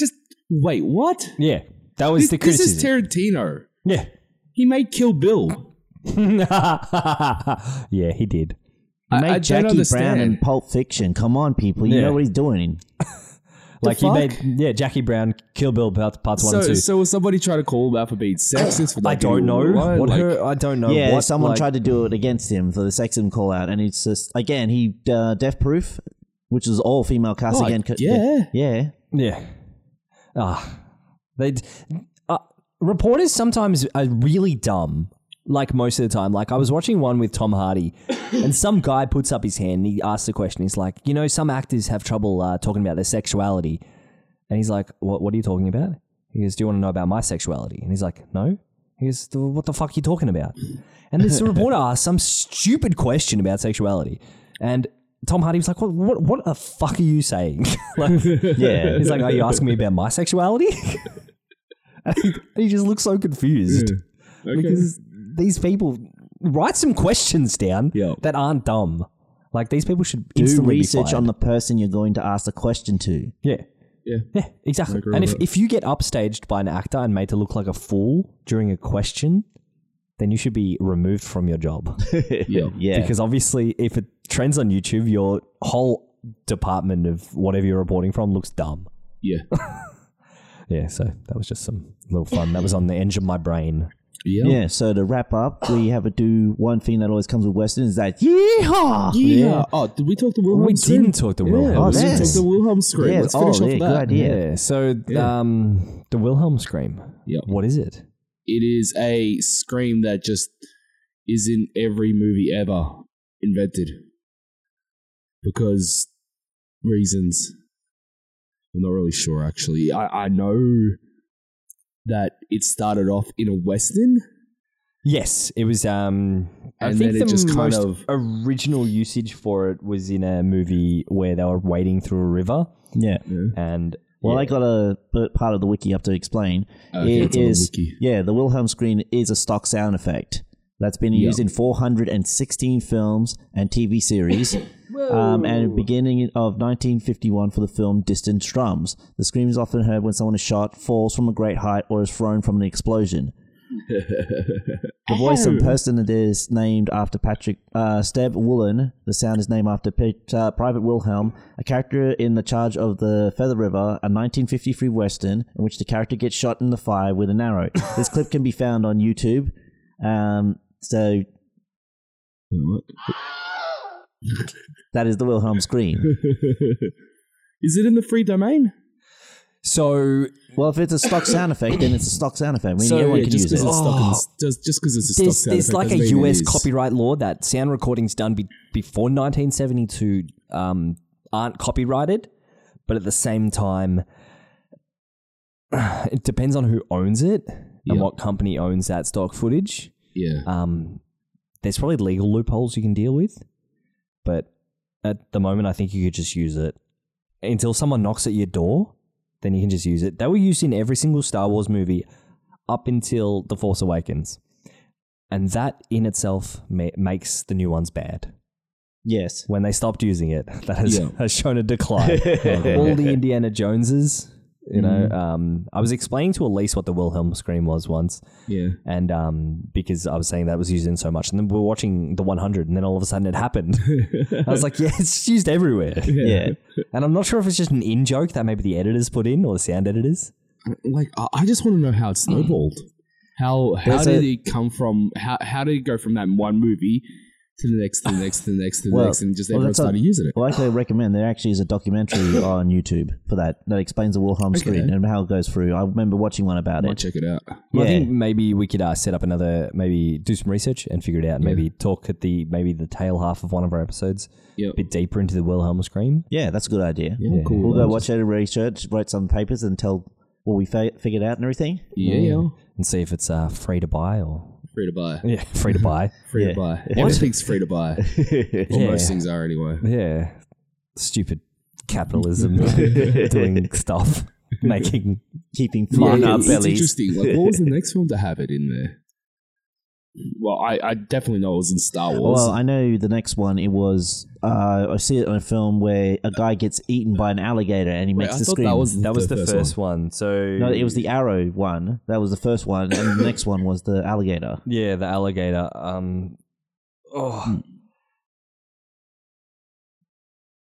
Speaker 2: Just wait, what?
Speaker 3: yeah, that was
Speaker 2: This,
Speaker 3: the
Speaker 2: this
Speaker 3: criticism.
Speaker 2: is Tarantino.
Speaker 3: yeah,
Speaker 2: He made Kill Bill.
Speaker 3: yeah, he did.
Speaker 2: I,
Speaker 4: Make
Speaker 2: I don't
Speaker 4: Jackie Brown
Speaker 2: understand.
Speaker 4: and Pulp Fiction. Come on, people. You
Speaker 3: Yeah.
Speaker 4: know what he's doing.
Speaker 3: Like
Speaker 2: fuck?
Speaker 3: he made, yeah, Jackie Brown, Kill Bill, parts parts one
Speaker 2: so,
Speaker 3: and two.
Speaker 2: so was somebody trying to call him out for being sexist? For
Speaker 3: I
Speaker 2: like,
Speaker 3: don't know
Speaker 2: what,
Speaker 3: what,
Speaker 2: like,
Speaker 3: her. I don't know.
Speaker 4: yeah,
Speaker 3: what,
Speaker 4: someone
Speaker 3: like-
Speaker 4: tried to do it against him for the sexism call out, and it's just, again, he, uh, Death Proof, which is all female cast
Speaker 2: Oh,
Speaker 4: again.
Speaker 2: yeah.
Speaker 4: Yeah.
Speaker 3: Yeah. Ah, they uh, reporters sometimes are really dumb. Like most of the time, like I was watching one with Tom Hardy, and some guy puts up his hand and he asks the question. He's like, you know, some actors have trouble uh, talking about their sexuality, and he's like, what What are you talking about? He goes, do you want to know about my sexuality? And he's like, no. He goes, what the fuck are you talking about? And this reporter asked some stupid question about sexuality, and Tom Hardy was like, what What, what the fuck are you saying? like,
Speaker 4: Yeah.
Speaker 3: He's like, "Are you asking me about my sexuality?" And he, he just looks so confused because these people write some questions down
Speaker 2: Yeah.
Speaker 3: that aren't dumb. Like these people should
Speaker 4: Do
Speaker 3: instantly be
Speaker 4: research
Speaker 3: fired.
Speaker 4: on the person you're going to ask the question to.
Speaker 3: yeah.
Speaker 2: Yeah.
Speaker 3: yeah, exactly.
Speaker 2: agree
Speaker 3: And
Speaker 2: with
Speaker 3: if,
Speaker 2: that.
Speaker 3: if you get upstaged by an actor and made to look like a fool during a question, then you should be removed from your job.
Speaker 2: Yeah.
Speaker 4: Yeah.
Speaker 3: Because obviously, if it trends on YouTube, your whole department of whatever you're reporting from looks dumb.
Speaker 2: Yeah.
Speaker 3: Yeah, so that was just some little fun. That was on the edge of my brain.
Speaker 2: Yeah.
Speaker 4: yeah, so to wrap up, we have to do one thing that always comes with Western is that, yeehaw!
Speaker 2: Yeah. Oh, did we talk to Wilhelm?
Speaker 3: We
Speaker 2: scream?
Speaker 3: didn't talk to Wilhelm.
Speaker 4: Oh,
Speaker 2: We didn't
Speaker 4: yes.
Speaker 2: talk to Wilhelm scream.
Speaker 4: Yeah,
Speaker 2: Let's
Speaker 4: oh,
Speaker 2: finish off
Speaker 4: yeah,
Speaker 2: that.
Speaker 4: good idea.
Speaker 3: Yeah, so
Speaker 2: Yeah.
Speaker 3: Um, the Wilhelm scream.
Speaker 2: Yep.
Speaker 3: What is it?
Speaker 2: It is a scream that just is in every movie ever invented because reasons. I'm not really sure, actually. I, I know that it started off in a western.
Speaker 3: Yes, it was. Um, I
Speaker 2: And
Speaker 3: think
Speaker 2: then
Speaker 3: the
Speaker 2: it just kind
Speaker 3: most
Speaker 2: of-
Speaker 3: original usage for it was in a movie where they were wading through a river,
Speaker 4: Yeah.
Speaker 3: and
Speaker 4: Well,
Speaker 3: yeah,
Speaker 4: I got a b- part of the wiki up to explain.
Speaker 2: Oh, Okay,
Speaker 4: it
Speaker 2: it's on the
Speaker 4: is
Speaker 2: wiki.
Speaker 4: yeah, the Wilhelm scream is a stock sound effect that's been used in 416 films and TV series. Um, and beginning of 1951 for the film Distant Drums. The scream is often heard when someone is shot, falls from a great height, or is thrown from an explosion. The voice and person that is named after Patrick uh, Steb Woolen. The sound is named after Peter, Private Wilhelm, a character in the charge of the Feather River, a 1953 western in which the character gets shot in the fire with an arrow. this clip can be found on YouTube. Um, so that is the Wilhelm scream.
Speaker 2: Is it in the free domain?
Speaker 3: So
Speaker 4: Well, if it's a stock sound effect, then it's a stock sound effect. We
Speaker 3: So,
Speaker 4: anyone
Speaker 3: yeah,
Speaker 4: can
Speaker 2: just
Speaker 4: use it.
Speaker 2: because it's stuck in, just just 'cause it's a
Speaker 3: there's,
Speaker 2: stock sound
Speaker 3: there's
Speaker 2: effect
Speaker 3: like a
Speaker 2: doesn't mean it
Speaker 3: US
Speaker 2: is.
Speaker 3: copyright law that sound recordings done be- before 1972 um, aren't copyrighted, but at the same time, it depends on who owns it and
Speaker 2: Yeah.
Speaker 3: what company owns that stock footage.
Speaker 2: Yeah.
Speaker 3: Um, there's probably legal loopholes you can deal with, but at the moment, I think you could just use it until someone knocks at your door. Then you can just use it. They were used in every single Star Wars movie up until The Force Awakens, and that in itself ma- makes the new ones bad.
Speaker 4: Yes.
Speaker 3: When they stopped using it, that has,
Speaker 2: Yeah.
Speaker 3: has shown a decline. All the Indiana Joneses, you know. Um, I was explaining to Elise what the Wilhelm scream was once,
Speaker 2: Yeah.
Speaker 3: and um, because I was saying that was used in so much, and then we were watching the 100, and then all of a sudden it happened. I was like, yeah, it's used everywhere.
Speaker 4: Yeah.
Speaker 3: And I'm not sure if it's just an in joke that maybe the editors put in or the sound editors.
Speaker 2: Like I, I just want to know how it snowballed. How how
Speaker 4: There's
Speaker 2: did
Speaker 4: a-
Speaker 2: it come from? How how did it go from that one movie to the next, to the next, to the next, to the
Speaker 4: Well,
Speaker 2: next, and just
Speaker 4: well,
Speaker 2: everyone
Speaker 4: that's a-
Speaker 2: started using it?
Speaker 4: Well, actually, I recommend there actually is a documentary on YouTube for that that explains the Wilhelm scream and how it goes through. I remember watching one about
Speaker 2: I might
Speaker 4: it.
Speaker 2: check it out.
Speaker 3: Well, I
Speaker 4: Yeah.
Speaker 3: think maybe we could uh, set up another, maybe do some research and figure it out. and Maybe talk at the maybe the tail half of one of our episodes
Speaker 2: Yeah.
Speaker 3: a bit deeper into the Wilhelm scream.
Speaker 4: Yeah, that's a good idea.
Speaker 2: Yeah, cool.
Speaker 4: We'll go
Speaker 2: I'll
Speaker 4: watch it, research, write some papers, and tell what we fi- figured out and everything.
Speaker 2: Yeah, yeah.
Speaker 3: and see if it's uh, free to buy or
Speaker 2: Free to buy.
Speaker 3: yeah, free to buy.
Speaker 2: Free
Speaker 4: Yeah.
Speaker 2: to buy. Everything's free to buy. Well,
Speaker 3: Yeah.
Speaker 2: most things are anyway.
Speaker 3: Yeah, stupid capitalism doing stuff, making
Speaker 4: Keeping
Speaker 3: Mark
Speaker 4: flying
Speaker 3: up
Speaker 4: up
Speaker 2: it's, it's
Speaker 4: bellies.
Speaker 2: interesting. Like, what was the next one to have it in there? Well, I, I definitely know it was in Star Wars.
Speaker 4: Well, I know the next one. It was uh, I see it on a film where a guy gets eaten by an alligator and he
Speaker 2: Wait,
Speaker 4: makes
Speaker 2: I
Speaker 4: the
Speaker 2: thought
Speaker 4: scream.
Speaker 2: that was
Speaker 3: that was the first,
Speaker 2: one.
Speaker 3: one. So
Speaker 4: no, it was the arrow one. That was the first one, and the next one was the alligator.
Speaker 3: yeah, the alligator. Um, oh,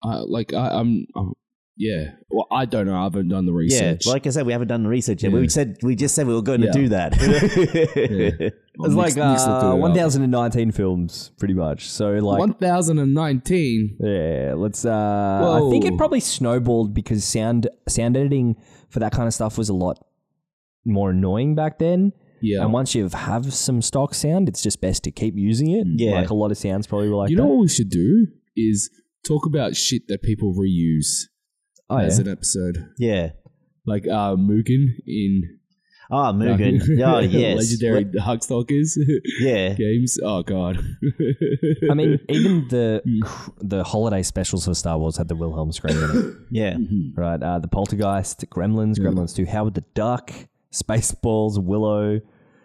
Speaker 2: Uh, like I, I'm, I'm, yeah. Well, I don't know. I haven't done the research.
Speaker 4: Yeah, like I said, we haven't done the research yet.
Speaker 2: Yeah.
Speaker 4: We said we just said we were going
Speaker 2: Yeah.
Speaker 4: to do that.
Speaker 2: Well,
Speaker 3: it's
Speaker 2: Nick's-
Speaker 3: like
Speaker 2: Nick's looked it
Speaker 3: uh,
Speaker 2: up.
Speaker 3: 1019 films, pretty much. So like
Speaker 2: 1019.
Speaker 3: Yeah, let's. Uh, I think it
Speaker 2: Whoa.
Speaker 3: probably snowballed because sound sound editing for that kind of stuff was a lot more annoying back then.
Speaker 2: Yeah.
Speaker 3: And once you have some stock sound, it's just best to keep using it.
Speaker 4: Yeah.
Speaker 3: like a lot of sounds probably were like
Speaker 2: you
Speaker 3: that.
Speaker 2: know what we should do is talk about shit that people reuse
Speaker 3: Oh,
Speaker 2: as
Speaker 3: yeah.
Speaker 2: an episode,
Speaker 4: yeah.
Speaker 2: like uh, Mugen in
Speaker 4: Ah, Mugen. Oh, yes.
Speaker 2: legendary Hugstalkers
Speaker 4: Yeah.
Speaker 2: games. Oh god,
Speaker 3: I mean, even the the holiday specials for Star Wars had the Wilhelm scream in
Speaker 4: Yeah.
Speaker 3: it, right? Uh, the Poltergeist, Gremlins, Gremlins Two, Howard the Duck, Spaceballs, Willow,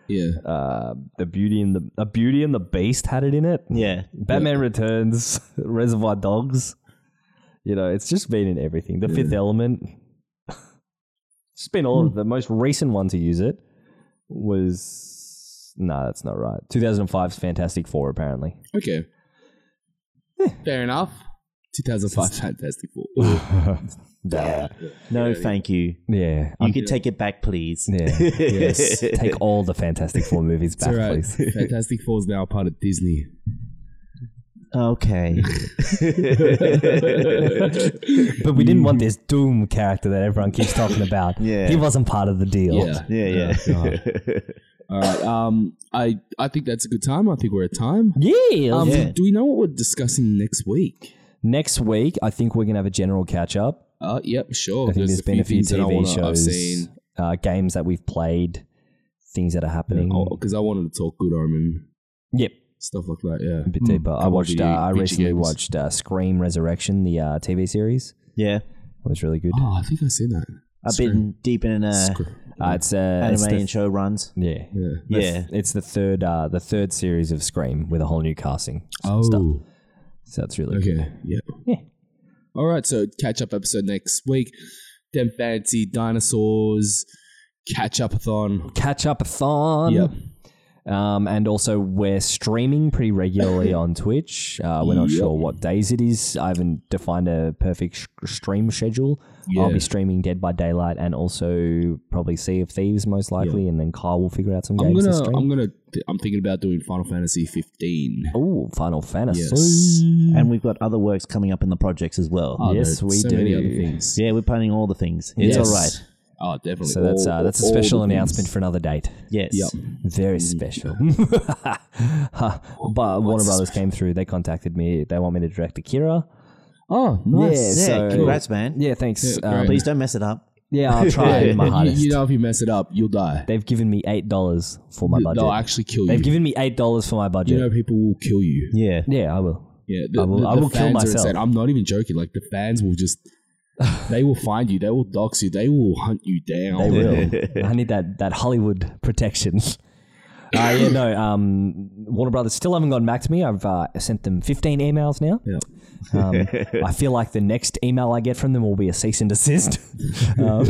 Speaker 2: yeah.
Speaker 3: uh, the Beauty and the a Beauty and the Beast had it in it.
Speaker 4: Yeah.
Speaker 3: Batman Returns, Reservoir Dogs. You know, it's just been in everything. The Fifth Element. it's been all of the most recent one to use it was no, that's not right. 2005's Fantastic Four, apparently.
Speaker 2: Okay,
Speaker 3: eh.
Speaker 2: fair enough. 2005 Fantastic Four.
Speaker 3: yeah,
Speaker 4: No, thank you.
Speaker 3: yeah.
Speaker 4: You can take it back, please.
Speaker 3: yes. Take all the Fantastic Four movies back,
Speaker 2: All right,
Speaker 3: please.
Speaker 2: Fantastic Four is now part of Disney.
Speaker 4: Okay.
Speaker 3: But we didn't want this Doom character that everyone keeps talking about.
Speaker 4: Yeah.
Speaker 3: He wasn't part of the deal.
Speaker 2: Yeah.
Speaker 4: Yeah, yeah.
Speaker 2: All right. Um, I I think that's a good time. I think we're at time.
Speaker 3: Yeah,
Speaker 2: Um,
Speaker 4: Yeah.
Speaker 2: do we know what we're discussing next week?
Speaker 3: Next week, I think we're gonna have a general catch up.
Speaker 2: Uh, yep, sure.
Speaker 3: I think there's been a few
Speaker 2: things that I
Speaker 3: TV
Speaker 2: wanna- I've
Speaker 3: shows,
Speaker 2: seen
Speaker 3: Uh, games that we've played, things that are happening.
Speaker 2: because Oh, I wanted to talk Good Omen
Speaker 3: Yep,
Speaker 2: stuff like that. Yeah, Hmm,
Speaker 3: a
Speaker 4: Hmm.
Speaker 3: bit deeper. I
Speaker 2: Couple
Speaker 3: watched. Uh,
Speaker 2: video-
Speaker 3: I
Speaker 2: video
Speaker 3: recently
Speaker 2: games.
Speaker 3: watched uh, Scream Resurrection, the uh, TV series.
Speaker 4: yeah.
Speaker 3: It was really good.
Speaker 2: Oh, I think I seen that.
Speaker 4: I've been deep in uh,
Speaker 3: Uh, it's uh, it's
Speaker 4: anime
Speaker 3: the,
Speaker 4: and show runs.
Speaker 3: yeah,
Speaker 2: Yeah.
Speaker 3: The
Speaker 4: Yeah.
Speaker 3: th- it's the third uh, the third series of Scream with a whole new casting.
Speaker 2: Oh,
Speaker 3: So that's really good.
Speaker 2: okay. Yeah.
Speaker 3: Yeah.
Speaker 2: All right. So catch up episode next week. Dem fancy dinosaurs. Catch up a thon.
Speaker 3: Catch up a thon.
Speaker 2: Yep.
Speaker 3: Um, and also, we're streaming pretty regularly on Twitch. Uh, we're not
Speaker 2: Yep.
Speaker 3: sure what days it is. I haven't defined a perfect sh- stream schedule. I'll
Speaker 2: Yeah.
Speaker 3: be streaming Dead by Daylight and also probably Sea of Thieves most likely, and then Kyle will figure out some
Speaker 2: I'm
Speaker 3: games to
Speaker 2: gonna, I'm
Speaker 3: stream.
Speaker 2: gonna, I'm thinking about doing Final Fantasy 15.
Speaker 3: Oh, Final Fantasy.
Speaker 2: Yes.
Speaker 4: And we've got other works coming up in the projects as well.
Speaker 2: Oh,
Speaker 3: Yes,
Speaker 2: there are
Speaker 3: we
Speaker 2: so Many
Speaker 3: do.
Speaker 2: other things.
Speaker 4: Yeah, we're planning all the things. It's
Speaker 2: Yes.
Speaker 4: all right.
Speaker 2: Oh, definitely.
Speaker 3: So that's
Speaker 2: All-
Speaker 3: uh, that's a
Speaker 2: all
Speaker 3: special
Speaker 2: the things.
Speaker 3: announcement for another date.
Speaker 4: Yes.
Speaker 2: Yep.
Speaker 3: Very special. Huh. but Warner Brothers came through. They contacted me. They want me to direct Akira.
Speaker 2: Oh,
Speaker 3: nice.
Speaker 4: Yeah,
Speaker 3: So-
Speaker 4: congrats, man.
Speaker 3: Yeah, thanks.
Speaker 2: Yeah,
Speaker 3: Um,
Speaker 2: great.
Speaker 4: Please don't mess it up.
Speaker 3: yeah, I'll try my
Speaker 2: You-
Speaker 3: hardest.
Speaker 2: You, know, if you mess it up, you'll die.
Speaker 3: They've given me eight dollars for my budget.
Speaker 2: They'll actually kill
Speaker 3: They've
Speaker 2: you.
Speaker 3: given me eight dollars for my budget.
Speaker 2: you know, people will kill you.
Speaker 4: Yeah.
Speaker 3: yeah, I will.
Speaker 2: Yeah, the,
Speaker 3: I will-
Speaker 2: the-
Speaker 3: I
Speaker 2: the
Speaker 3: will kill
Speaker 2: fans are
Speaker 3: myself.
Speaker 2: insane. I'm not even joking. Like the fans will just, they will find you. They will dox you. They will hunt you down.
Speaker 3: They will. I need that that Hollywood protection. Uh, yeah, no. Um, Warner Brothers still haven't gotten back to me. I've uh, sent them 15 emails now.
Speaker 2: Yeah.
Speaker 3: Um, I feel like the next email I get from them will be a cease and desist, um,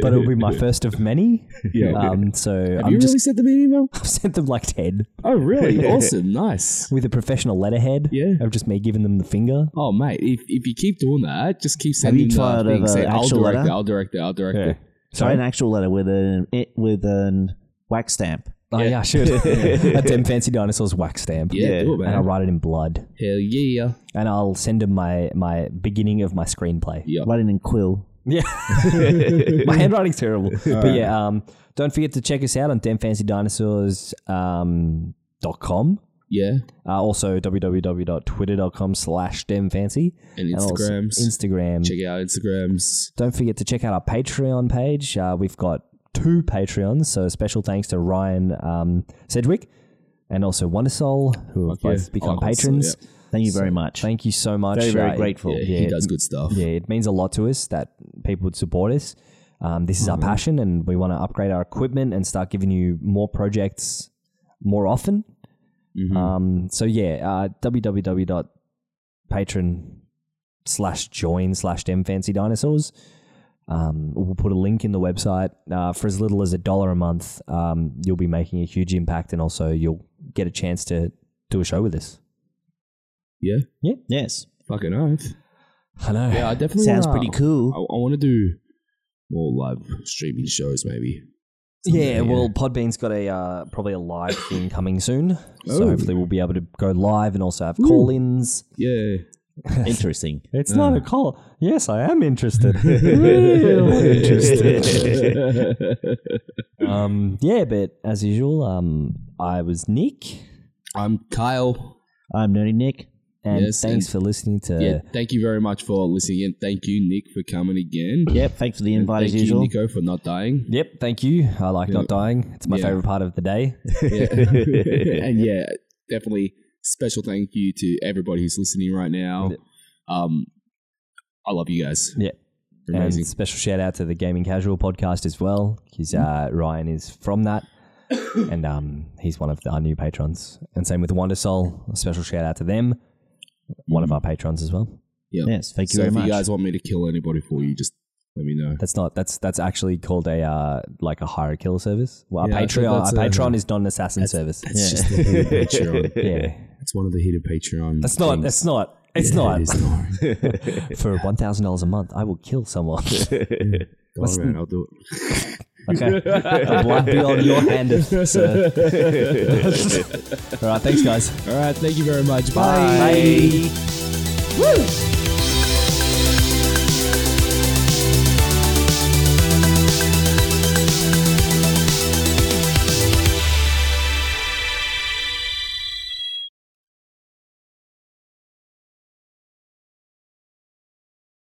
Speaker 3: but it'll be my first of many.
Speaker 2: Yeah.
Speaker 3: Um, so
Speaker 2: Have
Speaker 3: I'm
Speaker 2: you
Speaker 3: just
Speaker 2: really sent them an email?
Speaker 3: I've sent them like 10
Speaker 2: Oh, really? awesome. Nice.
Speaker 3: with a professional letterhead.
Speaker 2: Yeah.
Speaker 3: Of just me giving them the finger.
Speaker 2: Oh, mate, if, if you keep doing that, just keep
Speaker 4: Have you
Speaker 2: sending uh,
Speaker 4: tried
Speaker 2: things.
Speaker 4: of, uh,
Speaker 2: saying, I'll
Speaker 4: actual
Speaker 2: direct
Speaker 4: letter?
Speaker 2: it. I'll direct it. I'll direct it.
Speaker 4: Sorry, an actual letter with an it with an wax stamp.
Speaker 3: Oh yeah, I should. a ten fancy dinosaurs wax stamp.
Speaker 2: Yeah, do it,
Speaker 3: And I'll
Speaker 2: man.
Speaker 3: write it in blood.
Speaker 2: Hell yeah.
Speaker 3: And I'll send them my my beginning of my screenplay.
Speaker 2: Yeah.
Speaker 4: Writing in quill.
Speaker 3: Yeah. My handwriting's terrible. But yeah, um, don't forget to check us out on demfantydinosaurs.com. com.
Speaker 2: Yeah.
Speaker 3: uh, also, www.twitter.com slash demfancy.
Speaker 2: And
Speaker 3: also
Speaker 2: Instagrams.
Speaker 3: Instagram.
Speaker 2: Check out Instagrams.
Speaker 3: Don't forget to check out our Patreon page. Uh, we've got two Patreons, so special thanks to Ryan um, Sedgwick and also Wondersoul, who have
Speaker 2: Fuck yeah.
Speaker 3: both become
Speaker 2: Oh,
Speaker 3: patrons.
Speaker 2: yeah.
Speaker 4: Thank you very much.
Speaker 3: Thank you so much.
Speaker 4: very very
Speaker 3: Uh,
Speaker 4: grateful.
Speaker 2: Yeah, he does good stuff.
Speaker 3: Yeah, it means a lot to us that people would support us. Um, this is our passion, and we want to upgrade our equipment and start giving you more projects more often. Um, so yeah, uh, www.patron slash join slash demfancy dinosaurs. Um, we'll put a link in the website uh, for as little as a dollar a month. Um, you'll be making a huge impact, and also you'll get a chance to do a show with us.
Speaker 2: Yeah.
Speaker 4: Yes,
Speaker 2: Fucking oath.
Speaker 3: I know.
Speaker 2: Yeah, I definitely
Speaker 4: sounds
Speaker 2: wanna-
Speaker 4: pretty cool.
Speaker 2: I, I want to do more live streaming shows, maybe.
Speaker 3: Yeah, well, Podbean's got a uh, probably a live thing coming soon, so
Speaker 2: Oh.
Speaker 3: hopefully we'll be able to go live and also have call-ins.
Speaker 2: Yeah.
Speaker 4: Interesting.
Speaker 3: It's not a call. Yes, I am interested. Real interested. um, yeah, but as usual, um, I was Nick,
Speaker 2: I'm Kyle.
Speaker 4: I'm Nerdy Nick.
Speaker 3: and
Speaker 2: Yes,
Speaker 3: thanks
Speaker 2: and-
Speaker 3: for listening to.
Speaker 2: Yeah. Thank you very much for listening. And thank you, Nick, for coming again.
Speaker 4: Yep. Thanks for the
Speaker 2: And
Speaker 4: invite
Speaker 2: thank
Speaker 4: as usual.
Speaker 2: you, Nico, for not dying.
Speaker 3: Yep, thank you. I like
Speaker 2: Yeah.
Speaker 3: not dying. It's my
Speaker 2: Yeah.
Speaker 3: favorite part of the day.
Speaker 2: Yeah. and yeah, definitely special thank you to everybody who's listening right now. Um, I love you guys.
Speaker 3: Yeah.
Speaker 2: You're Amazing.
Speaker 3: And special shout out to the Gaming Casual podcast as well, because uh, Ryan is from that, and um, he's one of the, our new patrons. And same with Wondersoul. A special shout out to them, one
Speaker 2: Mm-hmm.
Speaker 3: of our patrons as well.
Speaker 2: Yeah.
Speaker 4: Yes, thank you
Speaker 2: so
Speaker 4: very
Speaker 2: if
Speaker 4: much.
Speaker 2: you guys want me to kill anybody for you, just let me know.
Speaker 3: That's not that's that's actually called a uh, like a hire killer service. Well,
Speaker 2: Yeah,
Speaker 3: a
Speaker 2: I think
Speaker 3: Patreon
Speaker 2: that's
Speaker 3: a
Speaker 2: a-
Speaker 3: patron is not an assassin service.
Speaker 2: It's just the hidden Patreon.
Speaker 3: yeah. yeah,
Speaker 2: It's one of the hidden Patreon.
Speaker 3: that's not
Speaker 2: things.
Speaker 3: that's not it's
Speaker 2: Yeah,
Speaker 3: not
Speaker 2: It is not.
Speaker 3: for one thousand dollars a month. I will kill someone.
Speaker 2: Don't worry, man, I'll do it.
Speaker 3: Okay. the blood be on your hand, sir. All right, thanks, guys.
Speaker 2: All right. Thank you very much.
Speaker 3: Bye.
Speaker 2: Bye.
Speaker 3: Woo!